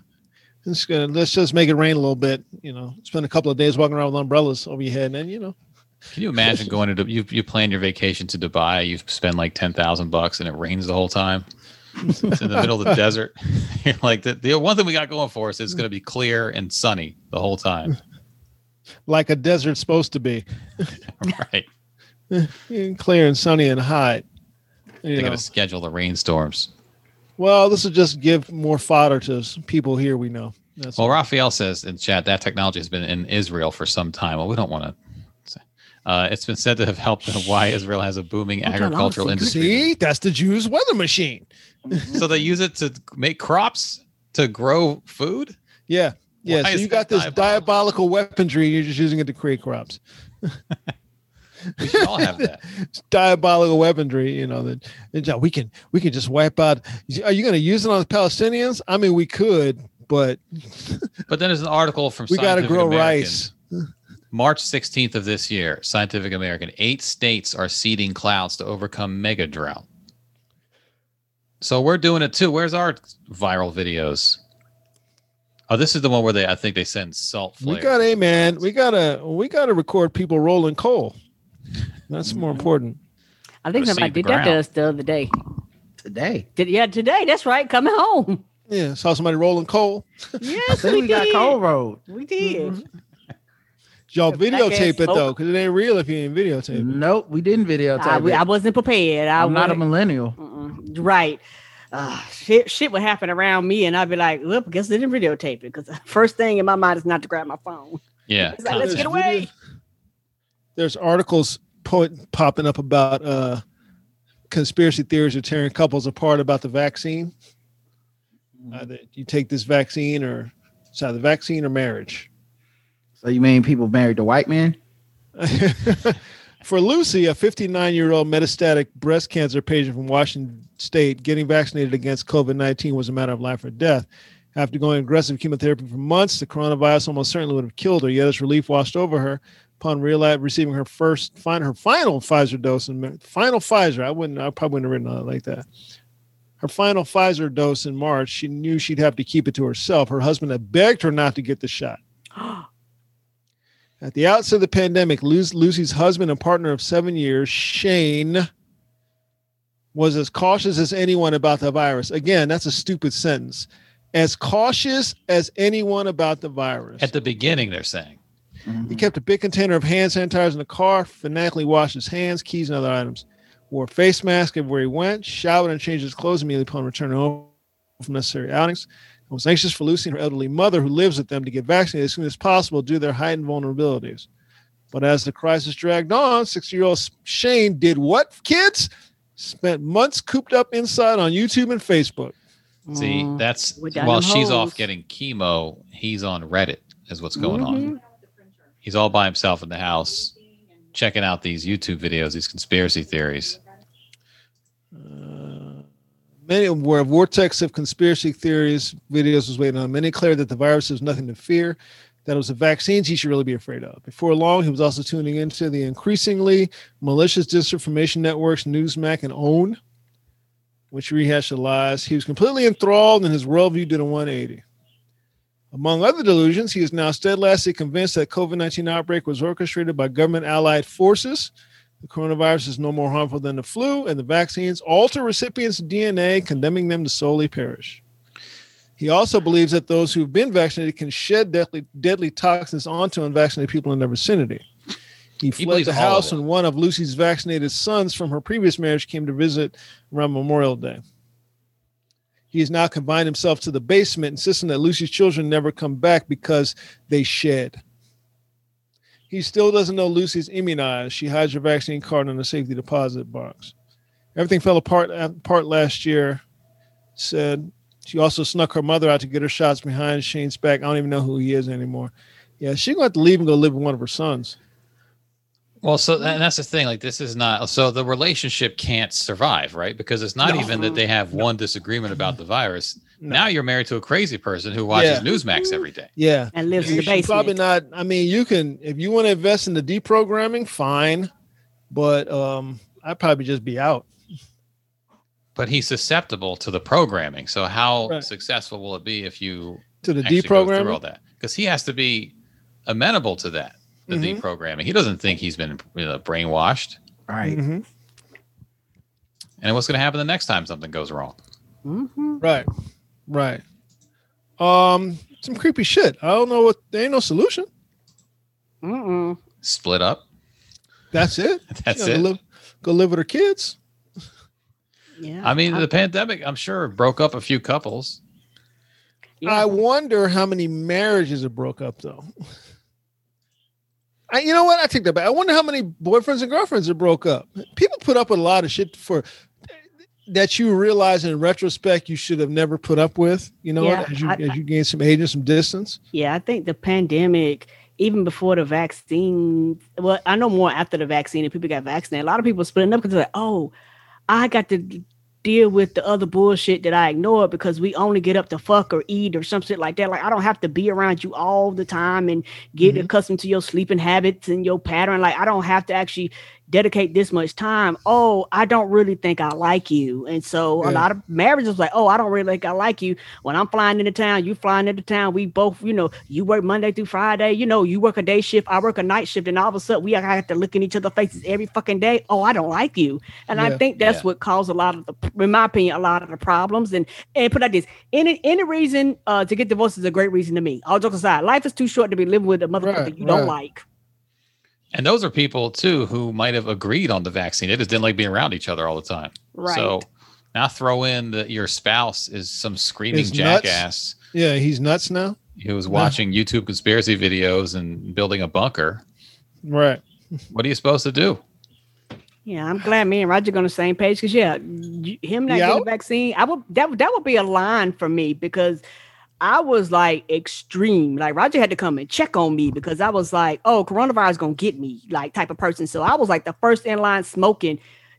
Speaker 2: It's gonna, let's just make it rain a little bit. You know, spend a couple of days walking around with umbrellas over your head, and then you know,
Speaker 3: Can
Speaker 2: [LAUGHS]
Speaker 3: you imagine going to Du- you you plan your vacation to Dubai, you spend like 10,000 bucks and it rains the whole time. It's in the
Speaker 2: [LAUGHS]
Speaker 3: middle of the desert. [LAUGHS] You're like the, the one thing we got going for us is it's going to be clear and sunny the whole time.
Speaker 2: like a desert's supposed to
Speaker 3: [LAUGHS]
Speaker 2: be,
Speaker 3: right.
Speaker 2: Mm, [LAUGHS] clear and sunny and hot. You
Speaker 3: They're
Speaker 2: know.
Speaker 3: going to schedule the rainstorms.
Speaker 2: Well, this will just give more fodder to some people here. We know. That's
Speaker 3: Well, Raphael says in chat that technology has been in Israel for some time. Well, we don't want to. Uh, it's been said to have helped [LAUGHS] in why Israel has a booming
Speaker 4: I'll tell
Speaker 3: agricultural
Speaker 4: all the
Speaker 3: industry.
Speaker 2: see, that's the Jews' weather machine.
Speaker 3: [LAUGHS] So they use it to make crops to grow food.
Speaker 2: Yeah. Yeah,
Speaker 3: Why
Speaker 2: so
Speaker 3: is
Speaker 2: you
Speaker 3: that
Speaker 2: got this
Speaker 3: diabolical?
Speaker 2: diabolical weaponry. You're just using it to create crops.
Speaker 3: [LAUGHS] We should all have that.
Speaker 2: It's diabolical weaponry. You know that that we can we can just wipe out. Are you going to use it on the Palestinians? I mean, we could, but
Speaker 3: But then there's an article from
Speaker 2: we got to
Speaker 3: Scientific
Speaker 2: grow
Speaker 3: American,
Speaker 2: rice. [LAUGHS]
Speaker 3: March 16th of this year, Scientific American, eight states are seeding clouds to overcome mega drought. So we're doing it too. Where's our viral videos? Oh, this is the one where they I think they send salt
Speaker 2: We
Speaker 3: flares.
Speaker 2: got a man. We gotta we gotta record people rolling coal. That's more
Speaker 3: Mm-hmm.
Speaker 2: important.
Speaker 4: I think
Speaker 3: Or
Speaker 4: somebody
Speaker 3: seed the
Speaker 4: did that to
Speaker 3: ground.
Speaker 4: us the other day.
Speaker 5: Today,
Speaker 4: Did, yeah, today. That's right. Coming home.
Speaker 2: Yeah, saw somebody rolling coal.
Speaker 5: I
Speaker 4: Yes,
Speaker 5: think
Speaker 4: we,
Speaker 5: we got
Speaker 4: did.
Speaker 5: cold Mm-hmm. road.
Speaker 4: We did.
Speaker 2: Y'all
Speaker 4: The black
Speaker 2: videotape
Speaker 4: ass
Speaker 2: it though,
Speaker 4: smoke.
Speaker 2: because it ain't real if you ain't videotape. it.
Speaker 5: Nope, we didn't videotape.
Speaker 4: I, we- I
Speaker 5: it.
Speaker 4: wasn't prepared. I
Speaker 5: I'm not a
Speaker 4: wasn't-
Speaker 5: millennial.
Speaker 4: Mm-mm. Right. Uh, shit, shit would happen around me, and I'd be like, "Look, guess they didn't videotape it." Because the [LAUGHS] first thing in my mind is not to grab my phone.
Speaker 3: Yeah.
Speaker 4: It's like, let's get away.
Speaker 2: There's articles po- popping up about uh, conspiracy theories are tearing couples apart about the vaccine. Uh, that you take this vaccine or it's either vaccine or marriage.
Speaker 5: So you mean people married to white men?
Speaker 2: For Lucy, a 59 year old metastatic breast cancer patient from Washington State, getting vaccinated against COVID 19 was a matter of life or death. After going aggressive chemotherapy for months, the coronavirus almost certainly would have killed her, yet its relief washed over her upon reali receiving her first, fin- her final Pfizer dose. In, Mar- final Pfizer, I wouldn't, I probably wouldn't have written it like that. Her final Pfizer dose in March, she knew she'd have to keep it to herself. Her husband had begged her not to get the shot. At the outset of the pandemic, Lu- Lucy's husband and partner of seven years, Shane, was as cautious as anyone about the virus. Again, that's a stupid sentence. As cautious as anyone about the virus.
Speaker 3: At the beginning, they're saying.
Speaker 2: He kept a big container of hand sanitizers in the car, fanatically washed his hands, keys, and other items. Wore a face mask everywhere he went, showered and changed his clothes immediately upon return home from necessary outings, and was anxious for Lucy and her elderly mother, who lives with them, to get vaccinated as soon as possible due to their heightened vulnerabilities. But as the crisis dragged on, 60 year old Shane did what, kids? Spent months cooped up inside on YouTube and Facebook.
Speaker 3: See,
Speaker 2: Oh,
Speaker 4: Mm.
Speaker 3: that's
Speaker 4: We got
Speaker 3: while
Speaker 4: them
Speaker 3: she's
Speaker 4: hoes.
Speaker 3: off getting chemo, he's on Reddit, is what's going on. He's all by himself in the house, checking out these YouTube videos, these conspiracy theories.
Speaker 2: Many were a vortex of conspiracy theories videos was waiting on. Many declared that the virus is nothing to fear. that it was the vaccines he should really be afraid of. Before long, he was also tuning into the increasingly malicious disinformation networks Newsmax and OWN, which rehashed the lies. He was completely enthralled, and his worldview did a 180. Among other delusions, he is now steadfastly convinced that COVID 19 outbreak was orchestrated by government allied forces. The coronavirus is no more harmful than the flu, and the vaccines alter recipients' DNA, condemning them to solely perish. He also believes that those who've been vaccinated can shed deadly, deadly toxins onto unvaccinated people in their vicinity. He fled
Speaker 3: believes
Speaker 2: the
Speaker 3: all of
Speaker 2: house
Speaker 3: it.
Speaker 2: when one of Lucy's vaccinated sons from her previous marriage came to visit around Memorial Day. He has now confined himself to the basement, insisting that Lucy's children never come back because they shed. He still doesn't know Lucy's immunized. She hides her vaccine card in the safety deposit box. Everything fell apart, uh, apart last year, said. She also snuck her mother out to get her shots behind Shane's back. I don't even know who he is anymore. Yeah, she's going to have to leave and go live with one of her sons.
Speaker 3: Well, so and that's the thing. Like, this is not so the relationship can't survive, right? Because it's not even that they have one disagreement about the virus. Now you're married to a crazy person who watches
Speaker 2: Yeah.
Speaker 3: Newsmax every day.
Speaker 2: Yeah.
Speaker 4: and lives in the
Speaker 2: You should
Speaker 4: basement.
Speaker 2: probably not. I mean, you can if you want to invest in the deprogramming, fine, but um, I'd probably just be out.
Speaker 3: But he's susceptible to the programming. So how
Speaker 2: Right.
Speaker 3: successful will it be if you
Speaker 2: To the
Speaker 3: actually go through all
Speaker 2: deprogramming?
Speaker 3: that? Because he has to be amenable to that,
Speaker 2: Mm-hmm.
Speaker 3: the deprogramming. He doesn't think he's been you know, brainwashed.
Speaker 5: Right.
Speaker 2: Mm-hmm.
Speaker 3: And what's going to happen the next time something goes wrong?
Speaker 4: Mm-hmm.
Speaker 2: Right, right. Um, some creepy shit. I don't know what. There ain't no solution.
Speaker 4: Mm-mm.
Speaker 3: Split up.
Speaker 2: That's it.
Speaker 3: [LAUGHS] That's
Speaker 2: She gotta
Speaker 3: it.
Speaker 2: Go live, go live with her kids.
Speaker 4: Yeah.
Speaker 3: I mean, the pandemic, I'm sure, broke up a few couples.
Speaker 4: yeah.
Speaker 2: I wonder how many marriages it broke up though. I, you know what? I take that back. I wonder how many boyfriends and girlfriends it broke up. People put up with a lot of shit for that you realize in retrospect you should have never put up with. You know,
Speaker 4: Yeah,
Speaker 2: as you
Speaker 4: I-
Speaker 2: as you gain some age and some distance.
Speaker 4: Yeah, I think the pandemic, even before the vaccine, well, I know more after the vaccine and people got vaccinated. A lot of people splitting up because they're like, oh, I got to d- deal with the other bullshit that I ignored because we only get up to fuck or eat or some shit like that. Like, I don't have to be around you all the time and get
Speaker 2: Mhm.
Speaker 4: accustomed to your sleeping habits and your pattern. Like, I don't have to actually dedicate this much time. Oh, I don't really think I like you. And so a
Speaker 2: Yeah.
Speaker 4: lot of marriages like, oh, I don't really think I like you when I'm flying into town, you flying into town, we both, you know, you work Monday through Friday, you know, you work a day shift, I work a night shift, and all of a sudden we have to look in each other's faces every fucking day. Oh, I don't like you. And
Speaker 2: Yeah.
Speaker 4: I think that's
Speaker 3: Yeah.
Speaker 4: what caused a lot of the, in my opinion, a lot of the problems. And and put it like this, any any reason uh, to get divorced is a great reason to me. All jokes aside, life is too short to be living with a motherfucker
Speaker 2: Right,
Speaker 4: you don't
Speaker 2: right.
Speaker 4: like.
Speaker 3: And those are people too who might have agreed on the vaccine. They just didn't like being around each other all the time.
Speaker 4: Right.
Speaker 3: So now throw in that your spouse is some screaming
Speaker 2: Is nuts.
Speaker 3: jackass
Speaker 2: Yeah, he's nuts now.
Speaker 3: who was watching YouTube conspiracy videos and building a bunker.
Speaker 2: Right.
Speaker 3: What are you supposed to do?
Speaker 4: Yeah, I'm glad me and Roger on the same page because yeah, y- him not
Speaker 2: Yeah, I
Speaker 4: getting a
Speaker 2: would-
Speaker 4: vaccine, I would that would- that would be a line for me because I was like extreme. Like Roger had to come and check on me because I was like, oh, coronavirus gonna get me, like type of person. So I was like the first in line smoking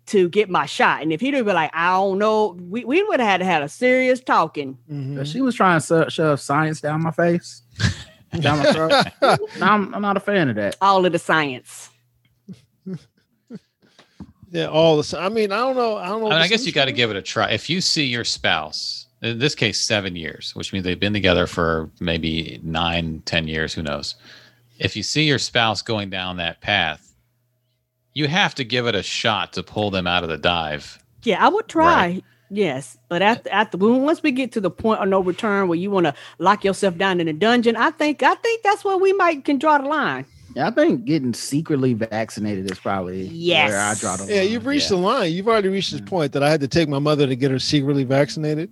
Speaker 4: to get my shot, and if he'd have been like, I don't know, we, we would have had had a serious talking.
Speaker 2: Mhm.
Speaker 5: She was trying to su- shove science down my face. down my
Speaker 2: [LAUGHS]
Speaker 5: throat. No, I'm, I'm not a fan of that.
Speaker 4: All of the science.
Speaker 2: Yeah, all the. si- I mean, I don't know. I don't know.
Speaker 3: I mean,
Speaker 2: the
Speaker 3: I guess you
Speaker 2: solution.
Speaker 3: got to give it a try. If you see your spouse, in this case, seven years, which means they've been together for maybe nine, ten years, who knows? If you see your spouse going down that path, you have to give it a shot to pull them out of the dive.
Speaker 4: Yeah, I would try.
Speaker 3: Right.
Speaker 4: Yes, but after after when- once we get to the point of no return where you want to lock yourself down in a dungeon, I think I think that's where we might can draw the line.
Speaker 5: Yeah, I think getting secretly vaccinated is probably
Speaker 4: Yes.
Speaker 5: where I draw the line. Mm.
Speaker 2: Yeah, you've reached the line. You've already reached this point that I had to take my mother to get her secretly vaccinated.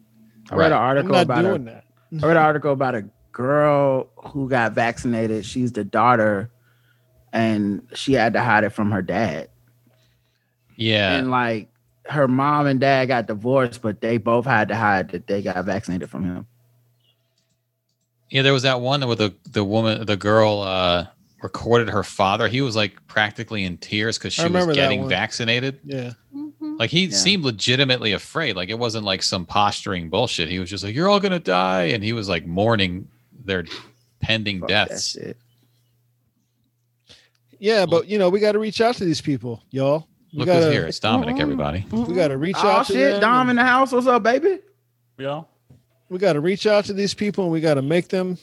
Speaker 5: I read an
Speaker 3: Right.
Speaker 2: I'm
Speaker 5: article
Speaker 2: not
Speaker 5: about
Speaker 2: doing
Speaker 5: a,
Speaker 2: that.
Speaker 5: I read an article about a girl who got vaccinated. She's the daughter, and she had to hide it from her dad.
Speaker 3: Yeah.
Speaker 5: And like her mom and dad got divorced, but they both had to hide that they got vaccinated from him.
Speaker 3: Yeah, there was that one where the the woman, the girl, uh, recorded her father. He was like practically in tears because
Speaker 2: I
Speaker 3: she was
Speaker 2: remember that
Speaker 3: getting
Speaker 2: one.
Speaker 3: vaccinated.
Speaker 2: Yeah.
Speaker 3: Like he
Speaker 5: Yeah.
Speaker 3: seemed legitimately afraid. Like it wasn't like some posturing bullshit. He was just like, "You're all gonna die," and he was like mourning their pending
Speaker 5: Fuck that
Speaker 3: deaths.
Speaker 5: shit.
Speaker 2: Yeah, but you know we got to reach out to these people, y'all. We
Speaker 3: Look
Speaker 2: gotta,
Speaker 3: who's here. It's
Speaker 2: Mm-hmm.
Speaker 3: Dominic, everybody.
Speaker 2: We got to reach
Speaker 5: Oh
Speaker 2: out to
Speaker 5: shit,
Speaker 2: them
Speaker 5: Dom in
Speaker 2: and
Speaker 5: the house. What's up, baby?
Speaker 6: Yo.
Speaker 2: We got to reach out to these people, and we got to make them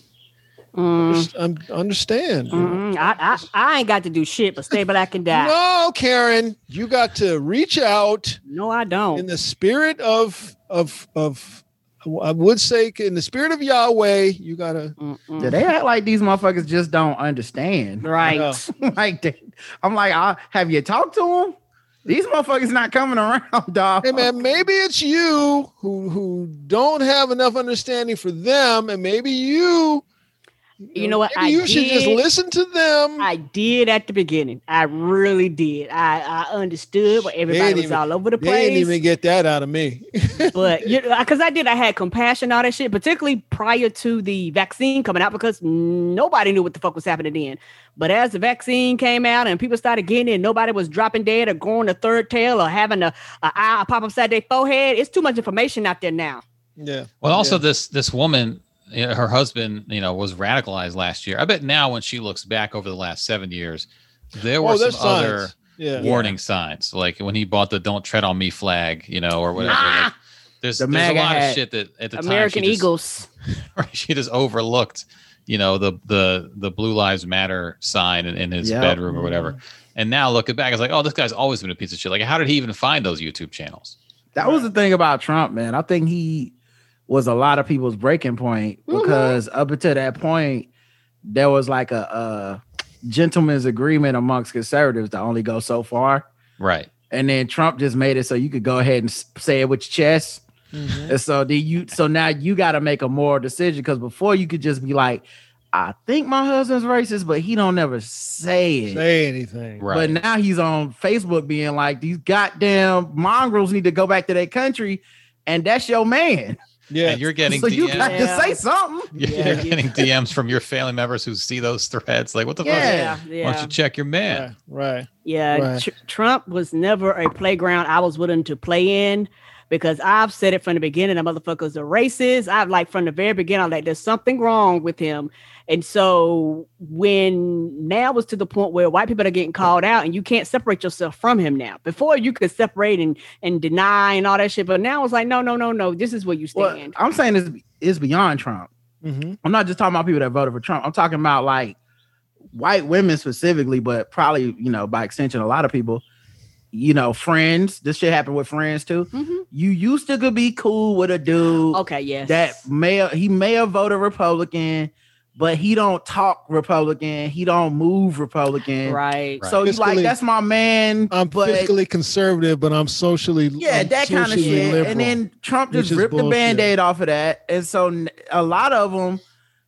Speaker 4: Mm,
Speaker 2: just, um, understand. you know?
Speaker 4: mm, I, I, I ain't got to do shit but stay black and die.
Speaker 2: No, Oh, Karen, you got to reach out
Speaker 4: No, I don't.
Speaker 2: in the spirit of of of. I would say in the spirit of Yahweh, you gotta.
Speaker 4: Mm-mm.
Speaker 5: Yeah, they act like these motherfuckers just don't understand. [LAUGHS]
Speaker 4: Right.
Speaker 2: No.
Speaker 5: like, they, I'm like, I, have you talked to them? These motherfuckers not coming around, [LAUGHS] dog.
Speaker 2: Hey man, maybe it's you who who don't have enough understanding for them, and maybe you.
Speaker 4: You know what?
Speaker 2: Maybe
Speaker 4: I
Speaker 2: you should just
Speaker 4: did-
Speaker 2: listen to them.
Speaker 4: I did at the beginning. I really did. I, I understood what everybody
Speaker 2: didn't
Speaker 4: was
Speaker 2: even-
Speaker 4: all over the
Speaker 2: They didn't
Speaker 4: place.
Speaker 2: even get that out of me.
Speaker 4: but you because I did, I had compassion, all that shit, particularly prior to the vaccine coming out because nobody knew what the fuck was happening then. But as the vaccine came out and people started getting it, nobody was dropping dead or going to third tail or having a, a eye pop upside their forehead. It's too much information out there now.
Speaker 2: yeah.
Speaker 3: Well, also
Speaker 2: Yeah.
Speaker 3: this this woman, you know, her husband, you know, was radicalized last year. I bet now when she looks back over the last seven years, there
Speaker 2: Oh,
Speaker 3: were some
Speaker 2: there's signs.
Speaker 3: other
Speaker 2: Yeah.
Speaker 3: warning signs, like when he bought the "Don't Tread on Me" flag, you know, or whatever.
Speaker 4: Ah!
Speaker 3: Like, there's
Speaker 5: The
Speaker 3: there's a
Speaker 5: MAGA
Speaker 3: lot of
Speaker 5: hat.
Speaker 3: shit that [LAUGHS] at the
Speaker 4: American
Speaker 3: time she
Speaker 4: Eagles.
Speaker 3: just, she just overlooked, you know, the the the Blue Lives Matter sign in, in his
Speaker 5: Yep.
Speaker 3: bedroom or whatever. And now looking back, it's like, oh, this guy's always been a piece of shit. Like, how did he even find those YouTube channels?
Speaker 5: That was the thing about Trump, man. I think he was a lot of people's breaking point because up until that point, there was like a, a gentleman's agreement amongst conservatives to only go so far.
Speaker 3: Right.
Speaker 5: And then Trump just made it so you could go ahead and s- say it with your chest.
Speaker 2: Mm-hmm.
Speaker 5: And so then you so now you got to make a moral decision because before you could just be like, I think my husband's racist, but he don't ever say it.
Speaker 2: Say anything.
Speaker 3: Right.
Speaker 5: But now he's on Facebook being like, these goddamn mongrels need to go back to their country, and that's your man.
Speaker 2: Yeah.
Speaker 3: And you're getting
Speaker 5: so you
Speaker 3: DMs.
Speaker 5: got to
Speaker 4: Yeah.
Speaker 5: say something.
Speaker 3: You're,
Speaker 2: Yeah.
Speaker 3: you're getting DMs from your family members who see those threads. Like, what the fuck?
Speaker 5: Yeah.
Speaker 3: Why don't
Speaker 4: yeah.
Speaker 3: you check your man?
Speaker 2: Right. right.
Speaker 4: Yeah,
Speaker 2: Right.
Speaker 4: Tr- Trump was never a playground I was willing to play in because I've said it from the beginning. The motherfuckers are racist. I've like from the very beginning, I'm like, there's something wrong with him. And so when now is to the point where white people are getting called out and you can't separate yourself from him now. Before you could separate and, and deny and all that shit. But now it's like, no, no, no, no. This is where you
Speaker 5: Well,
Speaker 4: stand.
Speaker 5: I'm saying it's, it's beyond Trump.
Speaker 2: Mm-hmm.
Speaker 5: I'm not just talking about people that voted for Trump. I'm talking about like white women specifically, but probably, you know, by extension, a lot of people, you know, friends. This shit happened with friends too.
Speaker 4: Mhm.
Speaker 5: You used to could be cool with a dude.
Speaker 4: Okay, yes.
Speaker 5: that may he may have voted Republican, but he don't talk Republican. He don't move Republican.
Speaker 4: right.
Speaker 3: Right.
Speaker 5: So he's like,
Speaker 2: Fiscally-
Speaker 5: that's my man.
Speaker 2: I'm
Speaker 5: but
Speaker 2: politically conservative, but I'm socially
Speaker 5: yeah,
Speaker 2: I'm
Speaker 5: that kind of
Speaker 2: socially
Speaker 5: shit.
Speaker 2: liberal.
Speaker 5: And then Trump
Speaker 2: which
Speaker 5: just
Speaker 2: is
Speaker 5: ripped the
Speaker 2: bullshit.
Speaker 5: band-aid off of that. And so n- a lot of them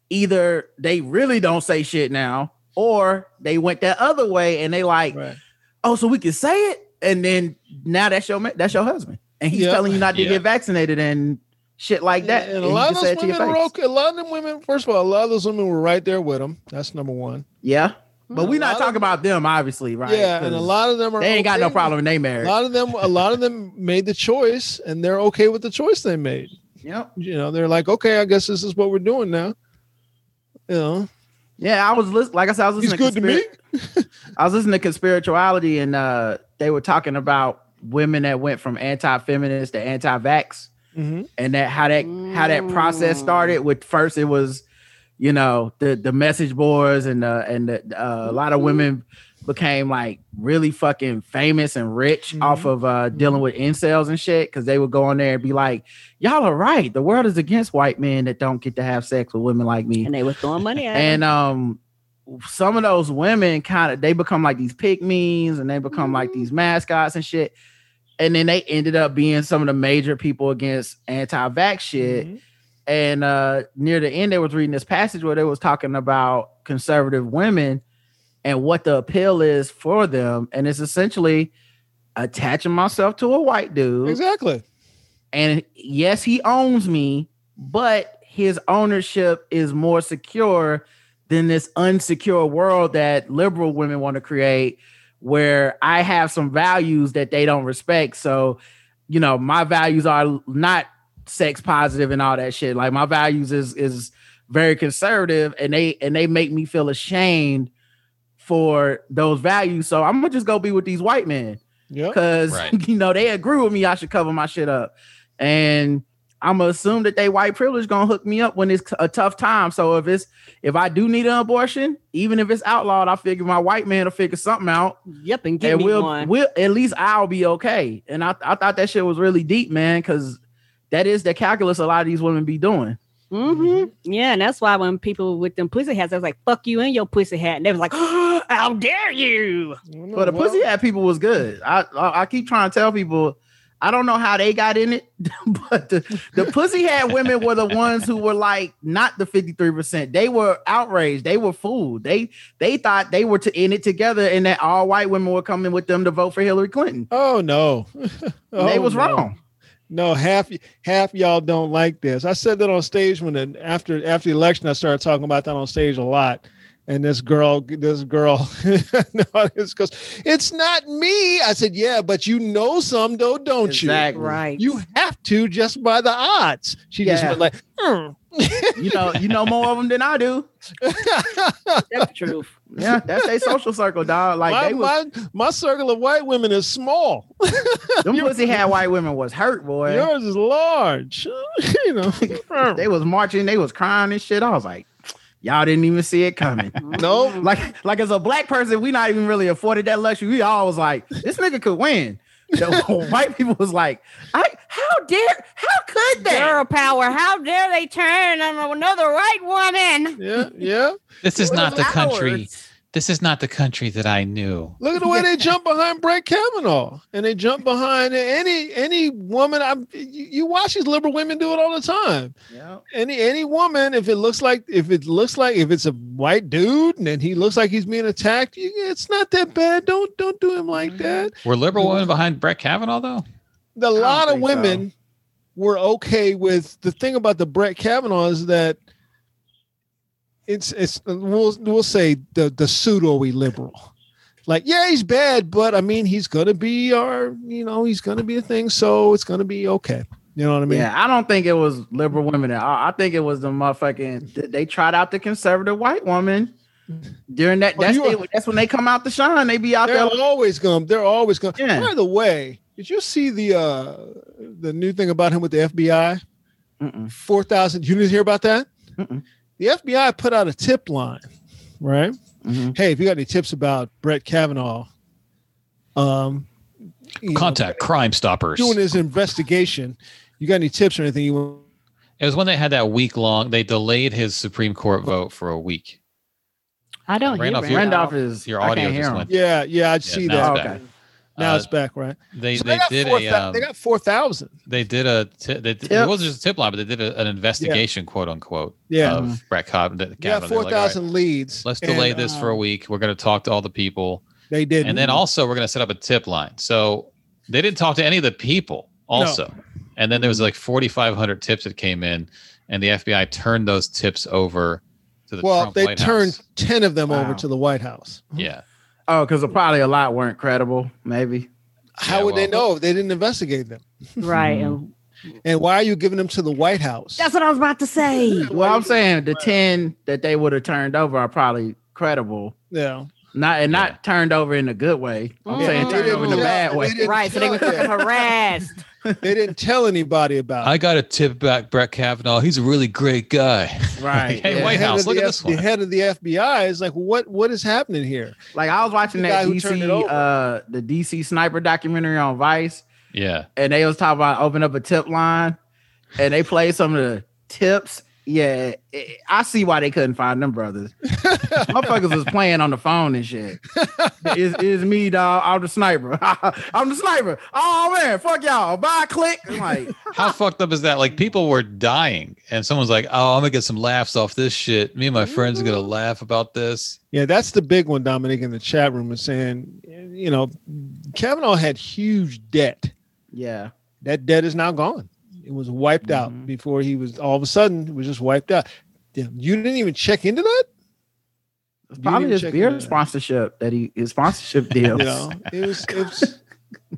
Speaker 5: either they really don't say shit now, or they went that other way and they like,
Speaker 2: right.
Speaker 5: oh, so we can say it. And then now that's your ma- that's your husband. And he's
Speaker 2: Yeah.
Speaker 5: telling you not to
Speaker 3: Yeah.
Speaker 5: get vaccinated and shit like that.
Speaker 2: And,
Speaker 5: And
Speaker 2: a
Speaker 5: he
Speaker 2: lot of
Speaker 5: can say
Speaker 2: those
Speaker 5: it to your
Speaker 2: women were
Speaker 5: face.
Speaker 2: okay. A lot of them women, first of all, a lot of those women were right there with him. That's number one.
Speaker 5: Yeah. But
Speaker 2: Hmm.
Speaker 5: we're
Speaker 2: A
Speaker 5: not
Speaker 2: lot
Speaker 5: talking
Speaker 2: of-
Speaker 5: about them, obviously, right?
Speaker 2: Yeah, and a
Speaker 5: 'Cause
Speaker 2: lot of them are.
Speaker 5: they ain't got
Speaker 2: okay
Speaker 5: no
Speaker 2: with-
Speaker 5: problem in their
Speaker 2: A
Speaker 5: marriage.
Speaker 2: lot of them, a lot of them made the choice, and they're okay with the choice they made.
Speaker 5: Yep.
Speaker 2: You know, they're like, okay, I guess this is what we're doing now. You know,
Speaker 5: Yeah, I was listening. Like I said, I was
Speaker 2: he's good
Speaker 5: listening.
Speaker 2: to me.
Speaker 5: conspira- I was listening to conspirituality, and uh, they were talking about women that went from anti-feminist to anti-vax,
Speaker 2: Mm-hmm.
Speaker 5: and that how that how that process started.
Speaker 4: Mm.
Speaker 5: With first, it was you know the the message boards, and uh, and the, uh, a lot
Speaker 4: Mm-hmm.
Speaker 5: of women became like really fucking famous and rich
Speaker 4: Mm-hmm.
Speaker 2: Mhm.
Speaker 5: off of uh, dealing with incels and shit because they would go on there and be like, "Y'all are right. The world is against white men that don't get to have sex with women like me."
Speaker 4: And they were throwing money at him.
Speaker 5: and um some of those women kind of they become like these pygmies and they become like
Speaker 4: Mm-hmm.
Speaker 5: these mascots and shit and then they ended up being some of the major people against anti-vax shit
Speaker 2: Mhm.
Speaker 5: and uh near the end they was reading this passage where they was talking about conservative women and what the appeal is for them and it's essentially attaching myself to a white dude
Speaker 2: Exactly.
Speaker 5: and yes, he owns me, but his ownership is more secure than this unsecure world that liberal women want to create, where I have some values that they don't respect. So, you know, my values are not sex positive and all that shit. Like my values is is very conservative and they and they make me feel ashamed for those values. So I'm gonna just go be with these white men
Speaker 2: Yep.
Speaker 5: because [LAUGHS]
Speaker 3: Right.
Speaker 5: you know they agree with me. I should cover my shit up, and I'm gonna assume that they white privilege gonna hook me up when it's a tough time. So if it's if I do need an abortion, even if it's outlawed, I figure my white man will figure something out,
Speaker 4: Yep, and give
Speaker 5: and
Speaker 4: me
Speaker 5: we'll
Speaker 4: one.
Speaker 5: we'll at least I'll be okay. And I I thought that shit was really deep, man, because that is the calculus a lot of these women be doing.
Speaker 4: hmm
Speaker 2: mm-hmm.
Speaker 4: Yeah, and that's why when people with them pussy hats, I was like, "Fuck you and your pussy hat," and they was like, [GASPS] "How dare you!"
Speaker 5: But the pussy hat people was good. I, I I keep trying to tell people, I don't know how they got in it, [LAUGHS] but the, the pussy hat women were the ones who were like not the 53%. They were outraged, they were fooled. They they thought they were to in it together and that all white women were coming with them to vote for Hillary Clinton.
Speaker 2: Oh no,
Speaker 5: And they
Speaker 2: Oh,
Speaker 5: was
Speaker 2: no. [LAUGHS]
Speaker 5: wrong.
Speaker 2: No, half half y'all don't like this. I said that on stage when the, after after the election, I started talking about that on stage a lot. And this girl, this girl, [LAUGHS] no, this goes, it's not me. I said, yeah, but you know some though, don't
Speaker 5: Exactly.
Speaker 4: Right?
Speaker 2: you? You have to just by the odds. She just
Speaker 5: Yeah.
Speaker 2: went like, "Mm."
Speaker 5: You know, you know more of them than I do.
Speaker 4: That's the truth.
Speaker 5: Yeah, that's their social circle, dog. Like
Speaker 2: my,
Speaker 5: they was
Speaker 2: my my circle of white women is small.
Speaker 5: [LAUGHS] them pussy hat white women was hurt, boy.
Speaker 2: Yours is large. [LAUGHS] you
Speaker 5: [LAUGHS]
Speaker 2: know,
Speaker 5: They was marching, they was crying and shit. I was like, y'all didn't even see it
Speaker 2: [LAUGHS]
Speaker 5: coming.
Speaker 2: no,
Speaker 5: [LAUGHS] like like as a black person, we not even really afforded that luxury. We always like, this nigga could win. The [LAUGHS] white people was like, I how dare how could they?
Speaker 4: Girl power. How dare they turn on another white woman?
Speaker 2: yeah, yeah.
Speaker 5: [LAUGHS]
Speaker 3: This is
Speaker 5: It
Speaker 3: not
Speaker 5: was
Speaker 3: the country.
Speaker 5: ours.
Speaker 3: This is not the country that I knew.
Speaker 2: Look at the way they jump behind Brett Kavanaugh, and they jump behind any any woman. I'm you, you watch these liberal women do it all the time.
Speaker 5: Yeah.
Speaker 2: Any any woman, if it looks like if it looks like if it's a white dude and then he looks like he's being attacked, you, it's not that bad. Don't don't do him like that.
Speaker 3: Were liberal women behind Brett Kavanaugh though?
Speaker 2: A lot of
Speaker 5: think so.
Speaker 2: women were okay with the thing about the Brett Kavanaugh is that it's it's we'll we'll say the the pseudo liberal. Like, yeah, he's bad, but I mean he's gonna be our you know, he's gonna be a thing, so it's gonna be okay. You know what I mean?
Speaker 5: Yeah, I don't think it was liberal women at all. I think it was the motherfucking th- they tried out the conservative white woman during that.
Speaker 2: Oh,
Speaker 5: That's
Speaker 2: you are-
Speaker 5: it- that's when they come out the shine. They be out
Speaker 2: They're
Speaker 5: there. like,
Speaker 2: always gonna they're always gonna
Speaker 5: Yeah.
Speaker 2: by the way, did you see the uh the new thing about him with the FBI?
Speaker 5: "Mm-mm,
Speaker 2: Four thousand you didn't hear about that?
Speaker 5: Mm-mm.
Speaker 2: The FBI put out a tip line, right?
Speaker 5: mhm."
Speaker 2: hey, if you got any tips about Brett Kavanaugh, um, you know,
Speaker 3: Contact Crime Stoppers.
Speaker 2: doing his investigation, you got any tips or anything you want?
Speaker 3: It was when they had that week long. They delayed his Supreme Court vote for a week.
Speaker 4: I don't
Speaker 3: Randolph,
Speaker 4: hear
Speaker 3: you're-
Speaker 5: Randolph
Speaker 4: Randolph.
Speaker 5: is
Speaker 3: Your
Speaker 5: I can't
Speaker 3: audio
Speaker 5: hear
Speaker 3: just
Speaker 5: him.
Speaker 3: went.
Speaker 2: Yeah, yeah, I
Speaker 3: Yeah,
Speaker 2: see
Speaker 3: now
Speaker 2: that.
Speaker 5: Oh,
Speaker 3: it's
Speaker 5: okay.
Speaker 3: back.
Speaker 2: Now
Speaker 3: Uh,
Speaker 2: it's back, right?
Speaker 3: They
Speaker 2: So
Speaker 3: they
Speaker 2: got
Speaker 3: did
Speaker 2: 4,
Speaker 3: a
Speaker 2: thou-
Speaker 3: um,
Speaker 2: they got four thousand.
Speaker 3: they did a t- they, it
Speaker 5: Tip.
Speaker 3: wasn't just a tip line, but they did a, an investigation, quote unquote,
Speaker 2: Yeah.
Speaker 3: of Brett Cobb.
Speaker 2: They got four thousand leads.
Speaker 3: Let's
Speaker 2: and,
Speaker 3: delay this for a
Speaker 7: um,
Speaker 2: uh,
Speaker 3: week. We're going to talk to all the people,
Speaker 2: They did,
Speaker 3: and then also we're going to set up a tip line. So they didn't talk to any of the people, also. And then there was like forty five hundred tips that came in, and the FBI turned those tips over to the
Speaker 2: Well,
Speaker 3: Trump
Speaker 2: they
Speaker 3: White
Speaker 2: turned
Speaker 3: House.
Speaker 2: ten of them over
Speaker 5: Wow.
Speaker 2: to the White House.
Speaker 3: yeah.
Speaker 5: Oh, because probably a lot weren't credible. Maybe
Speaker 2: How
Speaker 3: Yeah,
Speaker 2: would they
Speaker 3: well-
Speaker 2: know if they didn't investigate them?
Speaker 4: Right.
Speaker 5: Mm-hmm.
Speaker 4: and-
Speaker 2: And why are you giving them to the White House?
Speaker 4: That's what I was about to say.
Speaker 5: [LAUGHS] Well, I'm saying the 10 that they would have turned over are probably credible.
Speaker 2: yeah.
Speaker 5: Not and
Speaker 3: Yeah.
Speaker 5: not turned over in a good way. I'm
Speaker 4: Yeah,
Speaker 5: saying
Speaker 4: they
Speaker 5: turned
Speaker 4: didn't
Speaker 5: over in a
Speaker 4: tell-
Speaker 5: bad
Speaker 2: they
Speaker 5: way.
Speaker 2: didn't
Speaker 4: Mm-hmm. Right. So they were
Speaker 2: tell
Speaker 3: [LAUGHS]
Speaker 4: fucking
Speaker 2: them.
Speaker 4: harassed.
Speaker 2: [LAUGHS] They didn't tell anybody about.
Speaker 3: I got a tip back, Brett Kavanaugh. He's a really great guy.
Speaker 5: Right.
Speaker 3: [LAUGHS] Hey,
Speaker 5: yeah.
Speaker 3: White
Speaker 2: head
Speaker 3: House,
Speaker 2: of
Speaker 3: look
Speaker 2: the
Speaker 3: at
Speaker 2: F-
Speaker 3: this
Speaker 2: The
Speaker 3: one.
Speaker 2: head of the FBI is like, what what is happening here?
Speaker 5: Like I was watching
Speaker 2: The guy
Speaker 5: that
Speaker 2: who turned it
Speaker 5: DC
Speaker 2: over.
Speaker 5: uh the DC sniper documentary on Vice,
Speaker 2: uh,
Speaker 3: Yeah.
Speaker 5: and they was talking about open up a tip line and they played some of the tips. Yeah, it- I see why they couldn't find them brothers. Motherfuckers was playing on the phone and shit. It's, it's me, dog. I'm the sniper. [LAUGHS] I'm the sniper. Oh man, fuck y'all. Bye, click. I'm like,
Speaker 3: How fucked up is that? Like people were dying, and someone's like, "Oh, I'm gonna get some laughs off this shit. Me and my friends are gonna laugh about this."
Speaker 2: Yeah, that's the big one. Dominic in the chat room is saying, you know, Kavanaugh had huge debt.
Speaker 5: yeah.
Speaker 2: That debt is now gone. It was wiped out
Speaker 5: Mhm.
Speaker 2: before he was all of a sudden it was just wiped out. Yeah, You didn't even check into that.
Speaker 5: It's
Speaker 2: You
Speaker 5: probably
Speaker 2: didn't
Speaker 5: his
Speaker 2: check
Speaker 5: beer
Speaker 2: into that.
Speaker 5: sponsorship that he his sponsorship deal.
Speaker 2: You know, it was. It was
Speaker 5: [LAUGHS]
Speaker 3: Hey,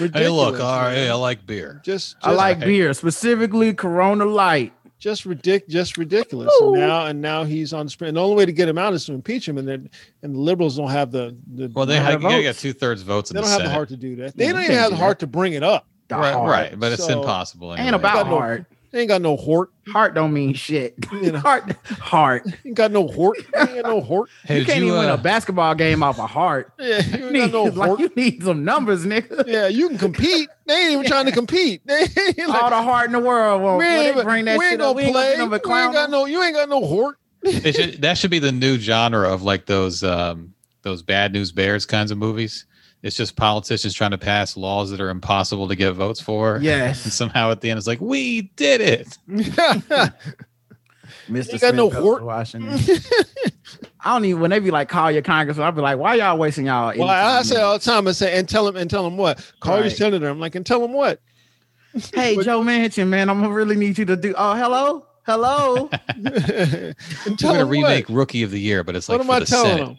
Speaker 3: look,
Speaker 2: ridiculous,
Speaker 5: uh,
Speaker 3: all right,
Speaker 2: man.
Speaker 3: I like beer.
Speaker 2: Just,
Speaker 5: I
Speaker 2: just-
Speaker 5: like beer, specifically Corona Light.
Speaker 2: just ridic- just ridiculous. And now and now he's on sprint. And the only way to get him out is to impeach him, and then and the liberals don't have the, the
Speaker 3: Well, they
Speaker 2: don't
Speaker 3: had
Speaker 2: have,
Speaker 3: you gotta get
Speaker 2: votes.
Speaker 3: two thirds votes in
Speaker 2: they
Speaker 3: the
Speaker 2: don't have
Speaker 3: Senate.
Speaker 2: the
Speaker 3: [LAUGHS]
Speaker 2: heart to do that. They
Speaker 5: Yeah,
Speaker 2: don't
Speaker 5: you
Speaker 2: even
Speaker 5: can't
Speaker 2: have
Speaker 5: do
Speaker 2: the
Speaker 5: that.
Speaker 2: heart to bring it up.
Speaker 3: right,
Speaker 5: Hard.
Speaker 3: right, but it's
Speaker 2: So-
Speaker 3: impossible. Anyway.
Speaker 5: Ain't about
Speaker 2: Got no-
Speaker 5: hard.
Speaker 2: They ain't got no hort.
Speaker 5: Heart don't mean shit. [LAUGHS]
Speaker 2: You know.
Speaker 5: Heart, heart.
Speaker 2: Ain't got no hort. Ain't got no
Speaker 3: [LAUGHS]
Speaker 2: hort.
Speaker 3: Hey,
Speaker 5: you
Speaker 3: did
Speaker 5: can't
Speaker 3: you,
Speaker 5: even win
Speaker 3: uh,
Speaker 5: a basketball game off a heart.
Speaker 2: [LAUGHS] Yeah, you
Speaker 5: You
Speaker 2: ain't
Speaker 5: need,
Speaker 2: got no
Speaker 5: like,
Speaker 2: hort.
Speaker 5: you need some numbers, nigga.
Speaker 2: Yeah, you can compete. They ain't even
Speaker 5: [LAUGHS]
Speaker 2: trying to compete. They ain't like,
Speaker 5: All the heart in the world won't
Speaker 2: we ain't,
Speaker 5: won't
Speaker 2: even-
Speaker 5: bring that
Speaker 2: we ain't
Speaker 5: shit
Speaker 2: gonna
Speaker 5: up. We ain't
Speaker 2: play.
Speaker 5: gonna
Speaker 2: we ain't got no. You ain't got no hort.
Speaker 3: They should, that should be the new genre of like those um those bad news bears kinds of movies. It's just politicians trying to pass laws that are impossible to get votes for. [LAUGHS] And
Speaker 5: Yes,
Speaker 3: somehow at the end it's like, we did
Speaker 2: [LAUGHS]
Speaker 3: it.
Speaker 5: Mr.
Speaker 2: got no
Speaker 5: Smith,
Speaker 2: wart. [LAUGHS]
Speaker 5: Washington. I don't even when they be like call your congressman. I'll be like, why y'all wasting y'all?
Speaker 2: Well, I, I
Speaker 5: energy,
Speaker 2: say all the time. I say and tell him and tell him what. Call your
Speaker 5: Right.
Speaker 2: senator. I'm like and tell him what. [LAUGHS]
Speaker 5: man? hey Joe Manchin, man, I'm gonna really need you to do. Oh, hello,
Speaker 2: [LAUGHS]
Speaker 5: hello.
Speaker 2: and
Speaker 3: We're
Speaker 2: tell
Speaker 3: gonna
Speaker 2: him
Speaker 3: remake
Speaker 2: what.
Speaker 3: Rookie of the Year, but it's like
Speaker 2: What am
Speaker 3: for
Speaker 2: I
Speaker 3: the
Speaker 2: telling
Speaker 3: Senate.
Speaker 2: him?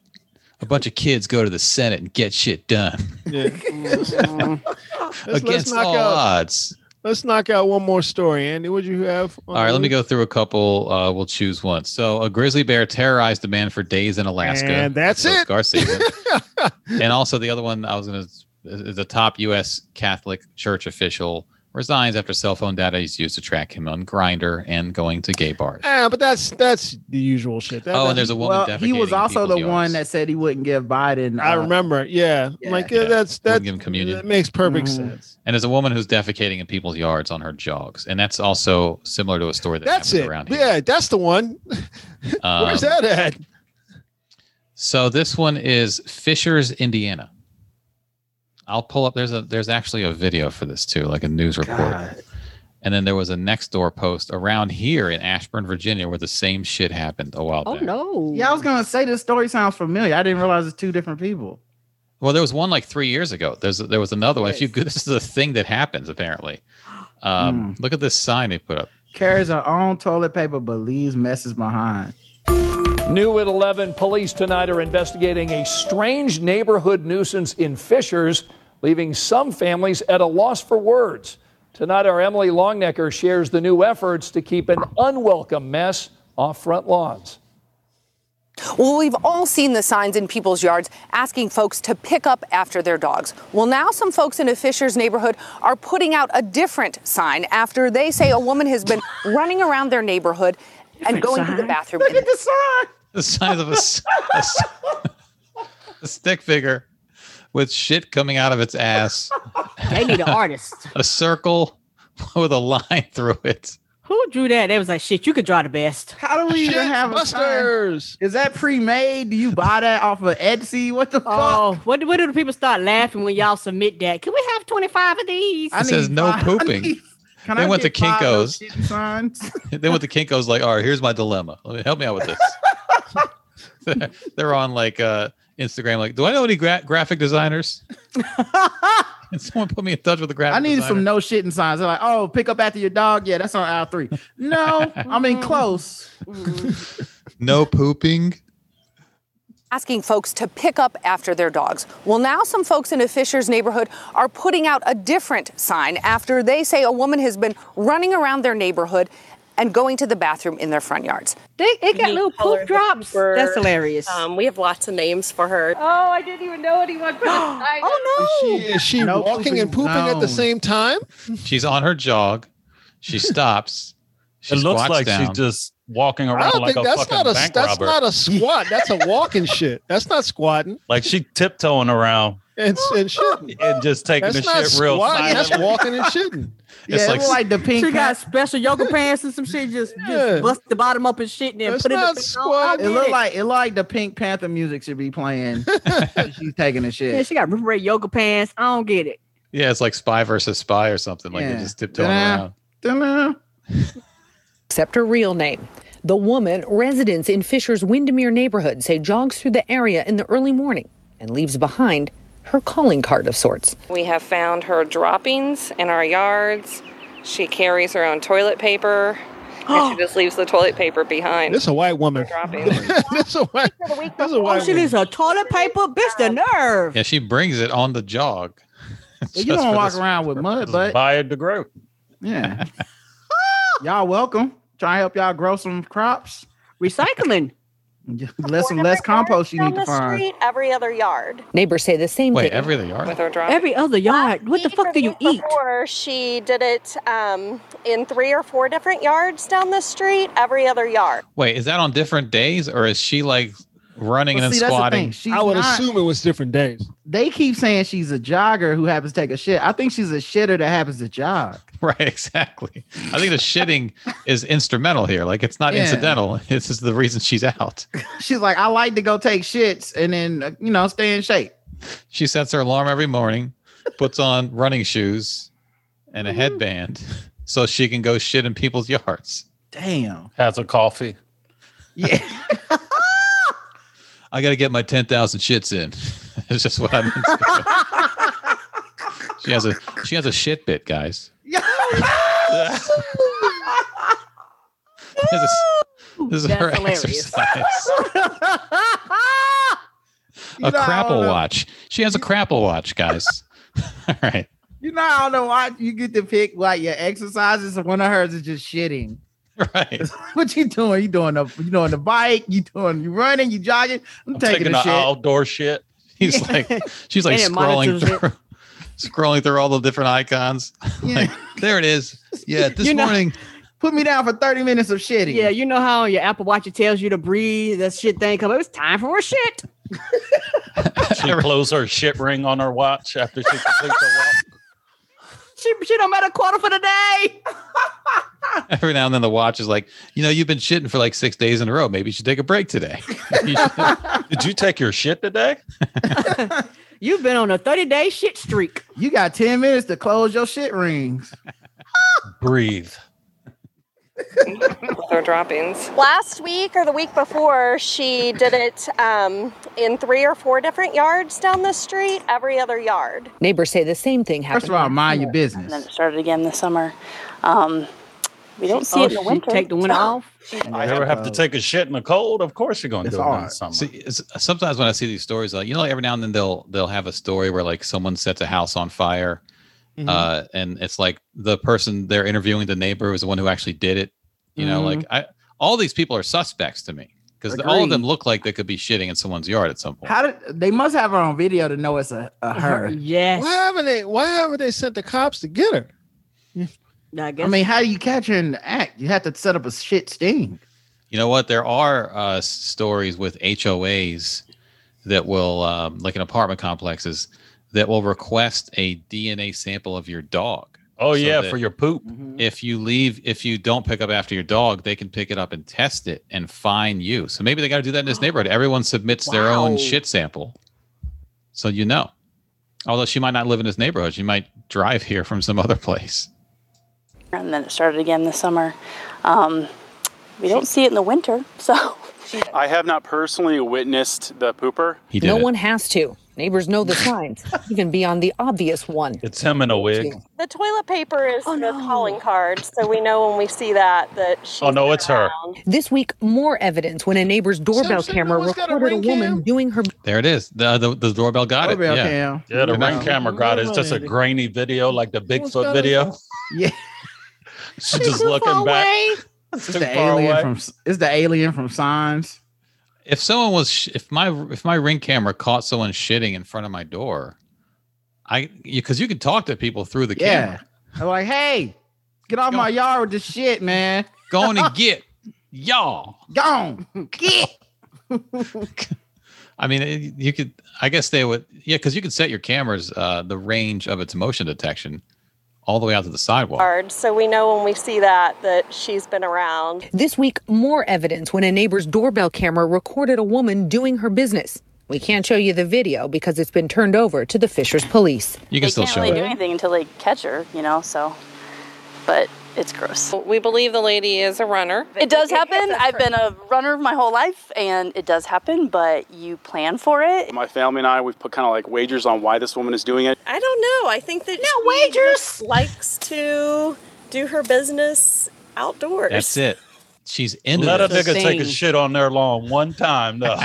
Speaker 3: A bunch of kids go to the Senate and get shit done
Speaker 2: [LAUGHS] Yeah.
Speaker 4: Mm,
Speaker 2: Let's,
Speaker 3: against
Speaker 2: let's knock
Speaker 3: all
Speaker 2: out.
Speaker 3: odds.
Speaker 2: Let's knock out one more story, Andy. What you have?
Speaker 3: All right, let me go through a couple. Uh, we'll choose one. So, a grizzly bear terrorized a man for days in Alaska.
Speaker 2: And that's
Speaker 3: So it's
Speaker 2: it.
Speaker 3: Garcia.
Speaker 2: [LAUGHS]
Speaker 3: and also, the other one I was going to, the top U.S. Catholic Church official resigns after cell phone data is used to track him on Grinder and going to gay bars.
Speaker 2: Ah, but that's that's the usual shit. That-
Speaker 3: Oh,
Speaker 2: that-
Speaker 3: and there's a woman.
Speaker 5: well, he was
Speaker 3: defecating
Speaker 5: also
Speaker 3: in people's
Speaker 5: the one
Speaker 3: yards.
Speaker 5: that said he wouldn't give Biden.
Speaker 2: I
Speaker 5: uh,
Speaker 2: remember. Yeah,
Speaker 5: yeah,
Speaker 2: like yeah,
Speaker 3: yeah.
Speaker 2: that's that.
Speaker 3: Wouldn't give him communion.
Speaker 2: That makes perfect
Speaker 5: Mhm.
Speaker 7: Mm-hmm.
Speaker 2: sense.
Speaker 3: And there's a woman who's defecating in people's yards on her jogs, and that's also similar to a story that
Speaker 2: That's
Speaker 3: happened
Speaker 2: it.
Speaker 3: around here.
Speaker 2: Yeah, that's the one.
Speaker 3: Um,
Speaker 2: Where's that at?
Speaker 3: So this one is Fishers, Indiana. I'll pull up. There's a there's actually a video for this too, like a news report.
Speaker 5: God.
Speaker 3: And then there was a next door post around here in Ashburn, Virginia, where the same shit happened a while
Speaker 4: oh
Speaker 3: back.
Speaker 4: no.
Speaker 5: Yeah, I was gonna say this story sounds familiar. I didn't realize it's two different people.
Speaker 3: Well, there was one like three years ago. There's there was another one. If you go, this is a thing that happens apparently. Um, Look at this sign they put up.
Speaker 5: Carries her own toilet paper, but leaves messes behind.
Speaker 6: [LAUGHS] New at 11, police tonight are investigating a strange neighborhood nuisance in Fishers, leaving some families at a loss for words. Tonight, our Emily Longnecker shares the new efforts to keep an unwelcome mess off front lawns.
Speaker 10: Well, we've all seen the signs in people's yards asking folks to pick up after their dogs. Well, now some folks in a Fisher's neighborhood are putting out a different sign after they say a woman
Speaker 5: [LAUGHS]
Speaker 10: has been running around their neighborhood and going to the bathroom.
Speaker 5: Look at the sign.
Speaker 3: The size of a, s- a s- [LAUGHS] a stick figure with shit coming out of its ass.
Speaker 4: They need
Speaker 3: [LAUGHS]
Speaker 4: an artist.
Speaker 3: A circle [LAUGHS] with a line through it.
Speaker 4: Who drew that? They was like, shit, you could draw the best.
Speaker 5: How do we even have a sign?
Speaker 2: Busters.
Speaker 5: Is that pre-made? Do you buy that off of Etsy? What the fuck?
Speaker 4: Oh, what, what do the people start laughing when y'all submit that? Can we have 25 of these?
Speaker 5: I
Speaker 3: It says
Speaker 5: need
Speaker 3: no
Speaker 5: five- [LAUGHS] I
Speaker 3: pooping.
Speaker 5: need- can
Speaker 3: They went
Speaker 5: get
Speaker 3: to
Speaker 5: five of those
Speaker 3: Kinko's.
Speaker 5: shitty signs?
Speaker 3: then with the Kinko's, like, all right, here's my dilemma. Let me help me out with this. [LAUGHS] They're on like uh, Instagram, like, do I know any gra-
Speaker 7: [LAUGHS]
Speaker 3: graphic designers? and someone put me in touch with a graphic.
Speaker 5: I needed some
Speaker 3: designer.
Speaker 5: no shitting signs. They're like, oh, pick up after your dog. Yeah, that's on aisle three. No, I
Speaker 3: [LAUGHS]
Speaker 5: mean close.
Speaker 3: no pooping.
Speaker 10: asking folks to pick up after their dogs. Well, now some folks in a Fisher's neighborhood are putting out a different sign after they say a woman has been running around their neighborhood and going to the bathroom in their front yards.
Speaker 4: They, they got
Speaker 11: unique
Speaker 4: little poop
Speaker 11: color that
Speaker 4: drops.
Speaker 11: were-
Speaker 4: That's hilarious.
Speaker 11: Um, we have lots of names for her.
Speaker 12: [GASPS] Oh, I didn't even know anyone
Speaker 4: [GASPS]
Speaker 12: put a sign up.
Speaker 4: oh no.
Speaker 2: Is she, is she
Speaker 5: No
Speaker 2: walking and
Speaker 5: pooping
Speaker 2: pooping at the
Speaker 5: zone.
Speaker 2: same time?
Speaker 3: [LAUGHS] She's on her jog. She stops. She
Speaker 7: it looks
Speaker 3: squats
Speaker 7: like
Speaker 3: down.
Speaker 7: she's just walking
Speaker 2: I
Speaker 7: around
Speaker 2: don't
Speaker 7: like
Speaker 2: think
Speaker 7: a
Speaker 2: that's
Speaker 7: fucking
Speaker 2: not a
Speaker 7: bank
Speaker 2: that's
Speaker 7: robber.
Speaker 2: not
Speaker 7: [LAUGHS]
Speaker 2: a squat. That's a walking shit. That's not squatting.
Speaker 7: like she tiptoeing around
Speaker 2: And and shitting.
Speaker 7: [LAUGHS] and just taking
Speaker 2: That's
Speaker 7: the
Speaker 2: not
Speaker 7: shit real
Speaker 2: squatting. That's
Speaker 7: silent.
Speaker 2: walking and shitting.
Speaker 5: Yeah,
Speaker 3: It's
Speaker 5: it
Speaker 3: like-
Speaker 5: was like the pink.
Speaker 4: She
Speaker 5: hat.
Speaker 4: got special yoga pants and some shit. Just,
Speaker 2: Yeah.
Speaker 4: just bust the bottom up and shit, and then
Speaker 2: That's
Speaker 4: put it.
Speaker 2: not
Speaker 4: in the-
Speaker 2: squat.
Speaker 4: I
Speaker 5: It
Speaker 4: get
Speaker 5: looked like it looked like the Pink Panther music should
Speaker 2: [LAUGHS]
Speaker 5: be playing. when she's taking a
Speaker 4: Yeah,
Speaker 5: shit.
Speaker 4: she got red yoga pants. I don't get it.
Speaker 3: yeah, it's like spy versus spy or something. Like
Speaker 5: Yeah.
Speaker 3: you're just tiptoeing
Speaker 5: Ta-da.
Speaker 3: around.
Speaker 5: Ta-da.
Speaker 10: except her real name. The woman, residents in Fisher's Windermere neighborhood say jogs through the area in the early morning and leaves behind her calling card of sorts.
Speaker 11: We have found her droppings in our yards. She carries her own toilet paper,
Speaker 2: [GASPS]
Speaker 11: and she just leaves the toilet paper
Speaker 13: [LAUGHS]
Speaker 11: behind.
Speaker 2: This a white woman. [LAUGHS]
Speaker 11: droppings.
Speaker 2: this a white. This a
Speaker 4: Oh,
Speaker 2: white
Speaker 4: she
Speaker 2: woman.
Speaker 4: needs a toilet paper. Bitch, the nerve.
Speaker 3: Yeah, she brings it on the jog.
Speaker 5: Well, [LAUGHS]
Speaker 3: Just
Speaker 5: you
Speaker 3: for
Speaker 5: don't walk
Speaker 3: this
Speaker 5: around with mud,
Speaker 7: Just
Speaker 5: but
Speaker 7: buy it to grow.
Speaker 5: yeah. Y'all welcome. Trying to help y'all grow some crops.
Speaker 4: Recycling.
Speaker 5: [LAUGHS] less and less compost you need to find.
Speaker 13: every other yard.
Speaker 10: Neighbors say the same
Speaker 3: Wait,
Speaker 10: thing.
Speaker 3: every other yard?
Speaker 11: With her drop.
Speaker 4: Every other yard. What the fuck do you eat?
Speaker 13: Before she did it um, in three or four different yards down the street, every other yard.
Speaker 3: [LAUGHS] Wait, is that on different days or is she like running
Speaker 5: Well,
Speaker 3: and
Speaker 5: see,
Speaker 3: then
Speaker 5: that's the thing.
Speaker 3: squatting?
Speaker 5: She's
Speaker 3: [LAUGHS]
Speaker 5: I would not- assume
Speaker 2: it was different days.
Speaker 5: They keep saying she's a jogger who happens to take a shit. I think she's a shitter that happens to jog.
Speaker 3: Right, [LAUGHS] exactly. I think the shitting is instrumental here. Like it's not
Speaker 5: Yeah.
Speaker 3: incidental. [LAUGHS] This is the reason she's out.
Speaker 5: She's like, I like to go take shits and then uh, you know stay in shape.
Speaker 3: She sets her alarm every morning, puts on running shoes and a
Speaker 5: Mm-hmm.
Speaker 3: headband so she can go shit in people's yards.
Speaker 5: Damn.
Speaker 7: Has a coffee.
Speaker 3: I got to get my 10,000 shits in. [LAUGHS] It's just what I meant. to do. she has a she has a shit bit, guys. This is, this is
Speaker 5: That's
Speaker 3: her [LAUGHS]
Speaker 5: hilarious.
Speaker 3: exercise.
Speaker 5: [LAUGHS] You know,
Speaker 3: A
Speaker 5: I don't
Speaker 3: crapple
Speaker 5: know-
Speaker 3: watch. She has a crapple watch, guys. [LAUGHS] All right.
Speaker 5: [LAUGHS] You know, I don't know why you get to pick like your exercises. and One of hers is just shitting.
Speaker 3: Right.
Speaker 5: [LAUGHS] what you doing? You doing the you doing the bike? You doing you running? You jogging? I'm,
Speaker 7: I'm
Speaker 5: taking,
Speaker 7: taking
Speaker 5: a
Speaker 7: the
Speaker 5: shit.
Speaker 7: outdoor shit.
Speaker 5: [LAUGHS]
Speaker 3: He's like she's like
Speaker 5: And it
Speaker 3: scrolling
Speaker 5: monitors it.
Speaker 3: through [LAUGHS] scrolling through all the different icons. [LAUGHS] Like, there it is.
Speaker 5: [LAUGHS]
Speaker 3: Yeah, this
Speaker 4: You know-
Speaker 3: morning.
Speaker 5: Put me down for 30 minutes of shitting.
Speaker 4: Yeah, you know how your Apple Watch it tells you to breathe. That shit thing come. up, It's time for a shit.
Speaker 7: She close her shit ring on her watch after she completes her watch.
Speaker 4: She, she don't matter quarter for the
Speaker 3: [LAUGHS]
Speaker 4: day.
Speaker 3: Every now and then the watch is like, you know, you've been shitting for like six days in a row. Maybe you should take a break today.
Speaker 7: Did you take your shit today?
Speaker 4: You've been on a 30 day shit streak.
Speaker 5: You got 10 minutes to close your shit rings.
Speaker 7: Breathe.
Speaker 11: With her droppings.
Speaker 13: Last week or the week before, she did it um, in three or four different yards down the street, every other yard.
Speaker 10: Neighbors say the same thing happened.
Speaker 5: First of all, mind your
Speaker 13: And
Speaker 5: business.
Speaker 13: then it started again this summer. Um,
Speaker 11: we
Speaker 13: don't see it in the winter.
Speaker 4: Oh, Take the winter off.
Speaker 7: I ever have to take a shit in the cold? Of course you're gonna do it in the summer.
Speaker 3: See, it's- sometimes when I see these stories, like you know, every now and then they'll they'll have a story where like someone sets a house on fire,
Speaker 7: Mm-hmm.
Speaker 5: Mm-hmm.
Speaker 3: uh, and it's like the person they're interviewing, the neighbor, was the one who actually did it. You know, like I, all these people are suspects to me because all of them
Speaker 5: Agreed.
Speaker 3: look like they could be shitting in someone's yard at some point.
Speaker 5: How did they must have her on video to know it's a, a her?
Speaker 4: Yes.
Speaker 2: Why haven't they? Why haven't they sent the cops to get her?
Speaker 4: I,
Speaker 5: I mean, how do you catch her in the act? You have to set up a shit sting. [LAUGHS]
Speaker 3: You know what? There are uh, s- stories with HOAs that will, um, like in apartment complexes, that will request a DNA sample of your dog.
Speaker 7: Oh
Speaker 3: So
Speaker 7: yeah,
Speaker 3: that
Speaker 7: for your poop.
Speaker 3: If you leave, if you don't pick up after your dog, they can pick it up and test it and fine you. So maybe they got to do that in this neighborhood. Everyone submits their
Speaker 4: Wow.
Speaker 3: own shit sample, so you know. Although she might not live in this neighborhood, she might drive [LAUGHS] here from some other place.
Speaker 13: and then it started again this summer. Um, we don't see it in the winter, [LAUGHS] so.
Speaker 14: I have not personally witnessed the pooper.
Speaker 3: He
Speaker 10: no
Speaker 3: did it.
Speaker 10: one has to. Neighbors know the
Speaker 5: [LAUGHS]
Speaker 10: signs, even beyond the obvious one.
Speaker 7: It's him in a wig.
Speaker 13: The toilet paper is
Speaker 4: Oh,
Speaker 13: the calling card, so we know when we see that that she.
Speaker 7: Oh no, it's her.
Speaker 10: This week, more evidence when a neighbor's doorbell camera recorded a, woman doing her
Speaker 3: There it is. The the, the doorbell got
Speaker 5: Doorbell
Speaker 3: it. Yeah.
Speaker 5: cam.
Speaker 7: Yeah, the
Speaker 3: You're not-
Speaker 7: ring camera got it. It's just a grainy video, like the Bigfoot
Speaker 2: gotta-
Speaker 7: [LAUGHS] video.
Speaker 5: Yeah.
Speaker 7: She's just looking back.
Speaker 5: It's
Speaker 7: too
Speaker 5: the
Speaker 7: far
Speaker 5: alien
Speaker 7: away.
Speaker 5: from it's the alien from Signs.
Speaker 3: if someone was sh- if my if my ring camera caught someone shitting in front of my door i because you can talk to people through the
Speaker 5: Yeah.
Speaker 3: camera
Speaker 5: I'm like, hey, get off my yard with this shit, man. [LAUGHS]
Speaker 3: going to get y'all
Speaker 5: Gone. Get.
Speaker 4: [LAUGHS]
Speaker 3: i mean it, you could i guess they would yeah because you could set your cameras uh the range of its motion detection all the way out to
Speaker 5: [LAUGHS]
Speaker 3: the sidewalk
Speaker 13: Card, so we know when we see that that she's been around.
Speaker 10: This week, more evidence when a neighbor's doorbell camera recorded a woman doing her business. We can't show you the video because it's been turned over to the Fishers police.
Speaker 3: you can still show it
Speaker 13: anything until they catch her, you know. So, but it's gross.
Speaker 11: We believe the lady is a runner.
Speaker 13: It
Speaker 11: [LAUGHS]
Speaker 13: does happen. I've been a runner my whole life, and it does happen. But you plan for it.
Speaker 14: My family and I, we've put kind of like wagers on why this woman is doing it.
Speaker 13: I don't know. I think [LAUGHS] that no wagers likes to do her business outdoors.
Speaker 3: that's it she's into
Speaker 7: Let a
Speaker 3: this.
Speaker 7: nigga take a
Speaker 13: Same.
Speaker 7: shit on their lawn one time. No.
Speaker 3: [LAUGHS]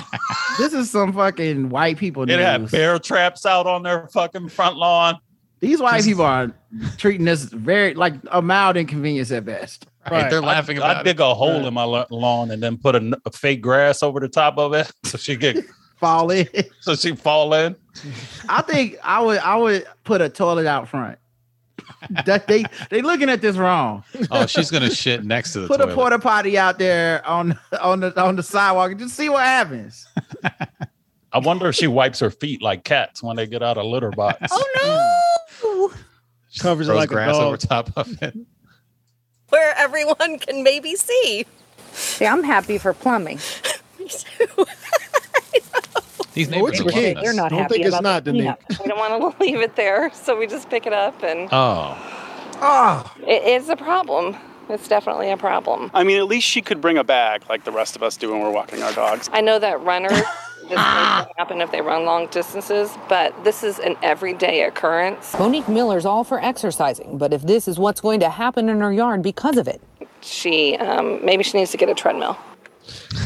Speaker 5: This is some fucking white people
Speaker 7: it had
Speaker 5: news.
Speaker 7: bear traps out on their fucking front lawn.
Speaker 5: These white people are treating this very like a mild inconvenience at best.
Speaker 3: Right, they're laughing
Speaker 7: I,
Speaker 3: about
Speaker 7: I dig
Speaker 3: it.
Speaker 7: a hole
Speaker 3: Right.
Speaker 7: in my la- lawn and then put a, n- a fake grass over the top of it [LAUGHS] so she get
Speaker 5: fall in.
Speaker 7: [LAUGHS] So she fall in.
Speaker 5: I think I would I would put a toilet out
Speaker 3: [LAUGHS]
Speaker 5: front. that they they looking at this wrong.
Speaker 3: Oh, she's gonna shit next to the
Speaker 5: put
Speaker 3: toilet.
Speaker 5: a porta potty out there on on the on the sidewalk and just see what happens.
Speaker 7: I wonder if she wipes her feet like cats when they get out of litter box.
Speaker 13: Oh no!
Speaker 2: Covers it
Speaker 7: Throws
Speaker 2: like a
Speaker 7: grass
Speaker 2: dog.
Speaker 7: over top of it.
Speaker 13: Where everyone can maybe [LAUGHS] see.
Speaker 10: Yeah, I'm happy for plumbing.
Speaker 3: These
Speaker 2: Oh, it's
Speaker 3: neighbors are loving
Speaker 2: kids.
Speaker 3: us.
Speaker 2: Don't think it's not the name.
Speaker 13: We don't want to [LAUGHS] leave it there, so we just pick it up, and Ah.
Speaker 3: Oh,
Speaker 5: Oh,
Speaker 13: it is a problem. It's definitely a problem.
Speaker 14: I mean, at least she could bring a bag like the rest of us do when we're walking our dogs.
Speaker 13: I know
Speaker 2: [LAUGHS]
Speaker 13: that runners, this may happen if they run long distances, but this is an everyday occurrence.
Speaker 10: Monique Miller's all for exercising, but if this is what's going to happen in her yard because of it,
Speaker 13: She um, maybe she needs to get a treadmill.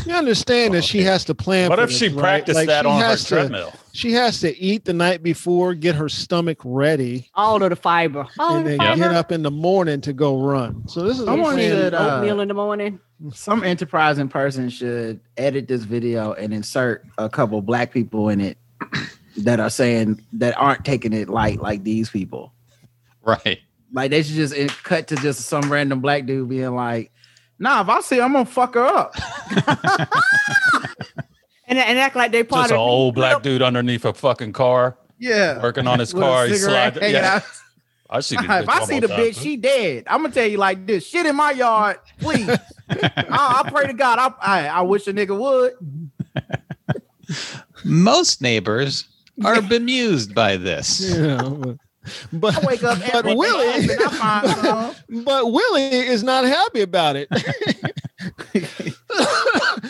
Speaker 2: You understand that she has to plan.
Speaker 7: What
Speaker 2: for
Speaker 7: if
Speaker 2: this,
Speaker 7: she
Speaker 2: right?
Speaker 7: practiced that
Speaker 2: she
Speaker 7: on her
Speaker 2: has to-
Speaker 7: treadmill?
Speaker 2: She has to eat the night before, get her stomach ready,
Speaker 4: all of the fiber, all
Speaker 2: and
Speaker 4: the
Speaker 2: then
Speaker 4: fiber.
Speaker 2: get up in the morning to go run. So this is
Speaker 5: I want
Speaker 2: a plan.
Speaker 5: to
Speaker 4: uh,
Speaker 3: uh,
Speaker 4: Oatmeal in the morning.
Speaker 5: some enterprising person should edit this video and insert a couple black people in it that are saying that aren't taking it light like these people.
Speaker 3: right.
Speaker 5: Like they should just in- cut to just some random black dude being like, "Nah, if I see, her, I'm gonna fuck her up."
Speaker 4: [LAUGHS] And, and act like they part
Speaker 7: Just an
Speaker 4: of
Speaker 7: old black dude underneath a fucking car,
Speaker 5: Yeah,
Speaker 7: working on his
Speaker 5: With a
Speaker 7: car. He
Speaker 5: cigarette
Speaker 7: slide.
Speaker 5: hanging
Speaker 7: Yeah.
Speaker 5: out.
Speaker 7: I see. This
Speaker 5: [LAUGHS] if I see the bitch, she dead. I'm gonna tell you like this: shit in my yard, please. I, I pray to God. I, I I wish a nigga would.
Speaker 3: Most neighbors are bemused by this.
Speaker 2: Yeah,
Speaker 5: I
Speaker 2: but
Speaker 5: wake up
Speaker 2: But
Speaker 5: every
Speaker 2: Willie-
Speaker 5: day and I find
Speaker 2: [LAUGHS]
Speaker 5: some.
Speaker 2: but Willie is not happy about it.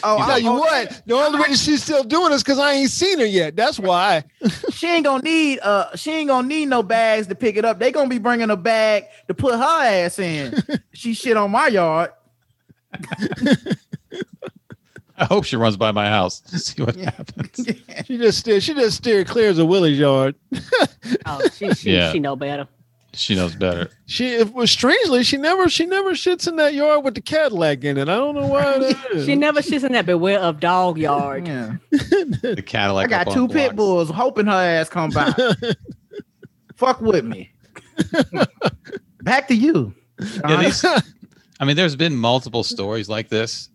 Speaker 5: Oh,
Speaker 2: I [LAUGHS]
Speaker 5: I,
Speaker 2: tell you
Speaker 5: oh,
Speaker 2: what, the only reason she's still doing this because I ain't seen her
Speaker 5: [LAUGHS]
Speaker 2: yet. That's why.
Speaker 5: She ain't gonna need uh she ain't gonna need no bags to pick it up. They gonna be bringing a bag to put her ass in. she shit on my yard.
Speaker 3: [LAUGHS] I hope she runs by my house. See what happens.
Speaker 2: She just steer, she just steered clear as a Willie's yard.
Speaker 4: [LAUGHS] Oh, she she,
Speaker 3: Yeah.
Speaker 4: she know better.
Speaker 3: She knows
Speaker 5: [LAUGHS]
Speaker 3: better.
Speaker 2: She it was strangely she never she never shits in that yard with the Cadillac in it. I don't know why that is.
Speaker 4: [LAUGHS] She never shits in that beware of dog yard.
Speaker 5: Yeah.
Speaker 3: The Cadillac.
Speaker 5: I got
Speaker 3: up on
Speaker 5: two pit
Speaker 3: blocks.
Speaker 5: bulls hoping her ass come by. Fuck with me. Back to you.
Speaker 3: Yeah,
Speaker 5: Sean.
Speaker 3: these, I mean, there's been multiple stories like this.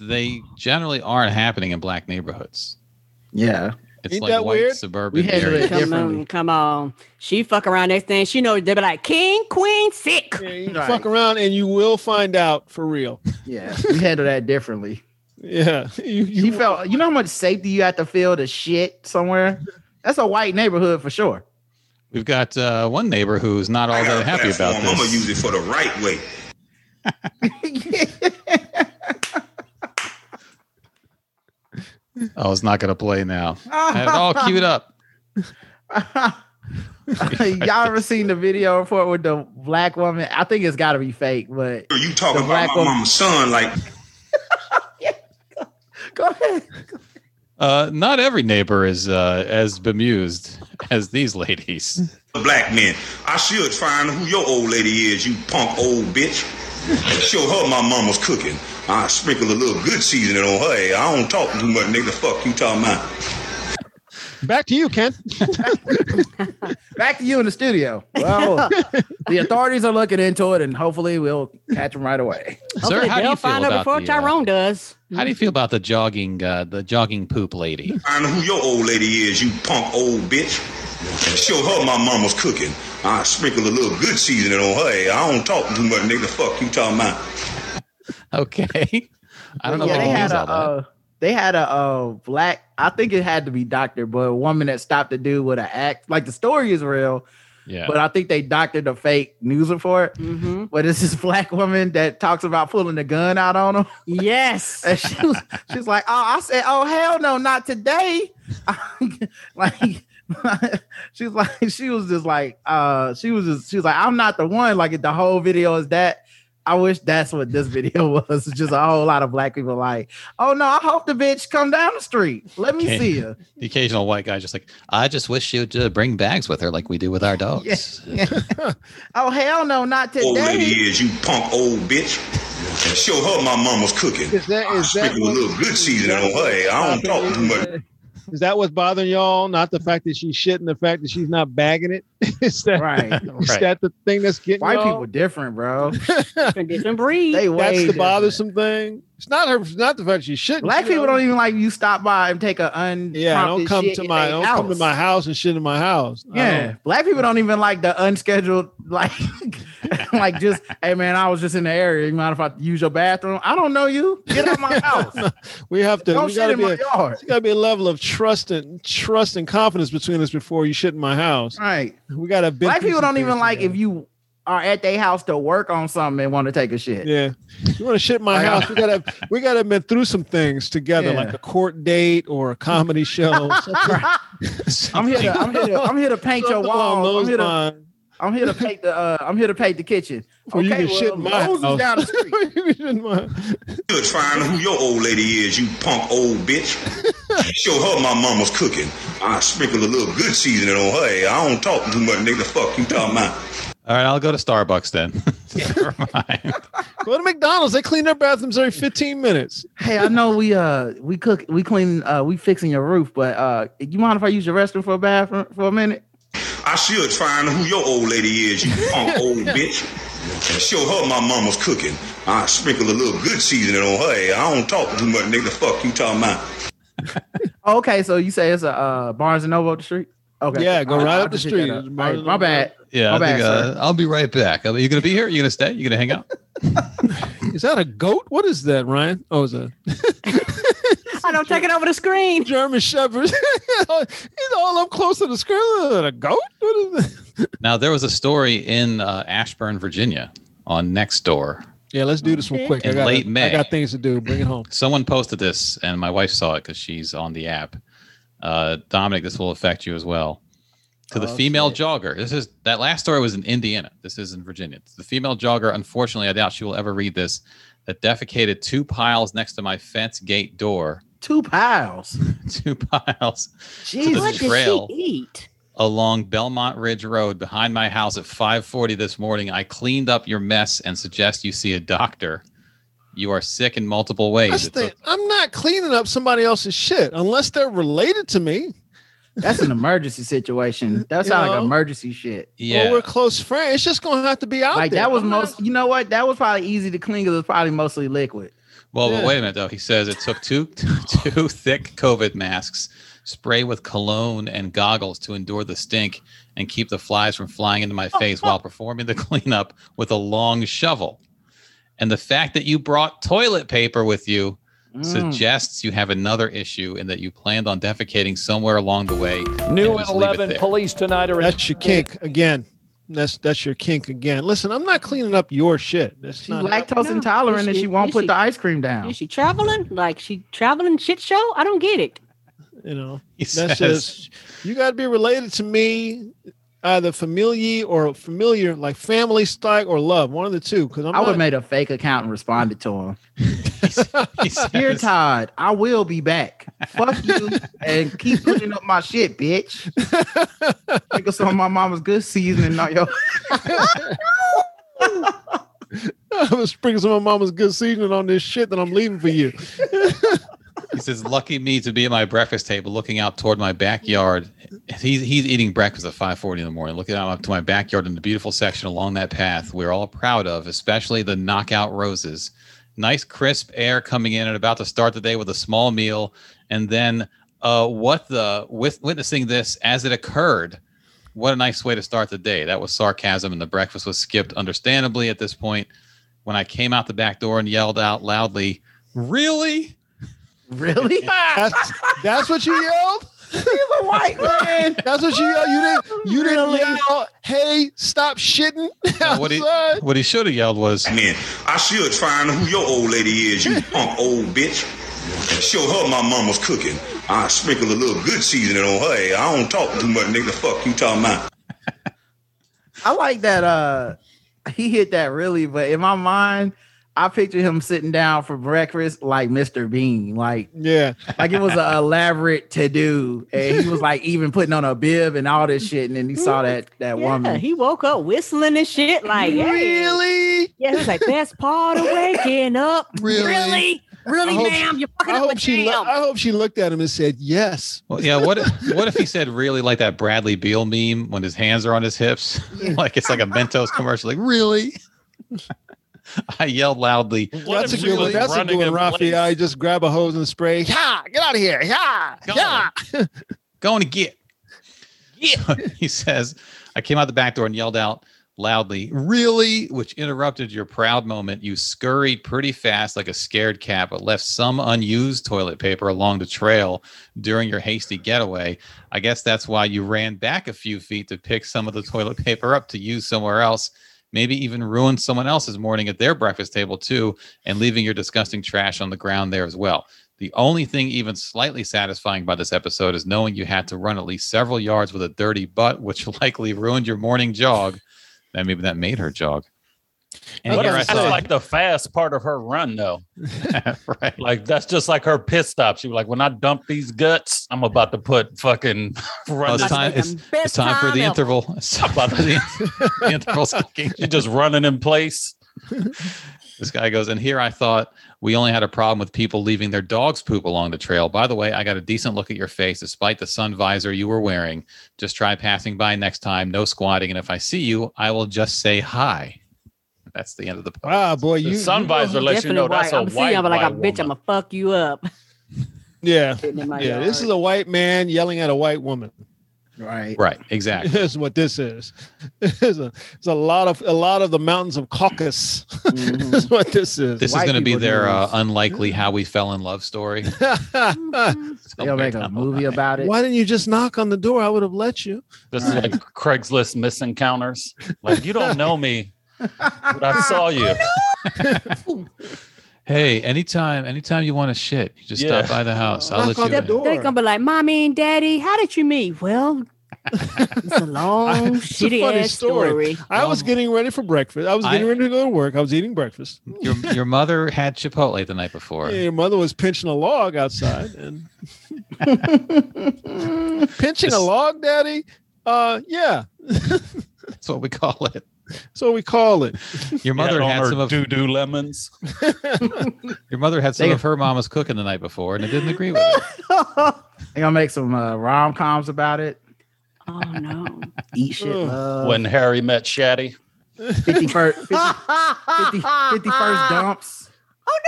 Speaker 3: They generally aren't happening in black neighborhoods.
Speaker 5: [LAUGHS] yeah.
Speaker 3: It's
Speaker 2: Ain't
Speaker 3: like
Speaker 2: that
Speaker 3: white
Speaker 2: weird?
Speaker 5: We
Speaker 3: suburban
Speaker 5: handle it
Speaker 3: areas.
Speaker 4: Come
Speaker 5: differently.
Speaker 4: on, come on. She fuck around next thing. She know they be like king, queen, sick.
Speaker 2: Yeah, you
Speaker 5: Right.
Speaker 2: fuck around and you will find out for real.
Speaker 5: Yeah. We handle that differently. [LAUGHS]
Speaker 2: Yeah. You,
Speaker 5: You
Speaker 2: you
Speaker 5: felt you know how much safety you have to feel to shit somewhere? That's a white neighborhood for
Speaker 3: [LAUGHS]
Speaker 5: sure. [LAUGHS]
Speaker 3: We've got uh, one neighbor who's not all that happy about
Speaker 15: I'm gonna
Speaker 3: this.
Speaker 15: use it for the right way.
Speaker 3: Oh, it's not going to
Speaker 2: [LAUGHS]
Speaker 3: play now. I had it all queued up.
Speaker 5: Y'all ever seen the video report with the black woman? I think it's got to be fake, but
Speaker 15: You talking about
Speaker 5: The black
Speaker 15: my
Speaker 5: woman-
Speaker 15: mama's son like
Speaker 5: go ahead.
Speaker 3: Uh, not every neighbor is uh, as bemused as these ladies.
Speaker 5: Mm-hmm.
Speaker 15: black men. I should find who your old lady is, you punk old bitch. Show her my mama's cooking. I sprinkle a little good seasoning on her. ass. I don't talk too much, nigga. The fuck you talking about?
Speaker 2: back to you, Ken.
Speaker 5: Back to you in the studio. [LAUGHS] Well, the authorities are looking into it, and hopefully we'll catch them right away.
Speaker 3: Sir,
Speaker 4: Hopefully
Speaker 3: how do you
Speaker 4: they'll
Speaker 3: feel
Speaker 4: find out
Speaker 3: about
Speaker 4: before
Speaker 3: the, uh,
Speaker 4: Tyrone does.
Speaker 3: how do you feel about the jogging uh, the jogging poop lady?
Speaker 15: Find who your old lady is, you punk old bitch. Show her my mama's cooking. I sprinkle a little good seasoning on her. ass. I don't talk too much, nigga. The fuck you talking about?
Speaker 3: Okay, I don't know.
Speaker 5: Yeah,
Speaker 3: if
Speaker 5: they
Speaker 3: I can
Speaker 5: had
Speaker 3: use
Speaker 5: a
Speaker 3: all that.
Speaker 5: uh, they had a uh, black. I think it had to be doctor, but a woman that stopped the dude with an act. Like the story is real,
Speaker 3: yeah,
Speaker 5: but I think they doctored a fake news report.
Speaker 4: Mm-hmm.
Speaker 5: But it's this [LAUGHS] black woman that talks about pulling the gun out on him.
Speaker 4: Yes.
Speaker 5: [LAUGHS] And she was, she was like, "Oh, I said, oh hell no, not today." [LAUGHS] like, [LAUGHS] she was like, she was just like, uh, she was just, she was like, "I'm not the one." Like, if the whole video is that. I wish that's what this video [LAUGHS] was. It's just a whole lot of black people like, "Oh no, I hope the bitch come down the street. Let me
Speaker 3: Okay.
Speaker 5: see her."
Speaker 3: [LAUGHS]
Speaker 5: [LAUGHS]
Speaker 3: the occasional white guy just like I just wish she would uh, bring bags with her like we do with our dogs.
Speaker 5: Yeah. oh hell no, not
Speaker 15: Old lady
Speaker 5: today.
Speaker 15: is, you punk old bitch. Show her my mama's cooking.
Speaker 2: Is that
Speaker 15: I
Speaker 2: is that
Speaker 15: sprinkle a little good seasoning on her. Hey, I don't talk too much.
Speaker 2: Is that what's bothering y'all? Not the fact that she's shitting, the fact that she's not bagging it. [LAUGHS] is that
Speaker 5: Right,
Speaker 2: [LAUGHS] Is
Speaker 5: right.
Speaker 2: that the thing that's getting
Speaker 5: White
Speaker 2: y'all?
Speaker 5: people different, bro.
Speaker 4: different breed.
Speaker 5: They way
Speaker 2: that's the
Speaker 5: different.
Speaker 2: bothersome thing. It's not her. It's not the fact she's [LAUGHS] shitting.
Speaker 5: Black
Speaker 2: you know?
Speaker 5: people don't even like you stop by and take a un.
Speaker 2: Yeah, don't come to my don't come to my house and shit in my house. I
Speaker 5: Yeah,
Speaker 2: don't-
Speaker 5: black people don't even like the unscheduled, [LAUGHS] like, like just, hey man, I was just in the area. You mind if I use your bathroom? I don't know you. Get out of my house.
Speaker 2: we have to.
Speaker 5: Don't
Speaker 2: we
Speaker 5: shit
Speaker 2: gotta
Speaker 5: in
Speaker 2: be
Speaker 5: my
Speaker 2: a,
Speaker 5: yard.
Speaker 2: There's got to be a level of trust and trust and confidence between us before you shit in my house.
Speaker 5: Right.
Speaker 2: We got to.
Speaker 5: Black people don't even like if you are at their house to work on something and want to take a shit.
Speaker 2: Yeah. You want to shit in my
Speaker 5: Like,
Speaker 2: house? We gotta
Speaker 5: [LAUGHS]
Speaker 2: we gotta have been through some things together,
Speaker 5: Yeah.
Speaker 2: like a court date or a comedy
Speaker 5: [LAUGHS]
Speaker 2: show.
Speaker 5: I'm here. To, I'm here. To, I'm here to paint your
Speaker 2: Something along
Speaker 5: walls. I'm
Speaker 2: those
Speaker 5: here to.
Speaker 2: lines.
Speaker 5: I'm here to paint the. Uh, I'm here to paint the kitchen.
Speaker 2: Or you can shit in my
Speaker 5: Lowe's is
Speaker 2: house. [LAUGHS]
Speaker 5: down the street.
Speaker 15: You're trying who your old lady is, you punk old
Speaker 2: [LAUGHS]
Speaker 15: bitch. Show her my mama's cooking. I sprinkle a little good seasoning on her. Hey, I don't talk too much. Nigga, the fuck you talking about?
Speaker 3: All right, I'll go to Starbucks then.
Speaker 2: Go to McDonald's. They clean their bathrooms every 15 minutes.
Speaker 5: hey, I know we uh we cook we clean uh we fixing your roof, but uh you mind if I use your restroom for a bathroom for a minute?
Speaker 15: I should find who your old lady is, you
Speaker 2: [LAUGHS]
Speaker 15: punk old bitch. Show her my mama's cooking. I sprinkle a little good seasoning on her. Hey, I don't talk too much. Nigga, the fuck you talking about?
Speaker 5: Oh, Okay, so you say it's a uh, Barnes and Noble up the street? Okay,
Speaker 2: Yeah, go
Speaker 5: I-
Speaker 2: right
Speaker 5: I
Speaker 2: up the
Speaker 5: just hit that
Speaker 2: street.
Speaker 5: up.
Speaker 2: It's
Speaker 5: All right, my bad.
Speaker 3: Yeah,
Speaker 5: my
Speaker 3: I
Speaker 5: bad,
Speaker 3: think, uh,
Speaker 5: sir.
Speaker 3: I'll be right back. Are you gonna be here? You gonna stay? You gonna hang out?
Speaker 2: [LAUGHS] Is that a goat? What is that, Ryan? Oh, is a
Speaker 4: I don't take it over the screen.
Speaker 2: German Shepherd. [LAUGHS] He's all up close to the screen. Is that a goat? What is that?
Speaker 3: Now there was a story in uh, Ashburn, Virginia, on Nextdoor.
Speaker 2: Yeah, let's do this one quick. I
Speaker 3: In
Speaker 2: got,
Speaker 3: late
Speaker 2: I
Speaker 3: May.
Speaker 2: got things to do. Bring it home.
Speaker 3: Someone posted this, and my wife saw it because she's on the app. Uh, Dominic, this will affect you as well. To the
Speaker 7: Oh,
Speaker 3: female jogger, this is that last story was in Indiana. This is in Virginia. To the female jogger, unfortunately, I doubt she will ever read this. That defecated two piles next to my fence gate door. [LAUGHS]
Speaker 5: Two piles.
Speaker 3: two piles
Speaker 5: Jesus.
Speaker 3: to
Speaker 4: What
Speaker 3: the
Speaker 4: did
Speaker 3: trail
Speaker 4: she eat?
Speaker 3: along Belmont Ridge Road behind my house at 5:40 this morning. I cleaned up your mess and suggest you see a doctor. You are sick in multiple ways.
Speaker 2: That's the thing. I'm not cleaning up somebody else's shit unless they're related to me.
Speaker 5: That's an
Speaker 2: [LAUGHS]
Speaker 5: emergency situation. That
Speaker 2: You
Speaker 5: sounds like
Speaker 2: know?
Speaker 5: emergency shit.
Speaker 2: Or we're close friends. It's just gonna have to be out
Speaker 5: Like
Speaker 2: there.
Speaker 5: that was
Speaker 2: I'm not-
Speaker 5: most. You know what? That was probably easy to clean because it was probably mostly liquid.
Speaker 3: Well,
Speaker 5: Yeah.
Speaker 3: but wait a minute though. He says it took two [LAUGHS] two thick COVID masks, spray with cologne and goggles to endure the stink and keep the flies from flying into my face while performing the cleanup with a long shovel. And the fact that you brought toilet paper with you suggests you have another issue and that you planned on defecating somewhere along the way.
Speaker 6: New
Speaker 3: and
Speaker 6: at
Speaker 3: just leave it
Speaker 6: 11,
Speaker 3: there.
Speaker 6: police tonight are
Speaker 2: That's your kink again. That's that's your kink again. Listen, I'm not cleaning up your shit. That's
Speaker 5: She's
Speaker 2: not
Speaker 5: lactose
Speaker 4: No.
Speaker 5: intolerant and
Speaker 4: Is
Speaker 5: she
Speaker 4: she-
Speaker 5: won't
Speaker 4: is
Speaker 5: put
Speaker 4: she-
Speaker 5: the ice cream down.
Speaker 4: Is she traveling? Like she traveling shit show? I don't get it.
Speaker 2: you
Speaker 5: [LAUGHS]
Speaker 2: know.
Speaker 3: He
Speaker 2: that's
Speaker 3: says-
Speaker 2: just you got to be related to me, either familiar or familiar, like family stock or love, one of the two. Because I'm
Speaker 5: I would
Speaker 2: not,
Speaker 5: have made a fake account and responded to him.
Speaker 3: [LAUGHS] He
Speaker 5: Dear
Speaker 3: says-
Speaker 5: Todd, I will be back. Fuck
Speaker 3: [LAUGHS]
Speaker 5: you and keep putting up my shit, bitch. Think of some of my mama's good seasoning on your
Speaker 2: [LAUGHS] I was sprinkling some of my mama's good seasoning on this shit that I'm leaving for you.
Speaker 3: He says, "Lucky me to be at my breakfast table, looking out toward my backyard. He's he's eating breakfast at 5:40 in the morning, looking out up to my backyard and the beautiful section along that path we're all proud of, especially the knockout roses. Nice crisp air coming in and about to start the day with a small meal, and then uh, what the with witnessing this as it occurred." What a nice way to start the day. That was sarcasm, and the breakfast was skipped, understandably, at this point. When I came out the back door and yelled out loudly, Really?
Speaker 5: [LAUGHS] really?
Speaker 2: [LAUGHS] That's, that's what you yelled.
Speaker 5: [LAUGHS] He's a white man.
Speaker 2: [LAUGHS] That's what you yelled. You didn't. You didn't yell. Hey, stop shitting [LAUGHS] outside.
Speaker 3: what he- What he should have yelled was,
Speaker 15: Man, I should find who your old lady is, you punk old bitch. Show her my mama's cooking. I sprinkle a little good seasoning on her. Hey, I don't talk too much. Nigga, the fuck you talking about?
Speaker 5: I like that uh he hit that really, but in my mind, I picture him sitting down for breakfast like Mr. Bean, like
Speaker 2: yeah,
Speaker 5: like it was an elaborate to do, and he was like even putting on a bib and all this shit, and then he saw that that
Speaker 4: Yeah,
Speaker 5: woman.
Speaker 2: [LAUGHS]
Speaker 4: he woke up whistling and shit. Like, yeah.
Speaker 2: really?
Speaker 4: Yeah, he was like, best part of waking up.
Speaker 2: Really?
Speaker 4: really,
Speaker 2: I
Speaker 4: really
Speaker 2: hope-
Speaker 4: ma'am, you're fucking
Speaker 2: I
Speaker 4: up
Speaker 2: hope
Speaker 4: with
Speaker 2: she.
Speaker 4: jam.
Speaker 2: lo- I hope she looked at him and said yes.
Speaker 3: Well, yeah. What if, what if he said really like that Bradley Beal meme when his hands are on his hips, [LAUGHS] like it's like a Mentos commercial? Like really? [LAUGHS] I yelled loudly.
Speaker 2: that's a good one. That's a good one, Rafi. I just grab a hose and spray. Yeah, get out of here. Yeah, yeah.
Speaker 3: Going to get. [LAUGHS] he says, I came out the back door and yelled out loudly, really, which interrupted your proud moment. You scurried pretty fast like a scared cat, but left some unused toilet paper along the trail during your hasty getaway. I guess that's why you ran back a few feet to pick some of the toilet paper up to use somewhere else. Maybe even ruin someone else's morning at their breakfast table too, and leaving your disgusting trash on the ground there as well. The only thing even slightly satisfying about this episode is knowing you had to run at least several yards with a dirty butt, which [LAUGHS] likely ruined your morning jog. That maybe that made her jog. And
Speaker 7: What
Speaker 3: here
Speaker 7: if
Speaker 3: I
Speaker 7: that's
Speaker 3: saw-
Speaker 7: like the fast part of her run, though.
Speaker 3: [LAUGHS] right.
Speaker 7: Like that's just like her pit stop. She was like, "When I dump these guts, I'm about to put fucking [LAUGHS] run."
Speaker 3: Oh, it's
Speaker 7: this-
Speaker 3: time. It's, it's time for the interval.
Speaker 7: [LAUGHS]
Speaker 3: It's time for the, the [LAUGHS] interval.
Speaker 7: She just running in place.
Speaker 3: This guy goes, and here I thought we only had a problem with people leaving their dogs poop along the trail. By the way, I got a decent look at your face despite the sun visor you were wearing. Just try passing by next time. No squatting, and if I see you, I will just say hi. That's the end of the post.
Speaker 2: Ah, boy, you.
Speaker 7: sun visor lets you know that's a
Speaker 4: I'm seeing
Speaker 7: white,
Speaker 4: y'all, but like,
Speaker 7: white
Speaker 4: I'm, bitch, I'm gonna fuck you up.
Speaker 2: Yeah,
Speaker 4: Sitting in my
Speaker 2: yeah. This is a white man yelling at a white woman. [LAUGHS]
Speaker 5: Right.
Speaker 3: Right. Exactly.
Speaker 2: This is what this is. [LAUGHS] It's a, it's a lot of a lot of the mountains of [LAUGHS] Caucasus. That's what this is.
Speaker 3: This is going to be their uh, unlikely how we fell in love story. uh,
Speaker 5: They'll make a movie about it.
Speaker 2: Why didn't you just knock on the door? I would have let you.
Speaker 7: This is like Craigslist misencounters. Like you don't know me, but
Speaker 5: [LAUGHS]
Speaker 7: I saw you.
Speaker 3: hey, anytime, anytime you want to shit, you just
Speaker 7: Yeah.
Speaker 3: stop by the house. I'll let
Speaker 4: They're
Speaker 3: you in.
Speaker 4: they're gonna be like, mommy and daddy, how did you meet? Well, it's a long,
Speaker 2: [LAUGHS] It's a
Speaker 4: Oh, shitty
Speaker 2: funny
Speaker 4: ass
Speaker 2: story.
Speaker 4: story.
Speaker 2: I was getting ready for breakfast. I was getting
Speaker 3: I- Mm.
Speaker 2: ready to go to work. I was eating breakfast.
Speaker 3: Your your mother had Chipotle the night before.
Speaker 2: Yeah, your mother was pinching a log outside and [LAUGHS] pinching a log, Daddy. Uh, yeah,
Speaker 3: That's what we call it.
Speaker 2: so we call it.
Speaker 3: Your mother
Speaker 7: on
Speaker 3: had,
Speaker 7: her
Speaker 3: some of
Speaker 7: doo-doo lemons.
Speaker 3: your mother had some
Speaker 5: They-
Speaker 3: of her mama's cooking the night before, and it didn't agree with her.
Speaker 5: They gonna make some uh, rom coms about it.
Speaker 4: Oh no.
Speaker 5: Eat shit.
Speaker 2: Ugh.
Speaker 5: Love.
Speaker 7: When Harry met Shaddy.
Speaker 5: 50 first, 50, 50 50 first dumps.
Speaker 4: Oh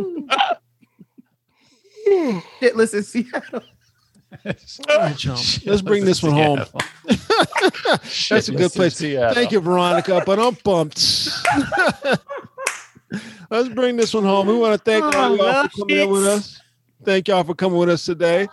Speaker 4: no.
Speaker 5: [LAUGHS] Shitless in Seattle.
Speaker 2: All right, John, [LAUGHS]
Speaker 3: [LAUGHS]
Speaker 2: Let's bring this [LAUGHS] one home. That's a good place. Thank you, Veronica. But I'm bumped. [LAUGHS] Let's bring this one home. We want to thank
Speaker 4: Oh,
Speaker 2: all y'all for
Speaker 4: love
Speaker 2: coming in with
Speaker 4: shits.
Speaker 2: us. Thank y'all for coming with us today.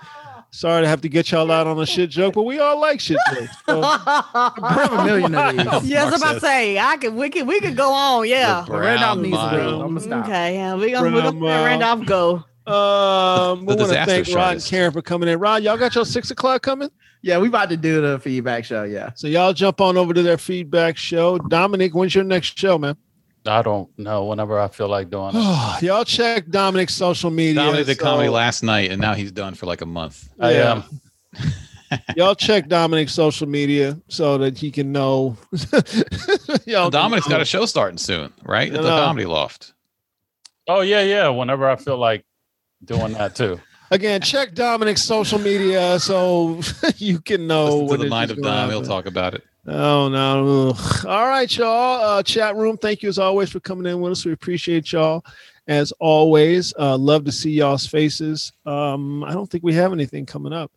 Speaker 2: Sorry to have to get y'all out on a shit joke, but we all like shit jokes. So,
Speaker 4: [LAUGHS]
Speaker 5: I'm a million of these.
Speaker 4: Yeah, I was about
Speaker 3: Mark says-
Speaker 4: to say I could we could we could go on, yeah.
Speaker 3: The
Speaker 5: Randolph
Speaker 3: brown
Speaker 5: needs to
Speaker 3: mile.
Speaker 5: go. I'm gonna stop.
Speaker 4: Okay, yeah, we gonna, we
Speaker 2: Brown
Speaker 4: gonna
Speaker 2: mile.
Speaker 4: let Randolph go.
Speaker 2: um, we
Speaker 3: The
Speaker 2: want to
Speaker 3: disaster
Speaker 2: thank Rod and
Speaker 3: artist.
Speaker 2: Karen for coming in. Rod, y'all got your six o'clock coming?
Speaker 5: Yeah, we about to do the feedback show. Yeah.
Speaker 2: So y'all jump on over to their feedback show. Dominic, when's your next show, man?
Speaker 7: I don't know. Whenever I feel like doing it,
Speaker 2: [SIGHS] y'all check Dominic's social media.
Speaker 3: Dominic did comedy
Speaker 2: So-
Speaker 3: last night, and now he's done for like a month. um,
Speaker 7: I am.
Speaker 2: [LAUGHS] Y'all check Dominic's social media so that he can know. y'all
Speaker 3: Dominic's got a show starting soon, right? At the
Speaker 2: Yeah.
Speaker 3: Comedy Loft.
Speaker 7: Oh yeah, yeah. Whenever I feel like doing that too.
Speaker 2: again check Dominic's social media so [LAUGHS] you can know
Speaker 3: Listen
Speaker 2: what
Speaker 3: to the mind of Dom. He'll talk about it.
Speaker 2: Oh no! Ugh. All right, y'all. Uh, chat room. Thank you as always for coming in with us. We appreciate y'all as always. Uh, love to see y'all's faces. Um, I don't think we have anything coming up.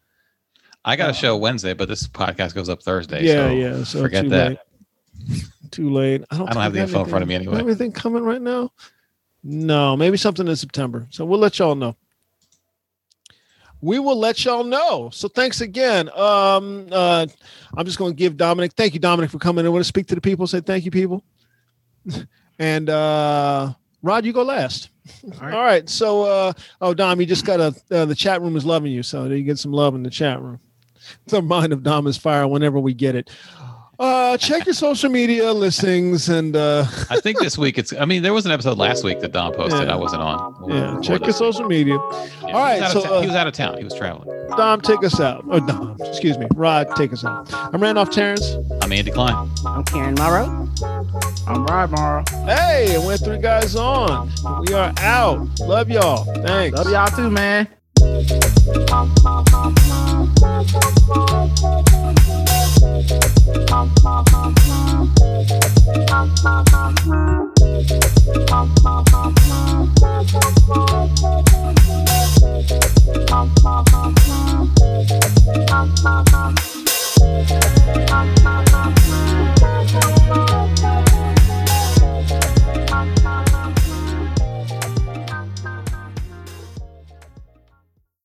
Speaker 3: I got a show Wednesday, but this podcast goes up Thursday.
Speaker 2: yeah,
Speaker 3: so
Speaker 2: yeah. So
Speaker 3: forget
Speaker 2: too
Speaker 3: that.
Speaker 2: Late. Too late. I don't,
Speaker 3: I don't
Speaker 2: think
Speaker 3: have
Speaker 2: we
Speaker 3: the info in front of me
Speaker 2: anything-
Speaker 3: anyway.
Speaker 2: Everything coming right now? No, maybe something in September. So we'll let y'all know. We will let y'all know. So thanks again. Um, uh, I'm just going to give Dominic. Thank you, Dominic, for coming. I want to speak to the people. Say thank you, people. [LAUGHS] and uh, Rod, you go last. All right.
Speaker 5: right.
Speaker 2: So, uh, oh, Dom, you just got a. Uh, the chat room is loving you, so you get some love in the chat room. The mind of Dom is fire whenever we get it. Uh, check your social media listings and uh,
Speaker 3: I think this week it's. I mean, there was an episode last week that Don posted.
Speaker 2: Yeah.
Speaker 3: I wasn't on.
Speaker 2: yeah, check your social media. All
Speaker 3: he
Speaker 2: right,
Speaker 3: was, out
Speaker 2: so
Speaker 3: of town-
Speaker 2: uh,
Speaker 3: he was out of town. He was traveling.
Speaker 2: Dom, take us out. Oh, Dom, excuse me, Rod, take us out. I'm Randolph Terrence.
Speaker 3: I'm Andy Klein.
Speaker 2: I'm Karen Morrow.
Speaker 5: I'm Rod Morrow.
Speaker 2: Hey, and we're three guys on. We are out. Love y'all. Thanks.
Speaker 5: Love y'all too, man.
Speaker 16: Thank you.